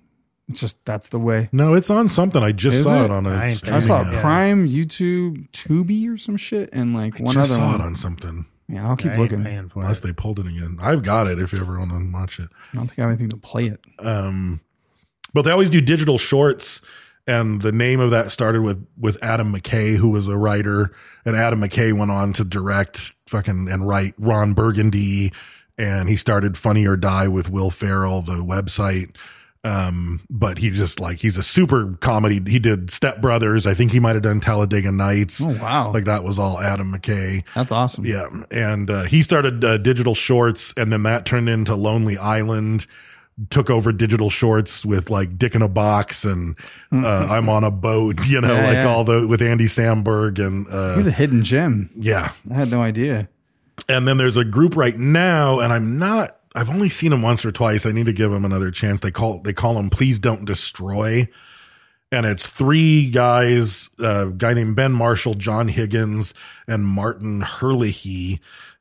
Speaker 3: It's just that's the way.
Speaker 2: No, it's on something. I just
Speaker 3: Is
Speaker 2: saw it,
Speaker 3: it?
Speaker 2: on a.
Speaker 1: I ain't- I
Speaker 3: I
Speaker 2: streaming
Speaker 3: saw
Speaker 2: app.
Speaker 3: Prime, YouTube, Tubi, or some shit, and like
Speaker 2: I
Speaker 3: one
Speaker 2: just
Speaker 3: other
Speaker 2: saw
Speaker 3: one.
Speaker 2: it on something.
Speaker 3: yeah, I'll
Speaker 1: I
Speaker 3: keep
Speaker 1: ain't
Speaker 3: looking. I
Speaker 1: paying for
Speaker 2: Unless
Speaker 1: it.
Speaker 2: they pulled it again. I've got it if you ever want to watch it.
Speaker 3: don't think I have anything to play it.
Speaker 2: Um, but they always do digital shorts. And the name of that started with, with Adam McKay, who was a writer. And Adam McKay went on to direct fucking and write Ron Burgundy. And he started Funny or Die with Will Ferrell, the website. Um, but he just like, he's a super comedy. He did Step Brothers. I think he might have done Talladega Nights.
Speaker 3: Oh, wow.
Speaker 2: Like that was all Adam McKay.
Speaker 3: That's awesome.
Speaker 2: Yeah, and uh, he started uh, digital shorts, and then that turned into Lonely Island. Took over digital shorts with like Dick in a Box and uh, I'm on a boat, you know,
Speaker 3: Yeah,
Speaker 2: like
Speaker 3: yeah.
Speaker 2: all the with Andy Samberg and uh,
Speaker 3: He's a hidden gem.
Speaker 2: yeah.
Speaker 3: I had no idea.
Speaker 2: And then there's a group right now, and I'm not. I've only seen him once or twice. I need to give him another chance. They call they call him "Please Don't Destroy," and it's three guys: uh, a guy named Ben Marshall, John Higgins, and Martin Herlihy.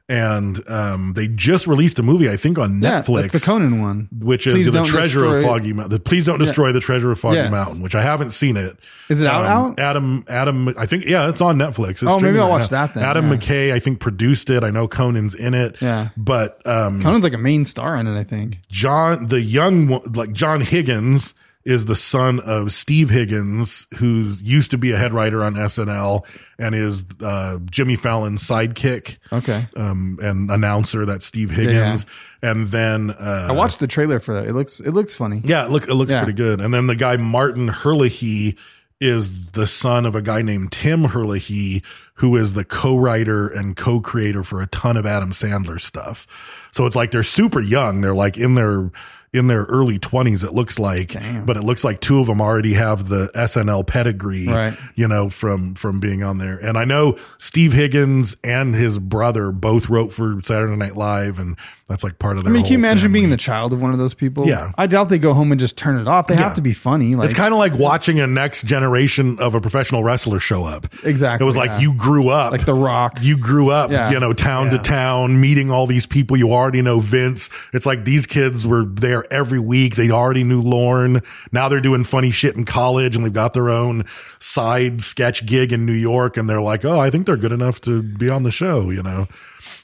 Speaker 2: And um, they just released a movie, I think, on
Speaker 3: Yeah,
Speaker 2: Netflix,
Speaker 3: that's the Conan one.
Speaker 2: which is
Speaker 3: Please
Speaker 2: the
Speaker 3: Don't
Speaker 2: Treasure of
Speaker 3: Destroy-
Speaker 2: Foggy Mountain. Please don't destroy the Treasure of Foggy
Speaker 3: Yes.
Speaker 2: Mountain, which I haven't seen it.
Speaker 3: Is it out, out?
Speaker 2: Adam, Adam, I think, yeah, it's on Netflix. It's
Speaker 3: Oh, maybe
Speaker 2: streaming
Speaker 3: I'll
Speaker 2: right
Speaker 3: watch
Speaker 2: now.
Speaker 3: that then,
Speaker 2: Adam
Speaker 3: yeah.
Speaker 2: McKay, I think, produced it. I know Conan's in it.
Speaker 3: Yeah.
Speaker 2: But um,
Speaker 3: Conan's like a main star in it, I think.
Speaker 2: John, the young, one- like John Higgins is the son of Steve Higgins, who's used to be a head writer on SNL and is uh, Jimmy Fallon's sidekick
Speaker 3: Okay.
Speaker 2: um, and announcer. That's Steve Higgins. And then uh,
Speaker 3: I watched the trailer for that. It looks it looks funny.
Speaker 2: yeah, it look it looks
Speaker 3: Yeah.
Speaker 2: pretty good. And then the guy Martin Herlihy is the son of a guy named Tim Herlihy, who is the co-writer and co-creator for a ton of Adam Sandler stuff. So it's like they're super young. They're like in their in their early twenties, it looks like. But it looks like two of them already have the SNL pedigree,
Speaker 3: Right.
Speaker 2: you know, from from being on there. And I know Steve Higgins and his brother both wrote for Saturday Night Live, and that's like part of
Speaker 3: I
Speaker 2: their.
Speaker 3: mean, can you
Speaker 2: whole
Speaker 3: imagine
Speaker 2: family.
Speaker 3: being the child of one of those people?
Speaker 2: Yeah.
Speaker 3: I doubt they go home and just turn it off. They
Speaker 2: Yeah.
Speaker 3: have to be funny. Like
Speaker 2: it's kind of like watching a next generation of a professional wrestler show up.
Speaker 3: Exactly,
Speaker 2: It was like
Speaker 3: yeah.
Speaker 2: you grew up,
Speaker 3: Like The Rock.
Speaker 2: You grew up,
Speaker 3: Yeah.
Speaker 2: you know, town to
Speaker 1: Yeah.
Speaker 2: town, meeting all these people. You already know Vince. It's like these kids were there every week. They already knew Lorne. Now they're doing funny shit in college, and they've got their own side sketch gig in New York. And they're like, oh, I think they're good enough to be on the show, you know.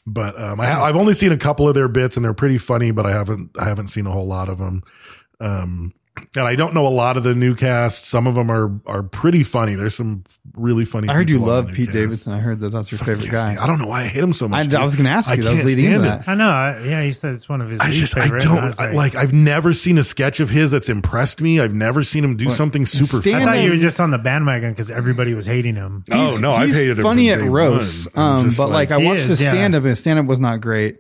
Speaker 2: But um, I, ha- I've only seen a couple of their bits, and they're pretty funny. But I haven't, I haven't seen a whole lot of them and I don't know a lot of the new cast. Some of them are are pretty funny. There's some really funny.
Speaker 3: I heard you
Speaker 2: people on the
Speaker 3: love
Speaker 2: new
Speaker 3: Pete
Speaker 2: cast.
Speaker 3: Davidson. I heard that that's your
Speaker 2: Fucking
Speaker 3: favorite
Speaker 2: can't
Speaker 3: guy.
Speaker 2: stand- I don't know why I hate him so much.
Speaker 3: I- I was
Speaker 2: dude.
Speaker 3: gonna ask you. That was
Speaker 2: can't
Speaker 3: leading
Speaker 2: stand
Speaker 3: into
Speaker 2: it.
Speaker 3: that.
Speaker 1: I know. I, yeah, he said it's one of his
Speaker 2: I
Speaker 1: least
Speaker 2: just I
Speaker 1: favorite. and
Speaker 2: don't
Speaker 1: I was
Speaker 2: I- like I've never seen a sketch of his that's impressed me. I've never seen him do something super.
Speaker 1: I
Speaker 3: Stand
Speaker 2: funny.
Speaker 1: thought you were just on the bandwagon because everybody was hating him.
Speaker 2: Oh no, I've
Speaker 3: he's
Speaker 2: hated him.
Speaker 3: funny
Speaker 2: from
Speaker 3: at
Speaker 2: day
Speaker 3: roasts,
Speaker 2: one. I'm
Speaker 3: um,
Speaker 2: just
Speaker 3: but like,
Speaker 1: He
Speaker 3: I watched
Speaker 1: is,
Speaker 3: the
Speaker 1: yeah.
Speaker 3: stand up and the stand up was not great.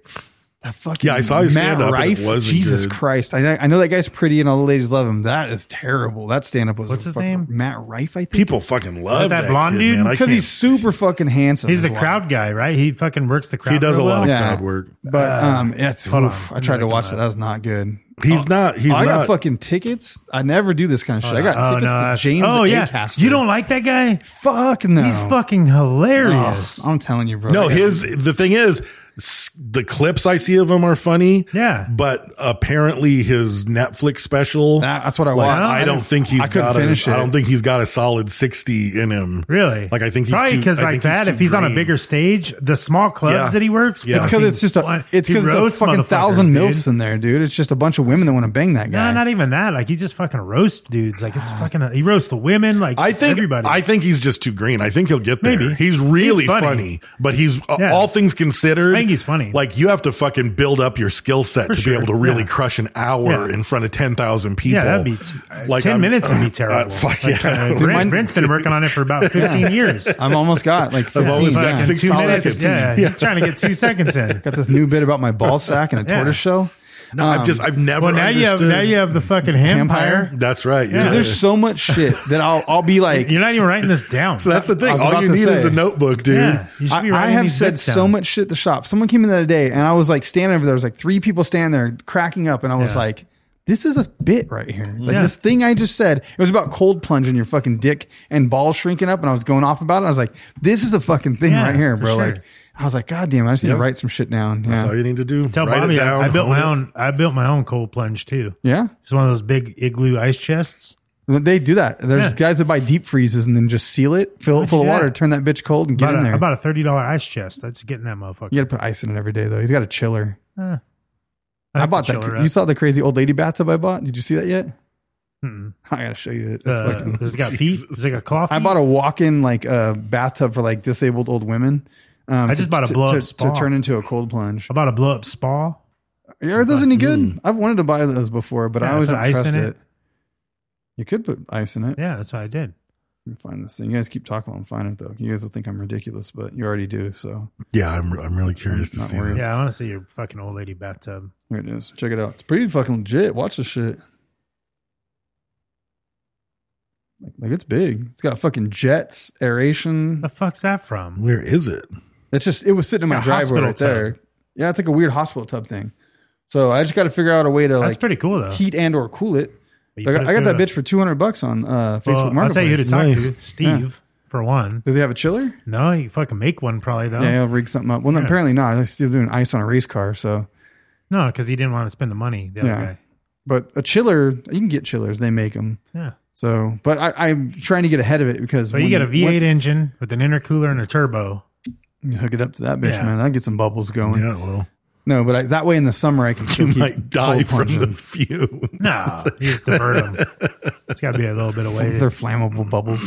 Speaker 3: That fucking
Speaker 2: Yeah, I saw his
Speaker 3: Matt
Speaker 2: stand-up and it
Speaker 3: Rife.
Speaker 2: wasn't
Speaker 3: Jesus
Speaker 2: good.
Speaker 3: Christ, I, I know that guy's pretty and all the ladies love him. That is terrible. That stand up was
Speaker 1: What's his
Speaker 3: fucking-
Speaker 1: name?
Speaker 3: Matt Rife, I think.
Speaker 2: people fucking love
Speaker 1: that
Speaker 2: that,
Speaker 1: blonde
Speaker 2: kid,
Speaker 1: dude?
Speaker 2: man. I
Speaker 3: because
Speaker 2: can't-
Speaker 3: he's super fucking handsome.
Speaker 1: He's the
Speaker 3: is why.
Speaker 1: crowd guy, right? He fucking works the crowd.
Speaker 2: He does
Speaker 1: real
Speaker 2: a lot
Speaker 1: well.
Speaker 2: of
Speaker 3: Yeah.
Speaker 2: crowd work.
Speaker 3: But um, it's,
Speaker 1: hold on.
Speaker 3: oof, I
Speaker 1: Let me
Speaker 3: tried to
Speaker 1: look him
Speaker 3: watch
Speaker 1: up.
Speaker 3: it. That was not good.
Speaker 2: He's not. He's
Speaker 3: Oh,
Speaker 2: not.
Speaker 3: I got fucking tickets. I never do this kind of shit. I got
Speaker 1: Oh
Speaker 3: tickets
Speaker 1: no!
Speaker 3: to
Speaker 1: that's-
Speaker 3: James.
Speaker 1: oh yeah,
Speaker 3: Acaster.
Speaker 1: you don't like that guy?
Speaker 3: Fuck no.
Speaker 1: He's fucking
Speaker 3: Ugh,
Speaker 1: hilarious.
Speaker 3: I'm telling you, bro.
Speaker 2: No,
Speaker 3: I got-
Speaker 2: his the thing is s- the clips I see of him are funny.
Speaker 1: Yeah.
Speaker 2: But apparently his Netflix special.
Speaker 3: That's what I
Speaker 2: like,
Speaker 3: watched.
Speaker 2: I don't think he's
Speaker 3: I couldn't
Speaker 2: got a,
Speaker 3: finish
Speaker 2: I
Speaker 3: it.
Speaker 2: don't think he's got a solid 60 in him.
Speaker 1: Really?
Speaker 2: Like I think he's
Speaker 1: probably
Speaker 2: too-
Speaker 1: because
Speaker 2: I
Speaker 1: like
Speaker 2: think he's
Speaker 1: that.
Speaker 2: too
Speaker 1: if he's on a
Speaker 2: green.
Speaker 1: bigger stage, the small clubs
Speaker 2: Yeah.
Speaker 1: that he works,
Speaker 2: Yeah.
Speaker 3: It's because it's just a.
Speaker 1: fucking-
Speaker 3: It's
Speaker 1: he
Speaker 3: because it's
Speaker 1: roasts
Speaker 3: a fucking
Speaker 1: motherfuckers,
Speaker 3: thousand
Speaker 1: dude.
Speaker 3: milfs in there, dude. It's just a bunch of women that want to bang that
Speaker 1: Nah,
Speaker 3: guy.
Speaker 1: not even that. Like he just fucking roasts dudes. Like it's fucking. He roasts the women. Like
Speaker 2: I think
Speaker 1: everybody.
Speaker 2: I think he's just too green. I think he'll get there.
Speaker 1: Maybe.
Speaker 2: He's really
Speaker 1: He's
Speaker 2: funny.
Speaker 1: funny.
Speaker 2: but he's uh,
Speaker 1: Yeah.
Speaker 2: all things considered.
Speaker 1: I think he's funny.
Speaker 2: Like you have to fucking build up your skill set
Speaker 1: For
Speaker 2: to
Speaker 1: sure.
Speaker 2: be able to really
Speaker 1: Yeah.
Speaker 2: crush an hour
Speaker 1: Yeah.
Speaker 2: in front of ten thousand people.
Speaker 1: yeah, that'd be t- ten
Speaker 2: I'm-
Speaker 1: minutes would
Speaker 2: uh,
Speaker 1: be terrible.
Speaker 2: fuck
Speaker 1: Like,
Speaker 2: yeah.
Speaker 1: uh,
Speaker 3: Dude,
Speaker 1: Brent,
Speaker 3: mine-
Speaker 1: Brent's been working on it for about
Speaker 3: Yeah.
Speaker 1: fifteen years.
Speaker 3: I'm almost got like 15
Speaker 2: I've always got
Speaker 3: down.
Speaker 2: Yeah. six
Speaker 1: two
Speaker 2: Solid
Speaker 1: minutes.
Speaker 2: 15.
Speaker 1: Yeah,
Speaker 2: Yeah.
Speaker 1: he's trying to get two seconds in.
Speaker 3: Got this new bit about my ball sack and a
Speaker 1: Yeah.
Speaker 3: tortoise shell. Um,
Speaker 2: No, I've just I've never.
Speaker 1: Well, now you have
Speaker 2: understood.
Speaker 1: now you have the fucking vampire.
Speaker 2: That's right.
Speaker 1: Yeah.
Speaker 2: Yeah.
Speaker 3: There's so much shit that I'll I'll be like.
Speaker 1: You're not even writing this down.
Speaker 2: so that's the
Speaker 3: I
Speaker 2: thing.
Speaker 3: was
Speaker 2: All
Speaker 3: about
Speaker 2: you
Speaker 3: to
Speaker 2: need is
Speaker 3: say.
Speaker 2: a notebook, dude.
Speaker 1: Yeah, you should be
Speaker 3: I, I
Speaker 1: writing
Speaker 3: have
Speaker 1: these
Speaker 3: said
Speaker 1: bits
Speaker 3: so
Speaker 1: down.
Speaker 3: much shit at the shop. Someone came in the other day and I was like standing over there. There was like three people standing there cracking up, and I was
Speaker 1: Yeah.
Speaker 3: like, "This is a bit right here. Like
Speaker 1: Yeah.
Speaker 3: this thing I just said. It was about cold plunging your fucking dick and balls shrinking up, and I was going off about it. I was like, "This is a fucking thing
Speaker 1: Yeah,
Speaker 3: right here,
Speaker 1: for
Speaker 3: bro.
Speaker 1: sure.
Speaker 3: Like I was like, "God damn, I just need
Speaker 2: Yeah.
Speaker 3: to write some shit down.
Speaker 2: That's all
Speaker 3: Yeah,
Speaker 2: you need to do.
Speaker 1: Tell
Speaker 2: Write it
Speaker 1: Bobby
Speaker 2: down,
Speaker 1: I, I built
Speaker 2: hone
Speaker 1: my
Speaker 2: it.
Speaker 1: own. I built my own cold plunge too.
Speaker 3: yeah.
Speaker 1: It's one of those big igloo ice chests.
Speaker 3: They do that. There's
Speaker 1: Yeah.
Speaker 3: guys that buy deep freezes and then just seal it, fill
Speaker 1: How'd
Speaker 3: it full
Speaker 1: you
Speaker 3: of
Speaker 1: do
Speaker 3: water,
Speaker 1: that?
Speaker 3: turn that bitch cold, and get
Speaker 1: about
Speaker 3: in
Speaker 1: a,
Speaker 3: there.
Speaker 1: About a thirty dollar ice chest. That's getting that motherfucker.
Speaker 3: you got to put ice in it every day though. He's got a chiller.
Speaker 1: Eh.
Speaker 3: I, bought that. You saw the crazy old lady bathtub I bought. Did you see that yet?
Speaker 1: Mm-mm.
Speaker 3: I gotta show you. It. That's
Speaker 1: Uh,
Speaker 3: fucking-
Speaker 1: has it got feet?
Speaker 2: Jesus.
Speaker 1: Is it got claw feet?
Speaker 3: I bought a walk-in like uh, bathtub for like disabled old women. Um,
Speaker 1: I just
Speaker 3: to-
Speaker 1: bought a
Speaker 3: to-
Speaker 1: blow-up
Speaker 3: to,
Speaker 1: spa.
Speaker 3: to turn into a cold plunge.
Speaker 1: I bought a blow up spa.
Speaker 3: Are those any good? I've wanted to buy those before, but
Speaker 1: mm. Yeah,
Speaker 3: I always
Speaker 1: put
Speaker 3: don't
Speaker 1: ice
Speaker 3: trust
Speaker 1: in
Speaker 3: it.
Speaker 1: it.
Speaker 3: You could put ice in it.
Speaker 1: Yeah, that's what I did.
Speaker 3: Let me find this thing. You guys keep talking about finding it though. You guys will think I'm ridiculous, but you already do. So
Speaker 2: Yeah, I'm. I'm really curious to
Speaker 3: Not
Speaker 2: see.
Speaker 3: worried.
Speaker 2: that.
Speaker 1: Yeah, I want to see your fucking old lady bathtub.
Speaker 3: here it is. Check it out. It's pretty fucking legit. Watch this shit. Like, like it's big. It's got fucking jets, aeration.
Speaker 1: The fuck's that from?
Speaker 2: Where is it?
Speaker 3: It's just it was sitting in
Speaker 1: It's
Speaker 3: my
Speaker 1: got a
Speaker 3: driveway
Speaker 1: hospital
Speaker 3: right there. Yeah, it's like a weird hospital tub thing. So I just got to figure out a way to
Speaker 1: That's
Speaker 3: like
Speaker 1: pretty cool though.
Speaker 3: heat and or cool it.
Speaker 1: But you
Speaker 3: I got,
Speaker 1: put it
Speaker 3: I got that
Speaker 1: through
Speaker 3: bitch for two hundred bucks on uh,
Speaker 1: a-
Speaker 3: Facebook
Speaker 1: Well, I'll
Speaker 3: Marketplace.
Speaker 1: tell you who to talk
Speaker 2: Nice.
Speaker 1: to. Steve, for one.
Speaker 3: Does he have a chiller?
Speaker 1: No, you fucking make one probably though.
Speaker 3: Yeah, he'll rig something up. Well, no,
Speaker 1: Yeah.
Speaker 3: apparently not. He's still doing ice on a race car. So,
Speaker 1: No, because he didn't want to spend the money. The other
Speaker 3: Yeah.
Speaker 1: guy.
Speaker 3: but a chiller, you can get chillers. They make them.
Speaker 1: Yeah.
Speaker 3: So, but I, I'm trying to get ahead of it because
Speaker 1: So you
Speaker 3: when-
Speaker 1: got a V8 engine with an intercooler and a turbo.
Speaker 3: when- hook it up to that bitch,
Speaker 1: Yeah.
Speaker 3: man. I get some bubbles going.
Speaker 2: Yeah. Well,
Speaker 3: No, but I, that way in the summer I can still
Speaker 2: you
Speaker 3: keep
Speaker 2: might die
Speaker 3: cold
Speaker 2: from the
Speaker 3: plunging.
Speaker 2: fume.
Speaker 1: No, you just divert them. It's got to be a little bit of weight.
Speaker 3: They're flammable bubbles.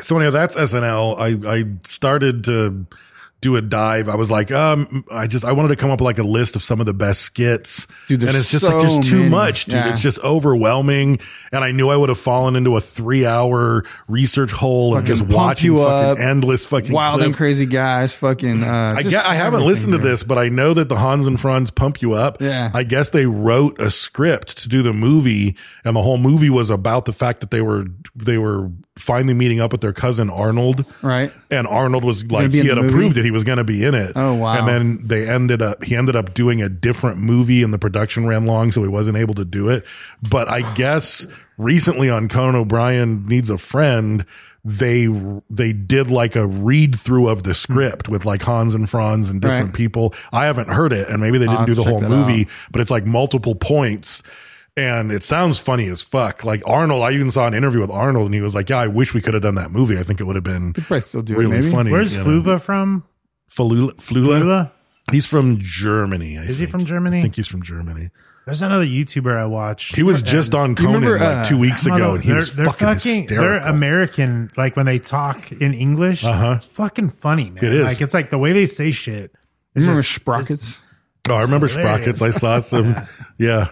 Speaker 2: So anyhow, that's SNL. I I started to do a dive. I was like, um, I just I wanted to come up with like a list of some of the best skits.
Speaker 3: Dude,
Speaker 2: and
Speaker 3: there's
Speaker 2: it's just
Speaker 3: so
Speaker 2: like there's too
Speaker 3: many.
Speaker 2: much, dude.
Speaker 3: Yeah.
Speaker 2: It's just overwhelming. And I knew I would have fallen into a three hour research hole of
Speaker 3: Fucking
Speaker 2: just
Speaker 3: pump
Speaker 2: watching
Speaker 3: you up,
Speaker 2: fucking endless fucking
Speaker 3: wild and
Speaker 2: clips.
Speaker 3: crazy guys. Fucking. Uh,
Speaker 2: I
Speaker 3: just
Speaker 2: guess, I haven't
Speaker 3: everything
Speaker 2: listened to
Speaker 3: there.
Speaker 2: this, but I know that the Hans and Franz pump you up.
Speaker 3: Yeah.
Speaker 2: I guess they wrote a script to do the movie, and the whole movie was about the fact that they were they were finally meeting up with their cousin Arnold.
Speaker 3: Right.
Speaker 2: And Arnold was like
Speaker 3: be
Speaker 2: he
Speaker 3: in
Speaker 2: had
Speaker 3: the movie?
Speaker 2: approved it; he was going to be in it.
Speaker 3: Oh, wow.
Speaker 2: And then they ended up he ended up doing a different movie, and the production ran long, so he wasn't able to do it. But I guess recently on Conan O'Brien needs a friend. They they did like a read through of the script with like Hans and Franz and different
Speaker 3: Right.
Speaker 2: people. I haven't heard it, and maybe they didn't
Speaker 3: I'll
Speaker 2: do the
Speaker 3: check
Speaker 2: whole
Speaker 3: that
Speaker 2: movie, but it's like multiple points. And it sounds funny as fuck. Like Arnold, I even saw an interview with Arnold, and he was like, "Yeah, I wish we could have done that movie. I think it would have been
Speaker 3: probably still do it,
Speaker 2: really
Speaker 3: maybe.
Speaker 2: funny."
Speaker 1: Where's
Speaker 2: you know?
Speaker 1: Fluva from?
Speaker 2: Flula, Flula?
Speaker 1: Flula?
Speaker 2: He's from Germany. I
Speaker 1: Is he
Speaker 2: think.
Speaker 1: from Germany?
Speaker 2: I think he's from Germany.
Speaker 1: There's another YouTuber I watched.
Speaker 2: He was just on Conan
Speaker 3: remember,
Speaker 2: like
Speaker 3: uh,
Speaker 2: two weeks ago,
Speaker 1: Mother-
Speaker 2: and he was fucking,
Speaker 1: They're
Speaker 2: hysterical.
Speaker 1: American, like when they talk in English.
Speaker 2: Uh-huh.
Speaker 1: It's fucking funny, man.
Speaker 2: It is.
Speaker 1: Like it's like the way they say shit. It's
Speaker 3: Remember
Speaker 1: just-
Speaker 3: sprockets?
Speaker 2: oh, I remember
Speaker 1: hilarious.
Speaker 2: Sprockets. I saw some. yeah.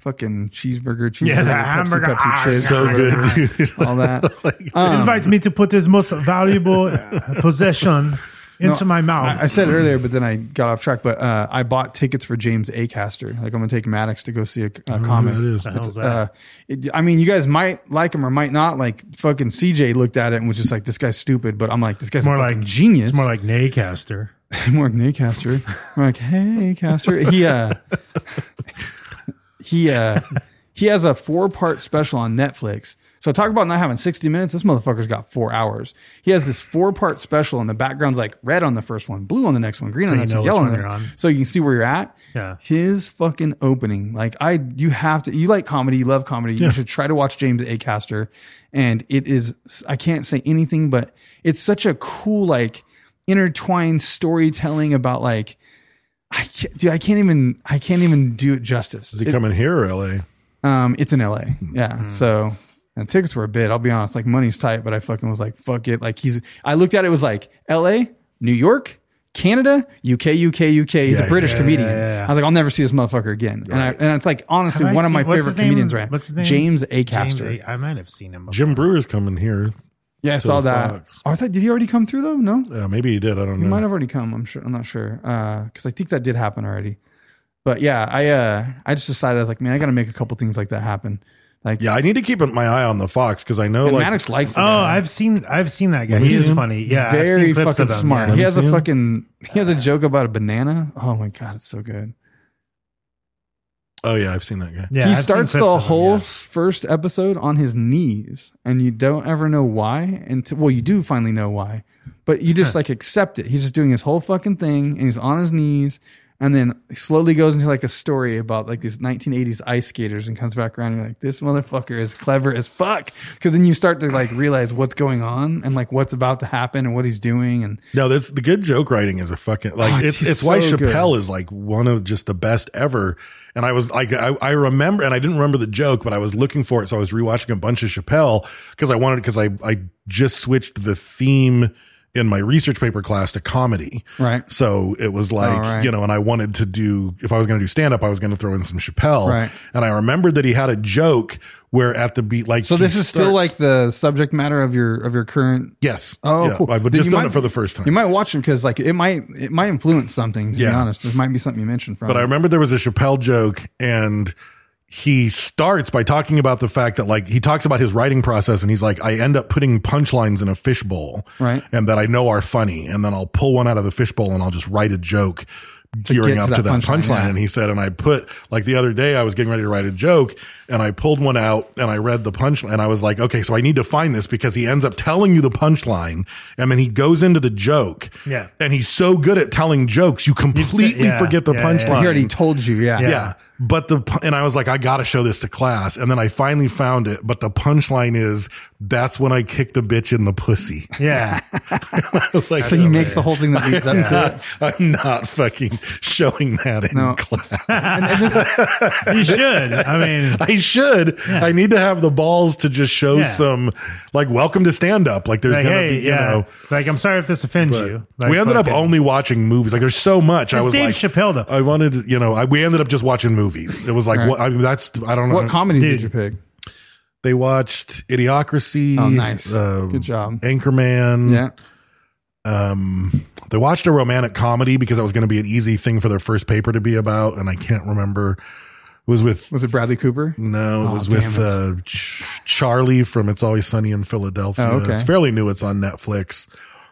Speaker 3: Fucking cheeseburger, cheeseburger,
Speaker 1: Yeah, the
Speaker 3: Pepsi,
Speaker 1: hamburger.
Speaker 3: Pepsi
Speaker 1: Ah,
Speaker 3: chips,
Speaker 2: so good, dude.
Speaker 3: all that.
Speaker 1: It
Speaker 3: Um,
Speaker 1: invites me to put his most valuable uh, possession into my mouth.
Speaker 3: I, I said it earlier, but then I got off track. But uh, I bought tickets for James Acaster. Like I'm gonna take Maddox to go see a, a comic.
Speaker 2: that is.
Speaker 1: The hell's that?
Speaker 3: Uh, it, I mean, you guys might like him or might not. Like fucking CJ looked at it and was just like, "This guy's stupid," but I'm like, "This guy's
Speaker 1: It's more
Speaker 3: more
Speaker 1: like
Speaker 3: like genius."
Speaker 1: It's more like Naycaster.
Speaker 3: more like Nick Caster. I'm like, hey, Caster. He uh, he uh, he has a four part special on Netflix. So talk about not having 60 minutes. This motherfucker's got four hours. He has this four part special, and the background's like red on the first one, blue on the next one, green
Speaker 1: So
Speaker 3: on the
Speaker 1: you
Speaker 3: next
Speaker 1: know
Speaker 3: one,
Speaker 1: which one
Speaker 3: yellow on the
Speaker 1: you're on.
Speaker 3: So you can see where you're at.
Speaker 1: Yeah.
Speaker 3: His fucking opening. Like I you have to you like comedy, you love comedy.
Speaker 1: Yeah.
Speaker 3: You should try to watch James A. Caster. And it is I can't say anything, but it's such a cool, like intertwined storytelling about like I can't, dude, I can't even I can't even do it justice.
Speaker 2: Is he coming here or LA?
Speaker 3: Um, it's in LA.
Speaker 1: Mm-hmm.
Speaker 3: Yeah. So and tickets were a bid. I'll be honest. Like money's tight, but I fucking was like, fuck it. Like he's. I looked at it, it was like LA, New York, Canada, UK, UK, UK. He's
Speaker 2: Yeah,
Speaker 3: a British
Speaker 2: yeah,
Speaker 3: comedian.
Speaker 2: yeah, yeah, yeah.
Speaker 3: I was like, I'll never see this motherfucker again. And, I, and it's like honestly
Speaker 1: Have I
Speaker 3: one of
Speaker 1: seen-
Speaker 3: my
Speaker 1: what's his
Speaker 3: favorite
Speaker 1: name?
Speaker 3: comedians. Right?
Speaker 1: What's his name?
Speaker 3: James A.
Speaker 1: James
Speaker 3: Caster.
Speaker 1: A- Oh, I might have seen him.
Speaker 2: Jim Brewer's coming here.
Speaker 3: yeah, I
Speaker 2: to
Speaker 3: saw
Speaker 2: the
Speaker 3: that.
Speaker 2: Fox.
Speaker 3: Oh, I thought did he already come through though? No.
Speaker 2: Uh, maybe he did. I don't
Speaker 3: He
Speaker 2: know.
Speaker 3: might have already come. I'm sure. I'm not sure because I think that did happen already. But yeah, I uh, I just decided I was like, man, I got to make a couple things like that happen. Like
Speaker 2: yeah, I need to keep my eye on the Fox because I know
Speaker 3: And
Speaker 2: like
Speaker 3: Maddox likes. the
Speaker 1: Oh,
Speaker 3: guy.
Speaker 1: I've seen I've seen that guy.
Speaker 2: Have you
Speaker 1: He is
Speaker 2: seen him?
Speaker 1: funny. Yeah, I've
Speaker 3: very
Speaker 1: seen clips
Speaker 3: fucking
Speaker 1: of him.
Speaker 3: smart.
Speaker 1: Yeah.
Speaker 3: He has
Speaker 2: see
Speaker 3: a
Speaker 2: him?
Speaker 3: fucking he has a joke about a banana. Oh my god, it's so good.
Speaker 2: Oh yeah, I've seen that guy.
Speaker 1: Yeah,
Speaker 3: he
Speaker 1: I've seen
Speaker 3: starts
Speaker 1: clips
Speaker 3: the
Speaker 1: of him,
Speaker 3: whole
Speaker 1: yeah.
Speaker 3: first episode on his knees, and you don't ever know why. Until well, you do finally know why, but you just like accept it. He's just doing his whole fucking thing, and he's on his knees, and then slowly goes into like a story about like these 1980s ice skaters, and comes back around and you're like, this motherfucker is clever as fuck. Because then you start to like realize what's going on and like what's about to happen and what he's doing, and
Speaker 2: No, that's the good joke writing is a fucking like
Speaker 3: Oh,
Speaker 2: it's
Speaker 3: she's
Speaker 2: it's why
Speaker 3: so good.
Speaker 2: Chappelle is like one of just the best ever. And I was like I, I remember and I didn't remember the joke, but I was looking for it, so I was rewatching a bunch of Chappelle because I wanted because I I just switched the theme in my research paper class to comedy.
Speaker 3: Right.
Speaker 2: So it was like,
Speaker 3: Oh, right.
Speaker 2: you know, and I wanted to do if I was going to do stand up, I was going to throw in some Chappelle.
Speaker 3: Right.
Speaker 2: And I remembered that he had a joke where at the beat like
Speaker 3: So
Speaker 2: he
Speaker 3: this is still
Speaker 2: starts-
Speaker 3: like the subject matter of your of your current.
Speaker 2: Yes.
Speaker 3: Oh,
Speaker 2: Yeah.
Speaker 3: cool.
Speaker 2: I've
Speaker 3: Then
Speaker 2: just
Speaker 3: you
Speaker 2: done
Speaker 3: might-
Speaker 2: it for the first time.
Speaker 3: You might watch them because like it might it might influence something. To be
Speaker 2: Yeah.
Speaker 3: honest, there might be something you mentioned from.
Speaker 2: But I
Speaker 3: it.
Speaker 2: remember there was a Chappelle joke and he starts by talking about the fact that like he talks about his writing process and he's like, I end up putting punchlines in a fishbowl.
Speaker 3: Right.
Speaker 2: And that I know are funny. And then I'll pull one out of the fishbowl and I'll just write a joke gearing
Speaker 3: to
Speaker 2: up to
Speaker 3: that
Speaker 2: that, punchline.
Speaker 3: punchline, yeah.
Speaker 2: And he said, and I put like the other day I was getting ready to write a joke and I pulled one out and I read the punchline and I was like, okay, so I need to find this because he ends up telling you the punchline and then he goes into the joke.
Speaker 1: Yeah.
Speaker 2: And he's so good at telling jokes, you completely
Speaker 1: yeah,
Speaker 2: forget the
Speaker 1: yeah, yeah,
Speaker 2: punchline.
Speaker 1: yeah.
Speaker 3: he already told you. Yeah.
Speaker 2: Yeah. But the, pu- and I was like, I got to show this to class. And then I finally found it. But the punchline is that's when I kicked the bitch in the pussy.
Speaker 1: Yeah,
Speaker 2: I was like,
Speaker 3: So he makes the whole thing that leads up to it.
Speaker 2: I'm not fucking showing that in
Speaker 3: No.
Speaker 2: class.
Speaker 3: And it's just-
Speaker 1: you should. I mean,
Speaker 2: I should. I need to have the balls to just show
Speaker 1: Yeah.
Speaker 2: some, like, welcome to stand up. Like, there's
Speaker 1: like,
Speaker 2: going to
Speaker 1: hey,
Speaker 2: be, you
Speaker 1: yeah.
Speaker 2: know.
Speaker 1: like I'm sorry if this offends
Speaker 2: but
Speaker 1: you. Like,
Speaker 2: we ended up
Speaker 1: fucking-
Speaker 2: only watching movies. Like, there's so much. I
Speaker 1: It's
Speaker 2: was
Speaker 1: Dave
Speaker 2: like,
Speaker 1: Chappelle, though.
Speaker 2: I wanted, to- you know, I, we ended up just watching movies. It was like,
Speaker 3: Right.
Speaker 2: what, I mean, that's, I don't know.
Speaker 3: what comedy
Speaker 1: Dude.
Speaker 3: did you pick?
Speaker 2: They watched Idiocracy.
Speaker 3: Oh, nice.
Speaker 2: uh,
Speaker 3: Good job.
Speaker 2: Anchorman.
Speaker 3: Yeah.
Speaker 2: Um, they watched a romantic comedy because that was going to be an easy thing for their first paper to be about, and I can't remember. It was with
Speaker 3: Was it Bradley Cooper?
Speaker 2: no, it
Speaker 3: Oh,
Speaker 2: was
Speaker 3: damn
Speaker 2: with
Speaker 3: it.
Speaker 2: Uh, Ch- Charlie from It's Always Sunny in Philadelphia.
Speaker 3: Oh, okay.
Speaker 2: It's fairly new. It's on Netflix.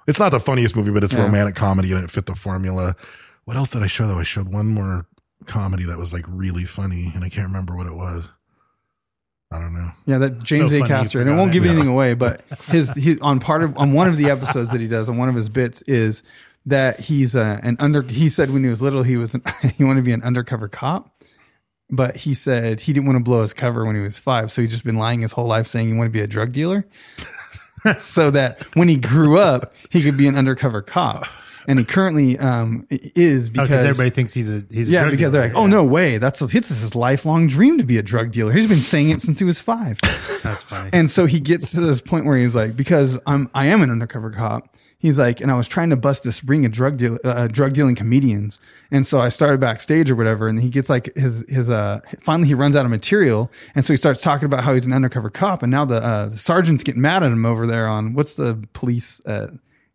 Speaker 2: It's not the funniest movie, but it's
Speaker 3: Yeah.
Speaker 2: romantic comedy and it fit the formula. What else did I show though? I showed one more comedy that was like really funny, and I can't remember what it was. I don't know.
Speaker 3: Yeah, that James
Speaker 1: So funny
Speaker 3: A.
Speaker 1: you
Speaker 3: Caster, and it
Speaker 1: forgot
Speaker 3: won't
Speaker 1: it.
Speaker 3: give anything away, but his he, on part of on one of the episodes that he does on one of his bits is that he's uh, an under. He said when he was little he was an, he wanted to be an undercover cop, but he said he didn't want to blow his cover when he was five, so he's just been lying his whole life saying he wanted to be a drug dealer, so that when he grew up he could be an undercover cop, and he currently um, is
Speaker 1: Oh,
Speaker 3: because
Speaker 1: everybody thinks he's a he's a
Speaker 3: yeah,
Speaker 1: drug
Speaker 3: because
Speaker 1: dealer.
Speaker 3: they're like, oh no way, that's it's his lifelong dream to be a drug dealer. He's been saying it since he was five,
Speaker 2: oh,
Speaker 1: that's fine.
Speaker 3: and so he gets to this point where he's like, because I'm I am an undercover cop. He's like, and I was trying to bust this ring of drug deal, uh, drug dealing comedians, and so I started backstage or whatever, and he gets like his his uh finally he runs out of material, and so he starts talking about how he's an undercover cop, and now the, uh, the sergeant's getting mad at him over there on what's the police uh,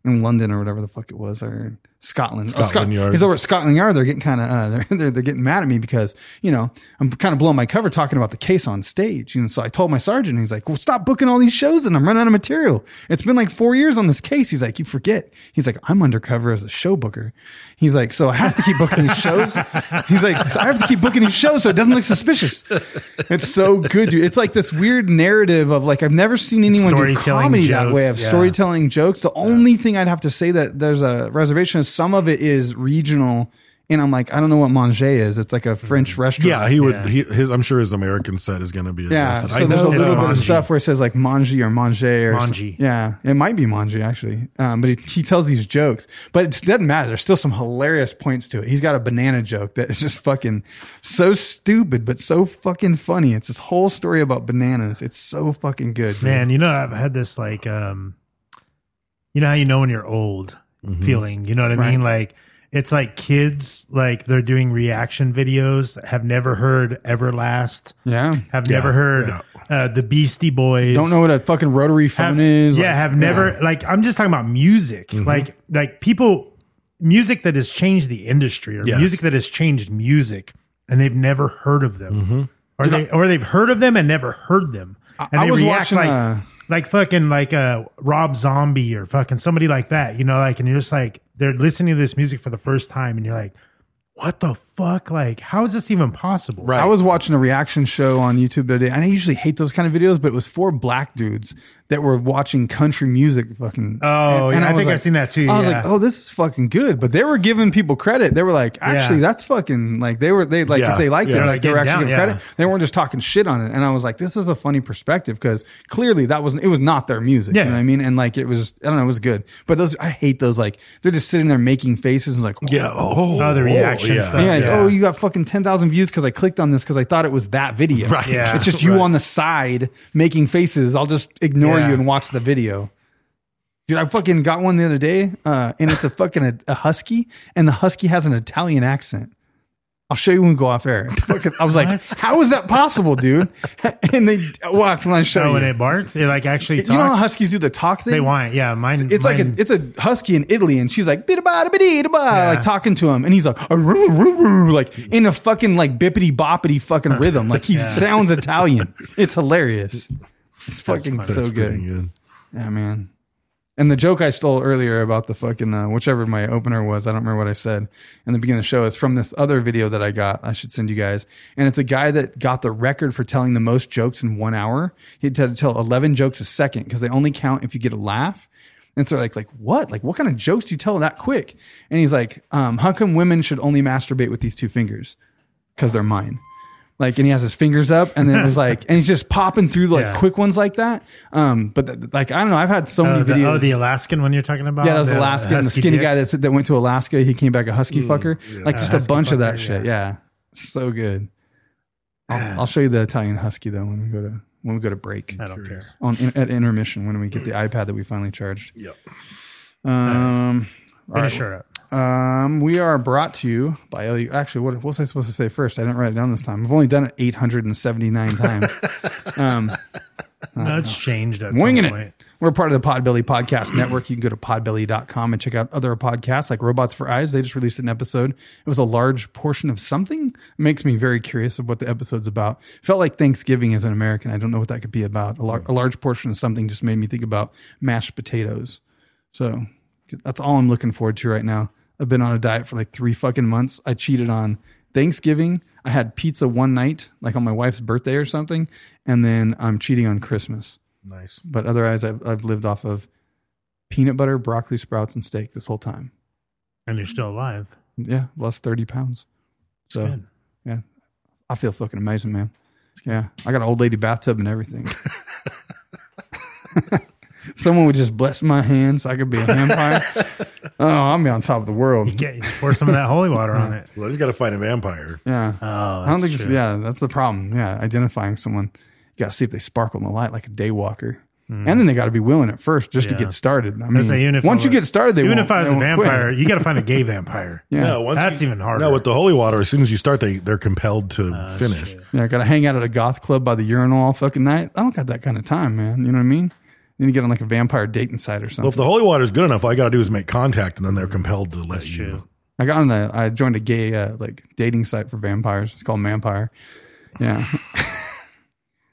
Speaker 3: in London or whatever the fuck it was or Scotland.
Speaker 2: Scotland
Speaker 3: Scot-
Speaker 2: Yard.
Speaker 3: He's over at Scotland Yard. They're getting kind of uh, they're, they're they're getting mad at me because you know I'm kind of blowing my cover talking about the case on stage. You know, so I told my sergeant, and he's like, "Well, stop booking all these shows, and I'm running out of material. It's been like four years on this case." He's like, "You forget." He's like, "I'm undercover as a show booker." He's like, "So I have to keep booking these shows." he's like, "I have to keep booking these shows so it doesn't look suspicious." It's so good, dude. It's like this weird narrative of like I've never seen anyone do
Speaker 1: Storytelling
Speaker 3: comedy that
Speaker 1: jokes,
Speaker 3: way of
Speaker 1: yeah.
Speaker 3: storytelling telling jokes. The only thing I'd have to say that there's a reservation is some of it is regional, and I'm like, I don't know what manger is. It's
Speaker 1: Mm.
Speaker 3: like a French restaurant.
Speaker 2: Yeah, he would. He, his, I'm sure his American set is going to be.
Speaker 3: Yeah,
Speaker 2: adjusted.
Speaker 3: so there's a
Speaker 2: know
Speaker 3: little
Speaker 2: that.
Speaker 3: bit of stuff where it says like manji or manger or s-
Speaker 1: Manji.
Speaker 3: Yeah, it might be manji actually, um, but he, he tells these jokes, but it doesn't matter. There's still some hilarious points to it. He's got a banana joke that is just fucking so stupid, but so fucking funny. It's this whole story about bananas. It's so fucking good, dude.
Speaker 1: Man, you know, I've had this like, um, you know how you know when you're old feeling, you know what I
Speaker 3: Mm-hmm. Right.
Speaker 1: mean? Like, it's like kids, like they're doing reaction videos that have never heard Everlast,
Speaker 3: Yeah,
Speaker 1: have
Speaker 2: Yeah,
Speaker 1: never heard
Speaker 2: yeah.
Speaker 1: uh, the Beastie Boys.
Speaker 3: don't know what a fucking rotary phone
Speaker 1: have,
Speaker 3: is.
Speaker 1: Yeah,
Speaker 3: Like, Mm-hmm.
Speaker 1: have never like I'm just talking about music. Like like people music that has changed the industry or
Speaker 2: Yes.
Speaker 1: music that has changed music and they've never heard of them. Or they or they've heard of them and never heard them. And
Speaker 3: Mm-hmm. I
Speaker 1: they
Speaker 3: was
Speaker 1: react
Speaker 3: watching,
Speaker 1: like
Speaker 3: uh,
Speaker 1: like fucking like uh Rob Zombie or fucking somebody like that, you know, like and you're just like they're listening to this music for the first time and you're like, what the fuck? Like, how is this even possible?
Speaker 2: Right.
Speaker 3: I was watching a reaction show on YouTube the other day, and I usually hate those kind of videos, but it was four black dudes that were watching country music fucking.
Speaker 1: Oh, yeah, I
Speaker 3: was
Speaker 1: think I've seen that too,
Speaker 3: I was
Speaker 1: yeah.
Speaker 3: like, oh, this is fucking good. But they were giving people credit. They were like, actually, that's fucking like they were they like
Speaker 2: Yeah,
Speaker 3: if they liked
Speaker 2: yeah.
Speaker 3: it, like they were
Speaker 1: Getting
Speaker 3: actually
Speaker 1: down,
Speaker 3: giving
Speaker 1: yeah.
Speaker 3: credit. They weren't just talking shit on it. And I was like, this is a funny perspective because clearly that wasn't it was not their music.
Speaker 1: Yeah.
Speaker 3: You know what I mean? And like it was I don't know, it was good. But those I hate those like they're just sitting there making faces and like
Speaker 2: Yeah. Oh,
Speaker 1: Oh, the reaction
Speaker 2: yeah.
Speaker 1: stuff.
Speaker 3: yeah, like,
Speaker 1: Yeah.
Speaker 3: oh, you got fucking 10,000 views because I clicked on this because I thought it was that video.
Speaker 2: Right.
Speaker 1: Yeah.
Speaker 3: It's just you
Speaker 2: Right.
Speaker 3: on the side making faces. I'll just ignore
Speaker 1: Yeah.
Speaker 3: you and watch the video. Dude, I fucking got one the other day, uh, and it's a fucking a, a husky, and the husky has an Italian accent. I'll show you when we go off air. It's Fucking, I was like,
Speaker 1: What?
Speaker 3: how is that possible, dude? and they watch when I show
Speaker 1: Oh, when
Speaker 3: you.
Speaker 1: it barks, it like actually talks.
Speaker 3: you know how huskies do the talk thing?
Speaker 1: they whine. Yeah, mine.
Speaker 3: it's like
Speaker 1: mine-
Speaker 3: a, it's a husky in Italy, and she's like bida bada bida bida,
Speaker 1: Yeah.
Speaker 3: like talking to him, and he's like "Aroo, aroo, aroo," like in a fucking like bippity boppity fucking rhythm, like he sounds Italian. It's hilarious. It's fucking
Speaker 2: That's
Speaker 3: so
Speaker 2: pretty
Speaker 3: good. Yeah, man. And the joke I stole earlier about the fucking uh, whichever my opener was, I don't remember what I said in the beginning of the show. It's from this other video that I got. I should send you guys. And it's a guy that got the record for telling the most jokes in one hour. He had to tell eleven jokes a second because they only count if you get a laugh. And so like like what like what kind of jokes do you tell that quick? And he's like, um, how come women should only masturbate with these two fingers? Because they're mine like and he has his fingers up and then it was like and he's just popping through like
Speaker 1: Yeah.
Speaker 3: quick ones like that um but th- like i don't know i've had so
Speaker 1: Oh
Speaker 3: many
Speaker 1: the,
Speaker 3: videos
Speaker 1: oh, the Alaskan one you're talking about?
Speaker 3: yeah that was alaska and the
Speaker 1: husky
Speaker 3: skinny
Speaker 1: dick.
Speaker 3: guy that, that went to alaska he came back a husky fucker like just a
Speaker 1: husky
Speaker 3: bunch of that
Speaker 1: fucker,
Speaker 3: shit yeah so good I'll, I'll show you the italian husky though when we go to when we go to break
Speaker 1: I don't care.
Speaker 3: on at intermission when we get the ipad that we finally charged
Speaker 2: Yep.
Speaker 3: um all
Speaker 1: Finish
Speaker 3: right.
Speaker 1: her up.
Speaker 3: Um, we are brought to you by LU. Actually, what, what was I supposed to say first? I didn't write it down this time. I've only done it 879 times. um,
Speaker 1: No, it's changed at some
Speaker 3: winging it.
Speaker 1: point.
Speaker 3: We're part of the Podbelly Podcast Network. You can go to podbelly.com and check out other podcasts like Robots for Eyes. They just released an episode. It was a large portion of something. makes me very curious of what the episode's about. Felt like Thanksgiving as an American. I don't know what that could be about. A, lar- a large portion of something just made me think about mashed potatoes. So that's all I'm looking forward to right now. I've been on a diet for like three fucking months. I cheated on Thanksgiving. I had pizza one night, like on my wife's birthday or something. And then I'm cheating on Christmas
Speaker 2: Nice.
Speaker 3: but otherwise I've, I've lived off of peanut butter, broccoli, sprouts, and steak this whole time.
Speaker 1: And you're still alive.
Speaker 3: Yeah, lost 30 pounds. So,
Speaker 1: Good.
Speaker 3: yeah, I feel fucking amazing, man. Yeah, I got an old lady bathtub and everything. Someone would just bless my hands so I could be a vampire. oh, I'm on top of the world.
Speaker 1: Get, pour some of that holy water on it.
Speaker 2: Well, he's got to fight a vampire.
Speaker 3: Yeah.
Speaker 1: Oh,
Speaker 3: I don't think
Speaker 1: that's
Speaker 3: it's,
Speaker 1: true.
Speaker 3: yeah, that's the problem. Yeah, identifying someone. You got to see if they sparkle in the light like a day walker. And then they got to be willing at first just to
Speaker 1: Hmm. Yeah.
Speaker 3: get started. I
Speaker 1: I
Speaker 3: mean,
Speaker 1: say, even if I
Speaker 3: once you
Speaker 1: was-
Speaker 3: get started, they
Speaker 1: even
Speaker 3: won't-
Speaker 1: if I was
Speaker 3: they
Speaker 1: a
Speaker 3: won't quit.
Speaker 1: vampire, you got to find a gay vampire.
Speaker 3: Yeah.
Speaker 2: No, once
Speaker 1: That's
Speaker 2: you-
Speaker 1: even harder. Ah,
Speaker 2: No, with the holy water, as soon as you start, they they're compelled to finish.
Speaker 3: Yeah, I gotta hang out at a goth club by the urinal all fucking night. I don't got that kind of time, man. You know what I mean? Then you get on like a vampire dating site or something.
Speaker 2: Well, if the holy water is good enough, all you got to do is make contact, and then they're compelled to let you.
Speaker 3: I got on the. I joined a gay uh, like dating site for vampires. It's called Vampire. Yeah.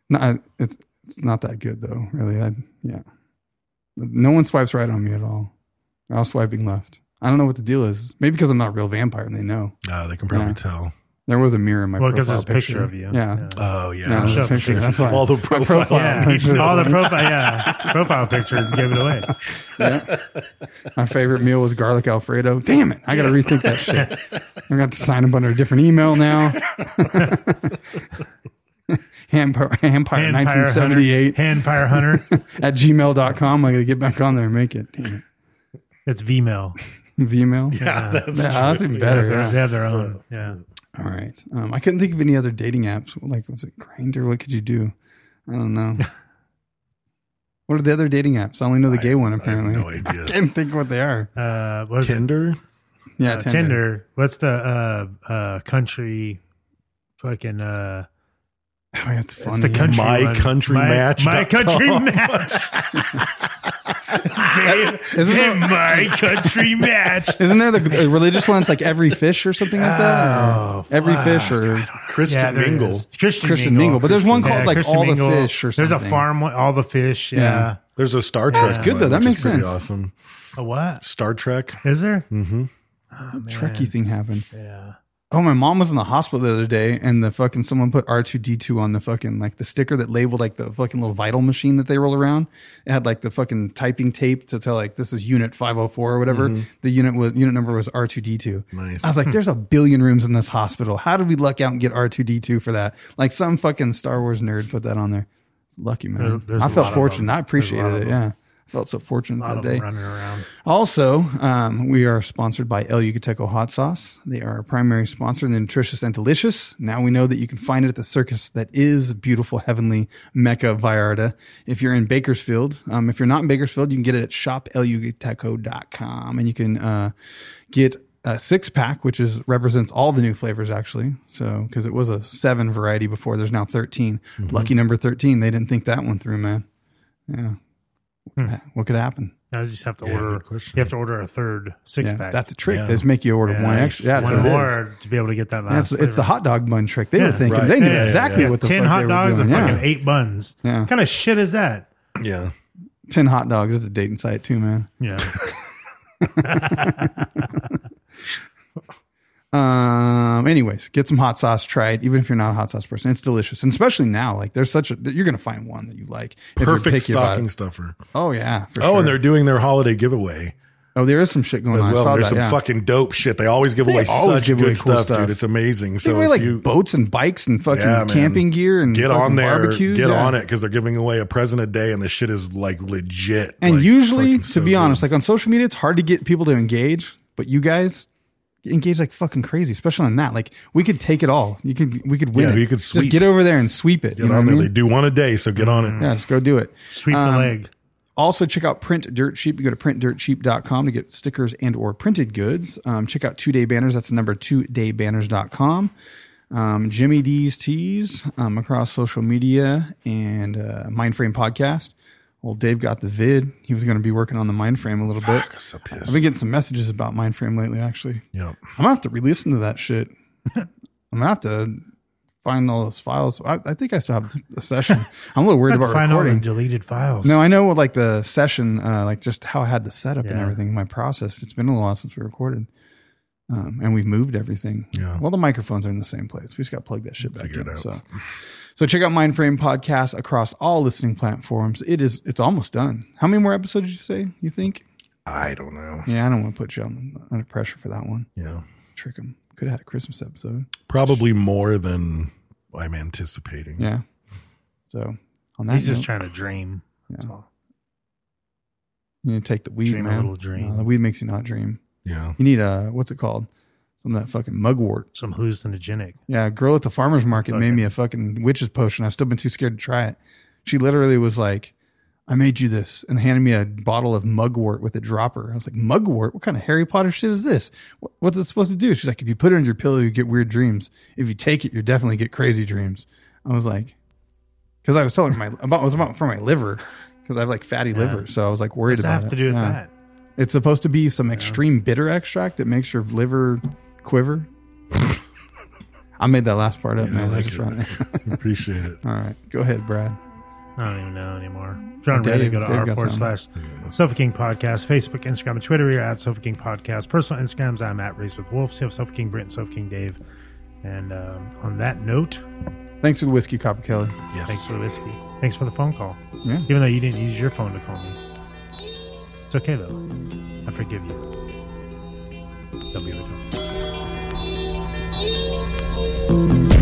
Speaker 3: no, I- it's it's not that good though. Really, I yeah. No one swipes right on me at all. They're all swiping left. I don't know what the deal is. Maybe because I'm not a real vampire and they know.
Speaker 2: Uh, they can probably tell.
Speaker 3: There was a mirror in my
Speaker 1: Well, 'cause
Speaker 3: profile
Speaker 1: there's a picture of you.
Speaker 3: Yeah.
Speaker 1: Yeah.
Speaker 2: Oh, yeah.
Speaker 3: No, there's a
Speaker 1: Sure,
Speaker 3: picture.
Speaker 1: sure.
Speaker 3: That's why
Speaker 1: All the
Speaker 3: my
Speaker 1: profiles. Yeah.
Speaker 3: picture.
Speaker 1: All the profile- yeah. Profile pictures gave it away.
Speaker 3: Yeah. My favorite meal was garlic Alfredo. Damn it. I got to rethink that shit. I got to sign up under a different email now. Hampire, Hampire
Speaker 1: Handpire
Speaker 3: 1978
Speaker 1: Handpire Hunter.
Speaker 3: at gmail.com. I got to get back on there and make it. Damn
Speaker 1: It's Vmail.
Speaker 3: it. Vmail. yeah, that's even better.
Speaker 1: They have, their,
Speaker 3: yeah. Uh,
Speaker 1: they have their own. Yeah.
Speaker 3: All right. Um, I couldn't think of any other dating apps. Like, was it Grinder? What could you do? I don't know. what are the other dating apps? I only know the gay one, apparently.
Speaker 2: no idea.
Speaker 3: I can't think of what they are.
Speaker 1: Uh, what is it?
Speaker 2: Tinder.
Speaker 3: Yeah,
Speaker 1: Uh, Tinder.
Speaker 3: Tinder.
Speaker 1: What's the uh, uh, country? Fucking. Uh,
Speaker 3: Oh, yeah, it's funny.
Speaker 1: it's the country.
Speaker 2: My
Speaker 1: one.
Speaker 2: country
Speaker 1: my,
Speaker 2: match
Speaker 1: My
Speaker 2: dot
Speaker 1: country
Speaker 2: com.
Speaker 1: match. Damn,
Speaker 3: Isn't
Speaker 1: damn my country match.
Speaker 3: Isn't there the, the religious ones like every fish or something like that? Or
Speaker 1: Oh,
Speaker 3: every
Speaker 1: fuck.
Speaker 3: fish or
Speaker 2: Christian
Speaker 1: Yeah, there it
Speaker 2: Mingle.
Speaker 1: is. Christian,
Speaker 3: Christian
Speaker 1: Mingle.
Speaker 3: Mingle, but there's one
Speaker 1: Christian-
Speaker 3: called, like,
Speaker 1: Christian
Speaker 3: All the Fish or
Speaker 1: There's a
Speaker 3: something.
Speaker 1: farm one, all the fish. Yeah.
Speaker 3: Yeah.
Speaker 2: There's a Star Trek.
Speaker 3: that's good,
Speaker 2: one,
Speaker 3: though. That
Speaker 2: which is
Speaker 3: makes
Speaker 2: pretty
Speaker 3: sense.
Speaker 2: Awesome.
Speaker 1: A what?
Speaker 2: Star Trek.
Speaker 1: Is there?
Speaker 3: Hmm. Trekkie thing happened.
Speaker 1: Oh, Yeah.
Speaker 3: Oh, my mom was in the hospital the other day, and the fucking someone put R two D two on the fucking like the sticker that labeled like the fucking little vital machine that they roll around. It had like the fucking typing tape to tell like this is unit five hundred four or whatever. The unit was unit number was R two D two.
Speaker 2: Nice.
Speaker 3: I was like, there's a billion rooms in this hospital. How did we luck out and get R two D two for that? Like some fucking Star Wars nerd put that on there. Lucky
Speaker 1: There-
Speaker 3: man.
Speaker 1: there's
Speaker 3: I
Speaker 1: a lot
Speaker 3: felt
Speaker 1: of them.
Speaker 3: fortunate.
Speaker 1: There's a lot
Speaker 3: I appreciated
Speaker 1: of
Speaker 3: it.
Speaker 1: them.
Speaker 3: Yeah. I felt so fortunate
Speaker 1: A lot
Speaker 3: that
Speaker 1: of them
Speaker 3: day.
Speaker 1: running around.
Speaker 3: Also, um, we are sponsored by El Yucateco Hot Sauce. They are our primary sponsor in the Nutritious and Delicious. Now we know that you can find it at the circus that is beautiful, heavenly Mecca Vallarta. If you're in Bakersfield, um, if you're not in Bakersfield, you can get it at shopelyucateco.com and you can uh, get a six pack, which is represents all the new flavors actually. So because it was a seven variety before, there's now 13. Lucky number 13. They didn't think that one through, man. Yeah. What could happen?
Speaker 1: Now you just have to
Speaker 2: Yeah,
Speaker 1: order.
Speaker 2: good question.
Speaker 1: You have to order a third six
Speaker 3: yeah,
Speaker 1: pack.
Speaker 3: That's a trick.
Speaker 2: Yeah.
Speaker 3: They just make you order
Speaker 1: Yeah.
Speaker 3: one extra. Yeah, that's
Speaker 1: one
Speaker 3: what it is.
Speaker 1: more to be able to get that last.
Speaker 3: That's, it's the
Speaker 1: flavor.
Speaker 3: hot dog bun trick. They
Speaker 1: Yeah.
Speaker 3: were thinking.
Speaker 2: Right.
Speaker 3: They knew
Speaker 2: Yeah, yeah,
Speaker 3: exactly
Speaker 2: yeah.
Speaker 3: what the
Speaker 1: ten
Speaker 3: fuck
Speaker 1: hot
Speaker 3: they
Speaker 1: dogs
Speaker 3: were
Speaker 1: and
Speaker 3: doing.
Speaker 1: fucking
Speaker 3: yeah.
Speaker 1: eight buns.
Speaker 3: Yeah.
Speaker 1: What kind of shit is that?
Speaker 2: Yeah.
Speaker 3: Ten hot dogs. It's a dating site too, man.
Speaker 1: Yeah.
Speaker 3: Um. Anyways, get some hot sauce. Try it, even if you're not a hot sauce person. It's delicious, and especially now, like there's such a you're gonna find one that you like. if you're
Speaker 2: Perfect
Speaker 3: picky about
Speaker 2: stocking
Speaker 3: it.
Speaker 2: stuffer.
Speaker 3: Oh yeah. for
Speaker 2: Oh,
Speaker 3: sure.
Speaker 2: and they're doing their holiday giveaway
Speaker 3: oh there is some shit going
Speaker 2: as
Speaker 3: on. I
Speaker 2: well.
Speaker 3: saw
Speaker 2: There's
Speaker 3: that,
Speaker 2: some
Speaker 3: yeah.
Speaker 2: fucking dope shit. They always give
Speaker 3: They
Speaker 2: away
Speaker 3: always
Speaker 2: such
Speaker 3: give
Speaker 2: good
Speaker 3: away cool
Speaker 2: stuff,
Speaker 3: stuff.
Speaker 2: dude. It's amazing.
Speaker 3: They
Speaker 2: So
Speaker 3: wear,
Speaker 2: if
Speaker 3: like
Speaker 2: you
Speaker 3: boats and bikes and fucking
Speaker 2: Yeah, man.
Speaker 3: camping gear and
Speaker 2: get
Speaker 3: fucking
Speaker 2: on there,
Speaker 3: barbecues.
Speaker 2: get
Speaker 3: yeah.
Speaker 2: on it because they're giving away a present a day, and the shit is like legit.
Speaker 3: And
Speaker 2: like,
Speaker 3: usually,
Speaker 2: fucking
Speaker 3: to
Speaker 2: so
Speaker 3: be
Speaker 2: good.
Speaker 3: honest, like on social media, it's hard to get people to engage, but you guys engage like fucking crazy, especially on that. Like we could take it all. You could we could win.
Speaker 2: Yeah,
Speaker 3: it.
Speaker 2: you could
Speaker 3: just
Speaker 2: sweep.
Speaker 3: get over there and sweep it.
Speaker 2: get
Speaker 3: you know
Speaker 2: on
Speaker 3: what
Speaker 2: there.
Speaker 3: I
Speaker 2: They
Speaker 3: mean?
Speaker 2: do one a day, so get on it.
Speaker 3: Yeah, just go do it.
Speaker 1: Sweep the
Speaker 3: Um,
Speaker 1: leg.
Speaker 3: Also, check out Print Dirt Cheap. You go to printdirtcheap.com to get stickers and or printed goods. Um, check out Two Day Banners. That's the number, twodaybanners.com. Um, Jimmy D's Tees um, across social media and uh, Mindframe Podcast. Well, Dave got the vid. He was going to be working on the Mindframe a little bit.
Speaker 2: so pissed.
Speaker 3: I've been getting some messages about Mindframe lately, actually.
Speaker 2: Yeah.
Speaker 3: I'm going to have to re-listen to that shit. I'm going to have to find all those files. I, I think I still have a session. I'm a little worried about
Speaker 1: Find all the
Speaker 3: recording.
Speaker 1: deleted files.
Speaker 3: No, I know like the session, uh, like just how I had the setup and
Speaker 1: Yeah.
Speaker 3: everything, my process. It's been a while since we recorded. Um, and we've moved everything.
Speaker 2: Yeah.
Speaker 3: Well, the microphones are in the same place. We just got to plug that shit back
Speaker 2: Figure it
Speaker 3: in.
Speaker 2: out.
Speaker 3: So, so check out Mindframe podcast across all listening platforms. It is, it's almost done. How many more episodes did you say you think?
Speaker 2: I don't know.
Speaker 3: Yeah. I don't want to put you on, under pressure for that one.
Speaker 2: Yeah.
Speaker 3: Trick them. Could have had a Christmas episode.
Speaker 2: Probably more than I'm anticipating.
Speaker 3: Yeah. So on that,
Speaker 1: He's just
Speaker 3: note,
Speaker 1: trying to dream. That's
Speaker 3: Yeah.
Speaker 1: all.
Speaker 3: you need to take the weed,
Speaker 1: Dream a
Speaker 3: man.
Speaker 1: little dream.
Speaker 3: No, the weed makes you not dream.
Speaker 2: Yeah.
Speaker 3: You need a what's it called? Some of that fucking mugwort.
Speaker 1: Some hallucinogenic.
Speaker 3: Yeah, a girl at the farmer's market made
Speaker 1: Okay.
Speaker 3: me a fucking witch's potion. I've still been too scared to try it. She literally was like, I made you this and handed me a bottle of mugwort with a dropper. I was like, Mugwort? What kind of Harry Potter shit is this? Wh- What's it supposed to do? She's like, If you put it under your pillow, you get weird dreams. If you take it, you definitely get crazy dreams. I was like, Because I was telling her my, about, it was about for my liver. because I have like fatty liver. So I was like worried
Speaker 1: Does it
Speaker 3: about
Speaker 1: have
Speaker 3: it.
Speaker 1: to do with
Speaker 3: Yeah.
Speaker 1: that?
Speaker 3: It's supposed to be some extreme bitter extract that makes your liver quiver. I made that last part up, man. I just trying to-
Speaker 2: Appreciate it.
Speaker 3: All right, go ahead, Brad.
Speaker 1: I don't even know anymore. If you're on
Speaker 3: Dave-
Speaker 1: Reddit, go to
Speaker 3: Dave
Speaker 1: r
Speaker 3: got
Speaker 1: forward slash
Speaker 3: something.
Speaker 1: Sofa King Podcast, Facebook, Instagram, and Twitter. We're at Sofa King Podcast. Personal Instagrams, I'm at Race with Wolves. You have Sofa King Brent, Sofa King Dave. And um, on that note,
Speaker 3: Thanks for the whiskey, Copper Kelly.
Speaker 1: thanks for the whiskey. Thanks for the phone call.
Speaker 3: Yeah.
Speaker 1: Even though you didn't use your phone to call me. It's okay, though. I forgive you. Don't be with